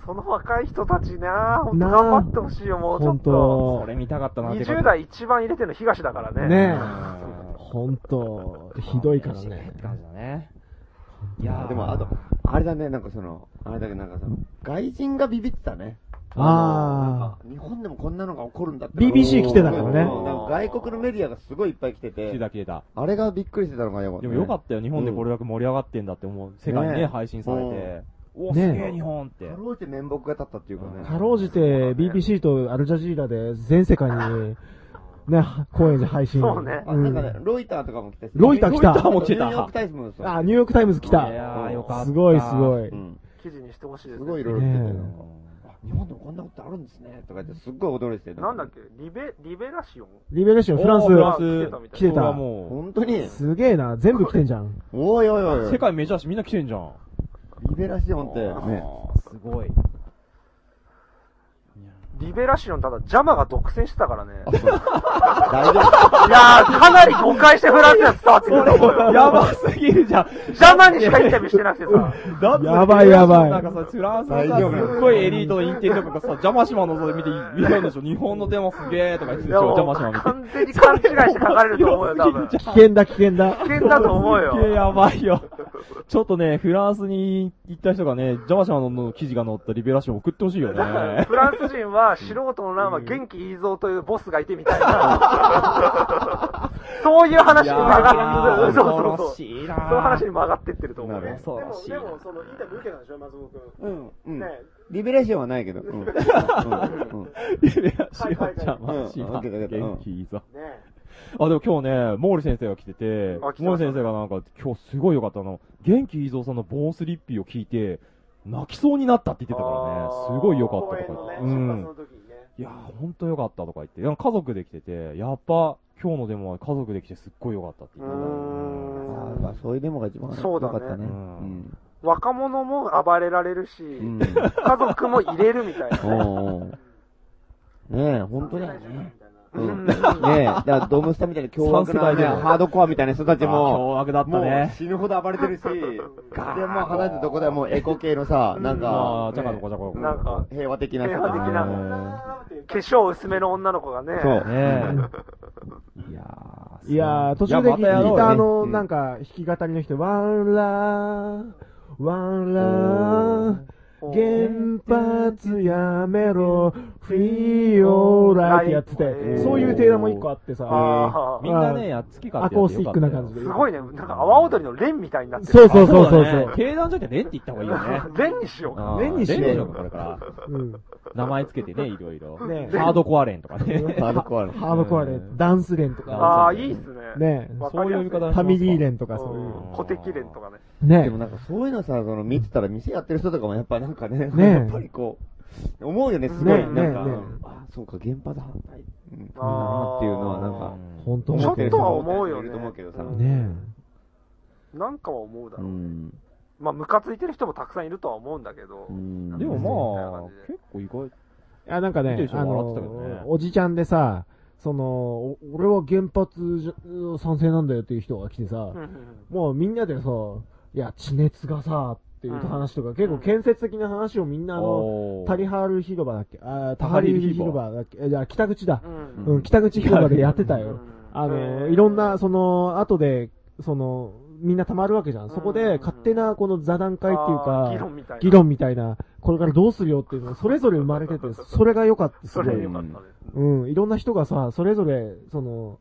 S9: その若い人たちな本当
S6: なあ
S9: 頑張ってほしいよ、もうち
S6: ほ
S9: ょっ
S6: ん
S9: と。
S2: そ
S6: と。
S2: れ見たかったなって感
S9: 20
S2: じ。
S9: 代一番入れてるの東だからね。
S6: ね
S2: うん
S6: え。ほんと、ひどいからね
S2: っ。て感じだね。いやー
S5: でも、あと、あれだね、なんかその、あれだけどなんかその、外人がビビってたね。
S6: あ
S5: 日本でもこんなのが起こるんだって。
S6: BBC 来てたからね
S5: うんなんか外国のメディアがすごいいっぱい来て
S2: 切れ
S5: て、
S2: た切れた。
S5: あれがびっくりしてたのがよかった
S2: で
S5: ね。
S2: もよかったよ、日本でこれだけ盛り上がってんだって思う。世界に
S5: ね
S2: ね、配信されて。お、す
S6: ね
S2: げえ日本って。
S5: かろうじて面目が立ったっていうかね。
S6: あ。かろうじて BBC とアルジャジーラで全世界に、ね、公演で配信。
S9: そうね
S5: あなんかね、ロイターとかも来たし。
S6: ロイター来
S5: ロ
S6: た
S5: イターも
S2: 来てた
S5: ニューヨークタイムズもそう
S6: あ、ニューヨークタイムズ来
S2: い
S6: た。
S2: やーよかった。
S6: すごいすごい。
S5: うん
S9: 記事にしてほしいですすね。
S5: ごいいろいろ来てたよ
S6: ねえ
S5: なんかあ日本でもこんなことあるんですね、とか言って、すっごい驚いてて。
S9: なんだっけリベ、リベラシオン
S6: リベレーション、フランス。
S9: フランス来てたみたい
S6: 来て
S2: これは
S6: た。
S2: も
S5: 本当に、
S6: すげえな。全部来てんじゃん。
S5: おいおいおいお
S2: う、
S5: い、
S2: 世界メジャーしみんな来てんじゃん。
S5: リベラシオンって、ね、
S2: あーすごい。
S9: リベラシオン、ただ、ジャマが独占してたからね。
S5: 大丈夫。
S9: いやー、かなり誤解してフランスには伝わってくると思うよ。
S2: やばすぎるじゃん。
S9: ジャマにしかインタビューしてなくてさ。
S2: だって
S6: やばいやばい
S2: なんかさ、フランスの
S5: 大
S2: さ、
S5: 丈夫
S2: すっごいエリートのインテリとかがさ、邪魔しまのぞで見て、見るんでしょ日本のデモすげーとか言ってるで
S9: い
S2: し
S9: や、
S2: ょ
S9: も
S2: 邪
S9: う
S2: 魔しま見て。
S9: 完全に勘違いして書かれると思うよ、多分。危
S6: 危険だ、危険だ。
S9: 険だと思うよ
S2: す。げえやばいよ。ちょっとね、フランスに行った人がね、ジャマシャマの記事が載ったリベラション送ってほしいよ
S9: だから
S2: ね。
S9: フランス人は、素人の乱は元気いいぞというボスがいてみたいな。そういう話に曲がって、そうそうそう。そう
S2: い
S9: いう話に曲がってってると思うよ。
S2: 恐ろしい
S1: でも、でも、その、インタビュー受けたんでしょ、松本君。
S5: うん、うん
S1: ね。
S5: リベレーションはないけど。 うん。うん。うん。
S2: リベラション邪魔し
S5: うん
S2: ま
S5: オッケーオッケー
S2: 元気いいぞ。
S1: え。ね
S2: あ、でも今日ね、毛利先生が来てて
S9: あ来、て
S2: 毛
S9: ま
S2: 利
S9: し
S2: 先
S9: た
S2: 生がなんか、今日すごい良かったあの。元気伊蔵さんのボーンスリッピーを聞いて、泣きそうになったって言ってたから
S9: あ
S2: ね、
S9: ー
S2: すごい良かった
S1: 公
S2: と
S1: 演の
S2: か
S1: ね、出発
S2: 言って。うん
S1: の。時にね。
S2: いやー、ほんと良かったとか言って、なんか家族で来てて、やっぱ、今日のデモは家族で来てすっごい良かったって言ってた。
S9: うーん
S3: あーまあそういうデモが一番
S9: そ
S3: 良
S9: うだね
S3: かったね。
S2: うん
S3: うん
S9: 若者も暴れられるし、
S3: うん。
S9: 家族も入れるみたい な。
S3: おうおうねえ、本当だよね。
S9: うん
S3: ねえ、だからドームスターみたいな凶悪な、ね、
S2: 三世代で
S3: ハードコアみたいな人たち
S2: あー
S3: も、
S2: 凶悪だった
S5: もう
S2: ね。
S5: 死ぬほど暴れてるし、で、もう離れたとこではもうエコ系のさ、なん
S2: あ
S5: か
S2: ー、、じゃかどこじゃかどこ。
S9: なんか、
S5: 平和的な人
S9: 平和的な
S5: うん
S9: 化粧薄めの女の子がね、
S5: そう。
S2: ねえ。いやー、
S6: いやー、途中
S2: い
S6: で
S2: やまたやろうね
S6: ギターの、
S5: うん
S6: なんか、弾き語りの人、ワンラー、ワンラー、原発やめろ、フリーオーラーってやってて
S9: え、
S2: ー
S6: そういうテーマも一個あってさ、
S9: あ。
S2: みんなね、やっつきか
S6: アコースティックな感じ
S2: で。
S6: です
S9: ごいね、なんか阿波踊りの連みたいになってる。
S6: そう
S2: あそ
S6: そううそう
S2: そ
S6: そううそ
S2: そう
S6: う。。
S2: 経団じゃなくて連って言った方がいいよね。
S9: 連にしようか。
S2: 連にし
S5: ようよ
S2: うこれから。
S6: うん
S2: 名前つけてね、いろいろ。
S6: ね
S2: ハードコア連とか ね。
S5: ハードコアの。
S6: ハードコアで、ダンス連とか、
S9: ああ、いいっすね。
S6: ね、
S2: そういう呼び方
S6: ファミリ
S2: 連。
S6: ー連とかそういう。
S9: 小敵連とかね。
S6: ね
S5: でもなんかそういうのさ、その見てたら店やってる人とかもやっぱなんかね、
S6: ねえ
S5: やっぱりこう、思うよね、すごい。
S6: ねえ
S5: なんか、
S6: ねえね
S5: あ、そうか、原発反対。うん、だ
S9: あー
S5: なっていうのはなんか、
S6: 本当
S9: ちょ
S6: 思
S9: っ
S6: ってる
S9: とは思うよね
S5: いると思うけどさ。
S9: うん
S6: ね
S9: なんかは思うだ
S5: う
S9: ろう。
S5: ん。
S9: まあ、ムカついてる人もたくさんいるとは思うんだけど
S5: う。ん
S2: でもまあ、結構意外。
S6: いや、なんか
S2: 見て
S6: ね
S2: る、人
S6: あ
S2: 笑っ
S6: の
S2: てたけどね、
S6: おじちゃんでさ、その、お俺は原発じゃ賛成なんだよっていう人が来てさ
S9: う、ん
S6: もうみんなでさ、いや、地熱がさ、っていう話とか、結構建設的な話をみんなあの、
S2: おー
S6: タリハール広場だっけあー、タハリル広場だっけえじゃあ北口だ
S9: う。ん
S6: うん、北口広場でやってた
S9: う
S6: よ。
S9: ん
S6: あの、
S9: えー
S6: いろんな、その、後で、その、みんな溜まるわけじゃん。そこ
S9: うんうんう
S6: で
S9: ん
S6: 勝手なこの座談会っていう
S9: あー議
S6: か、
S9: 論みたいな。
S6: 議。論みたいな、これからどうするよっていうのがそれぞれ生まれてて、それが良かった。す
S9: そ
S6: ご
S9: れ
S6: い
S9: よ。かったです。
S6: うん、いろんな人がさ、それぞれ、その、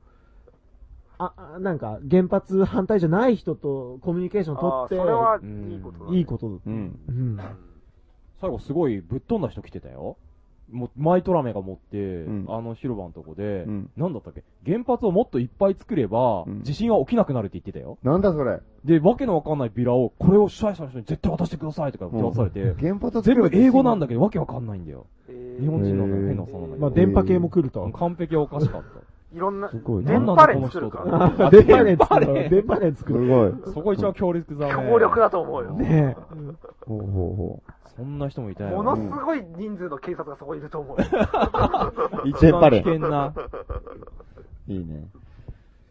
S6: あ、あなんか、原発反対じゃない人とコミュニケーション
S9: ああ、それ
S6: 取っ
S9: はいいことだ
S6: て、
S9: ね。
S6: いいことだ。
S5: うん。
S6: うん。
S2: 最後すごいぶっ飛んだ人来てたよ。もうマイトラメが持って、
S5: ん
S2: あの広場のとこで、
S5: うん
S2: なんだったっけ原発をもっといっぱい作れば、
S5: うん
S2: 地震は起きなくなるって言ってたよ。
S5: なんだそれ。
S2: で、わけのわかんないビラを、これを主催者の人に絶対渡してくださいとか手渡されて、
S5: 原発
S2: 全部英語なんだ
S5: け
S2: けどわけわかんないんだよ。
S9: えー
S2: 日本人の変なおっさんなんだけど。
S6: まあ、電波系も来ると。
S2: 完璧はおかしかった。
S9: いろんな、
S5: すごい
S9: 電波連作るから。
S6: 電波連作る。電波連作
S5: す
S6: る。
S5: ごい。
S2: そこ一番強力だね。
S9: 強力だと思うよ。
S6: ね
S5: ほうほうほ
S2: そんな人もいたよ。
S9: ものすごい人数の警察がそこにいると思うよ。
S2: 一番危険な。
S5: う。いいね。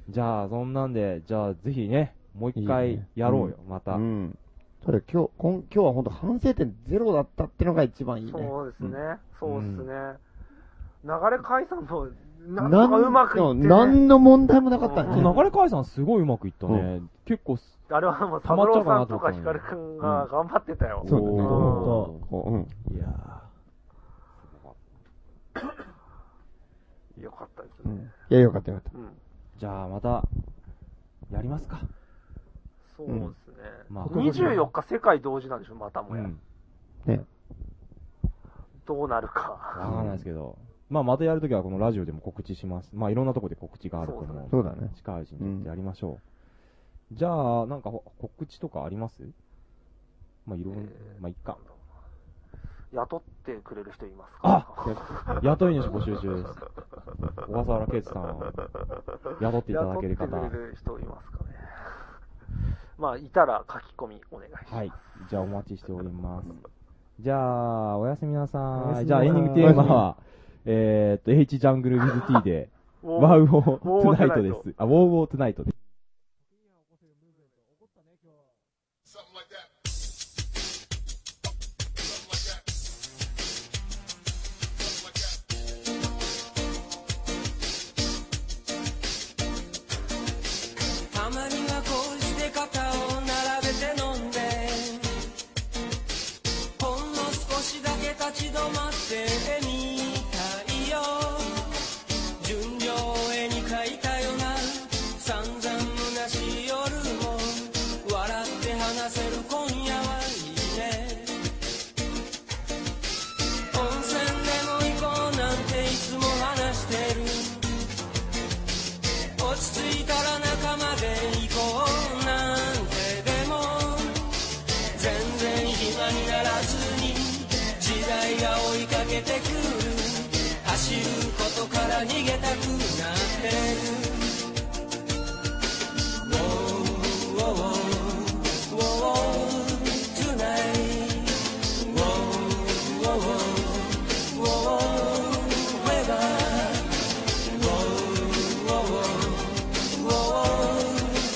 S2: じゃあ、そんなんで、じゃあ、ぜひね、もう一回やろうよ、ま
S5: う
S2: た。
S5: ん。それ今日、今今日は本当反省点ゼロだったってのが一番いいね。
S9: そうですね。
S2: う
S9: そ
S2: ん
S9: うですね。流れ解散も、な
S5: なん
S9: んとかうまくいって、ね、
S5: 何の問題もなかったね。
S2: 流れ解散すごいうまくいったね。
S5: う
S2: 結構す、
S9: あれはもう、
S2: 溜
S9: サ
S2: ま
S9: ブ
S2: っちゃうか
S9: ローさ
S2: なんと
S9: と
S2: 思った
S9: か
S2: のに
S9: ヒカルくんが頑張ってたよ。
S5: そうだね。
S9: お
S5: こううん。
S2: いや
S9: よかったです
S5: う
S9: ね。
S5: んいや、よかったよかった。
S9: うん。
S2: ーじゃあ、また、やりますか。
S9: そうですね。
S2: まあ、
S9: 24日世界同時なんでしょ、また
S2: う
S9: もや。
S2: ん。
S9: どうなる
S2: わ
S9: か。
S2: かんないですけど。まあ、またやるときはこのラジオでも告知します。まあ、いろんなとこで告知があると思うので
S5: そうだね。
S2: 近いうちにやりましょう。じゃあ、なんかほ告知とかありますまあ、いろん、まあ、いっか。
S9: 雇ってくれる人いますか
S2: あ雇い主募集中です。小笠原圭司さんを雇っていただける方。
S9: 雇ってくれる人いますかね。 まあ、いたら書き込みお願いします。
S2: はい。じゃあお待ちしております。じゃあ、おやすみなさい。じゃあエンディングテーマは、えーっと、H ジャングル WithT で、
S9: もう
S2: ワウォ
S9: ウォ
S2: ー
S9: ー
S2: トナ
S9: ト
S2: イ
S9: ナイ
S2: ト
S9: ト
S2: で。
S9: です
S2: あ、ウォーウォートナイトです。
S12: たまにはこうして肩を並べて飲んでほんの少しだけ立ち止まって絵みたいよ純情を絵に描いたよな散々虚しい夜も笑って話せる今夜はいいね温泉でも行こうなんていつも話してる落ち着いたら仲間で行こうなんてでも全然暇にならずに時代が追いかけてくる走ることから逃げたくなってる Wow, wow, wow, wow, tonight. Wow, wow, wow, wow, forever. Wow, wow, wow, wow,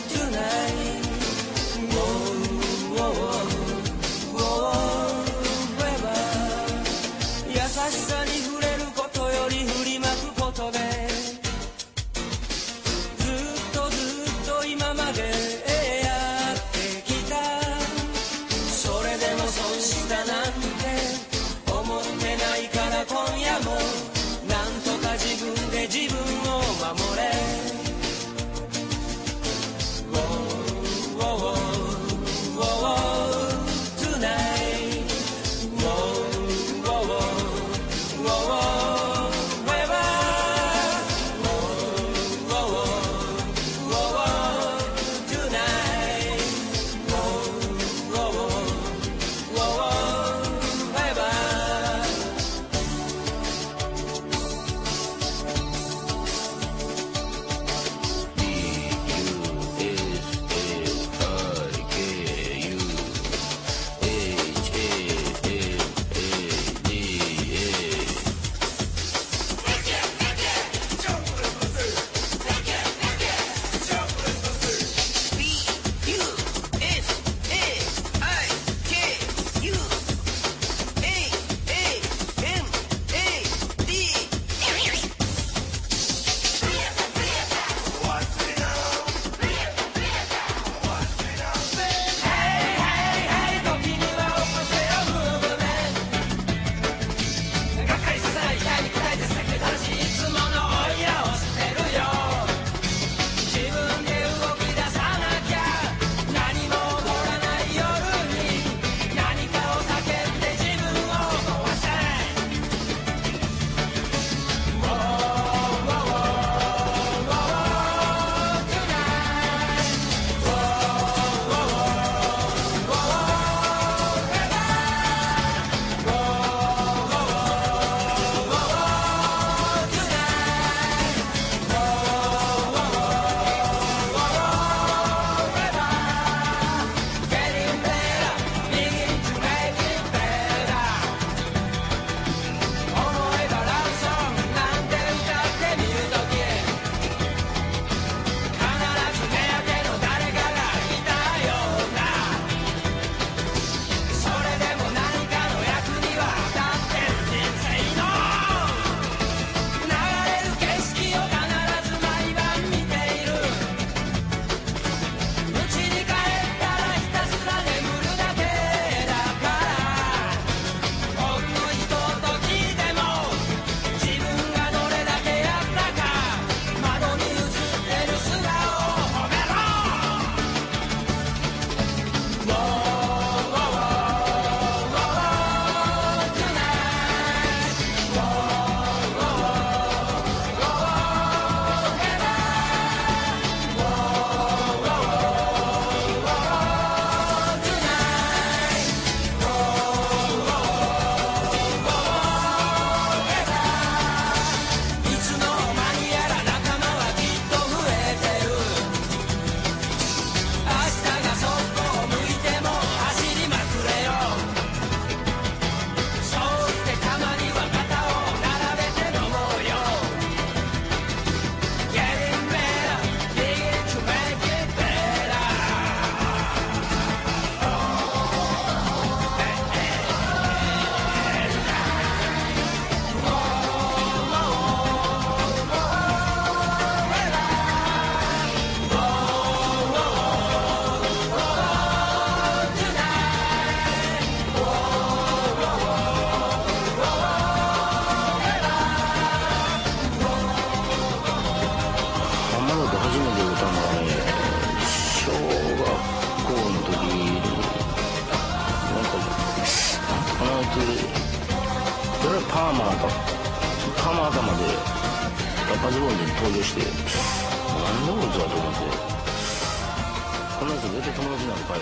S13: 初めて歌うのはね小学校の時なんかあの時俺はパーマ頭パーマ頭でラッパズボンで登場してなんだこいつはと思ってこのやつ絶対友達なんかい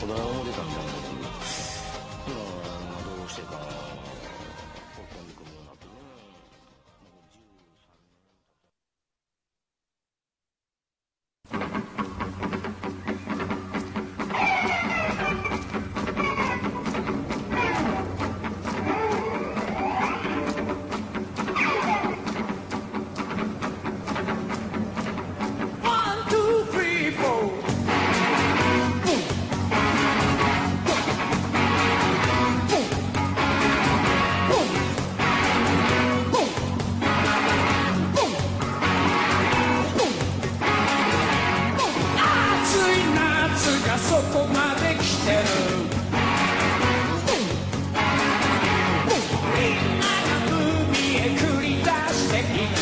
S13: こだわり思ってたみたいなことで今どうしてかほっこりくるようになってね
S12: 暑い夏がそこまで来てるみんなが海へ繰り出していく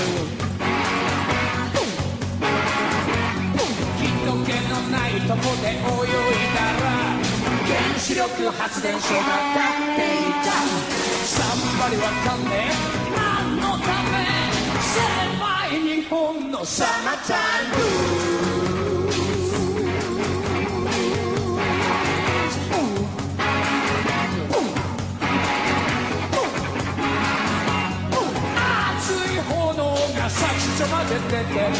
S12: 人気のないとこで泳いだら原子力発電所が立っていたさんばりわかんねえ何のため狭い日本のサマータイム熱い炎が先っちょまで出てる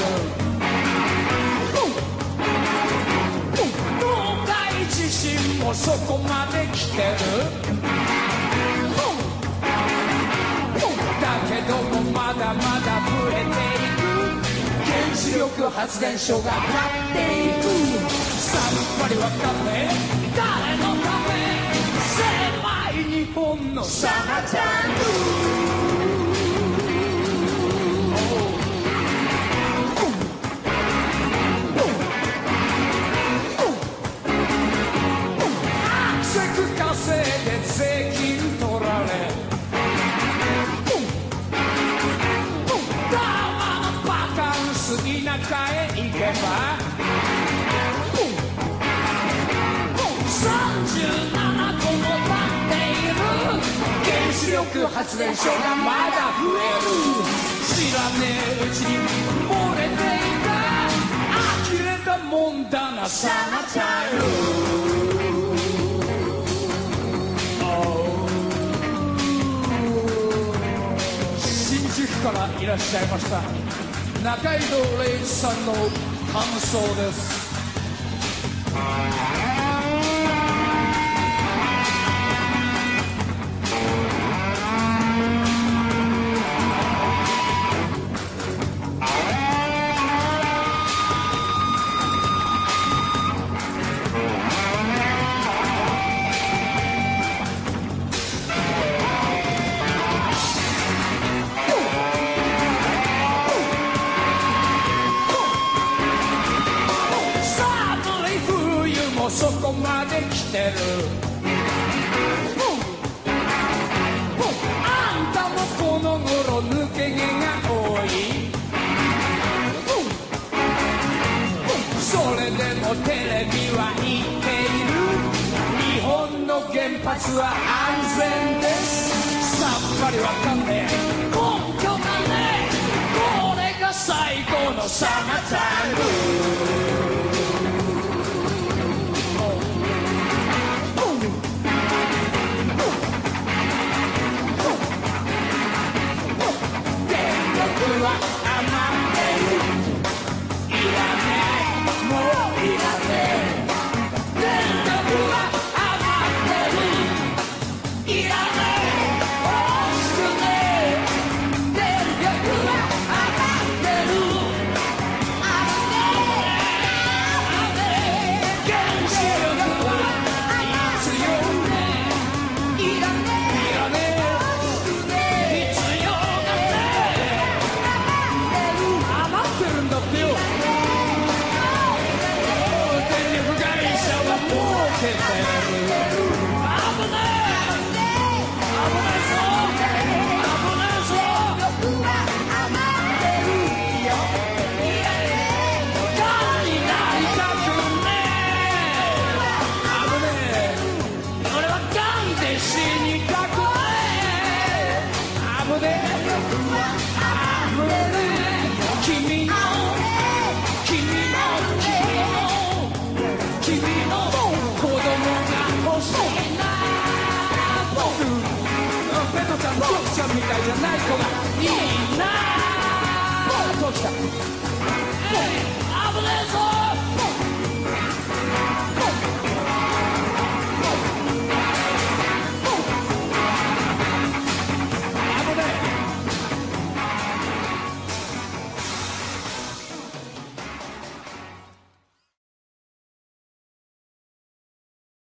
S12: 東海地震もそこまで来てるだけどもまだまだ増えていく原子力発電所が立っていくさっぱりわかんねえ誰のため狭い日本のサマータイムせく稼いで税金取られダーマのバカンス田舎へ行けば37個も立っている原子力発電所がまだ増える知らねえうちに漏れていた呆れたもんだなサナタイム新宿からいらっしゃいました中井戸礼一さんの感想です寒い冬もそこまで来てるあんたもこの頃抜け毛が多いそれでもテレビは言っている日本の原発は安全ですさっぱりわかんねえ根拠がねえこれが最高のサマータイム電力は余ってるいらないもういらねえ電力は余ってるいらない欲しくねえ電力は余ってるあらねえあらねえ原子力は必要ねいらねえいらねえ必要だって余ってるんだってよ電力会社は儲けてる危ねえ危ねえぞ危ねえぞボクちゃんみたいじゃない子がいいなボクちゃん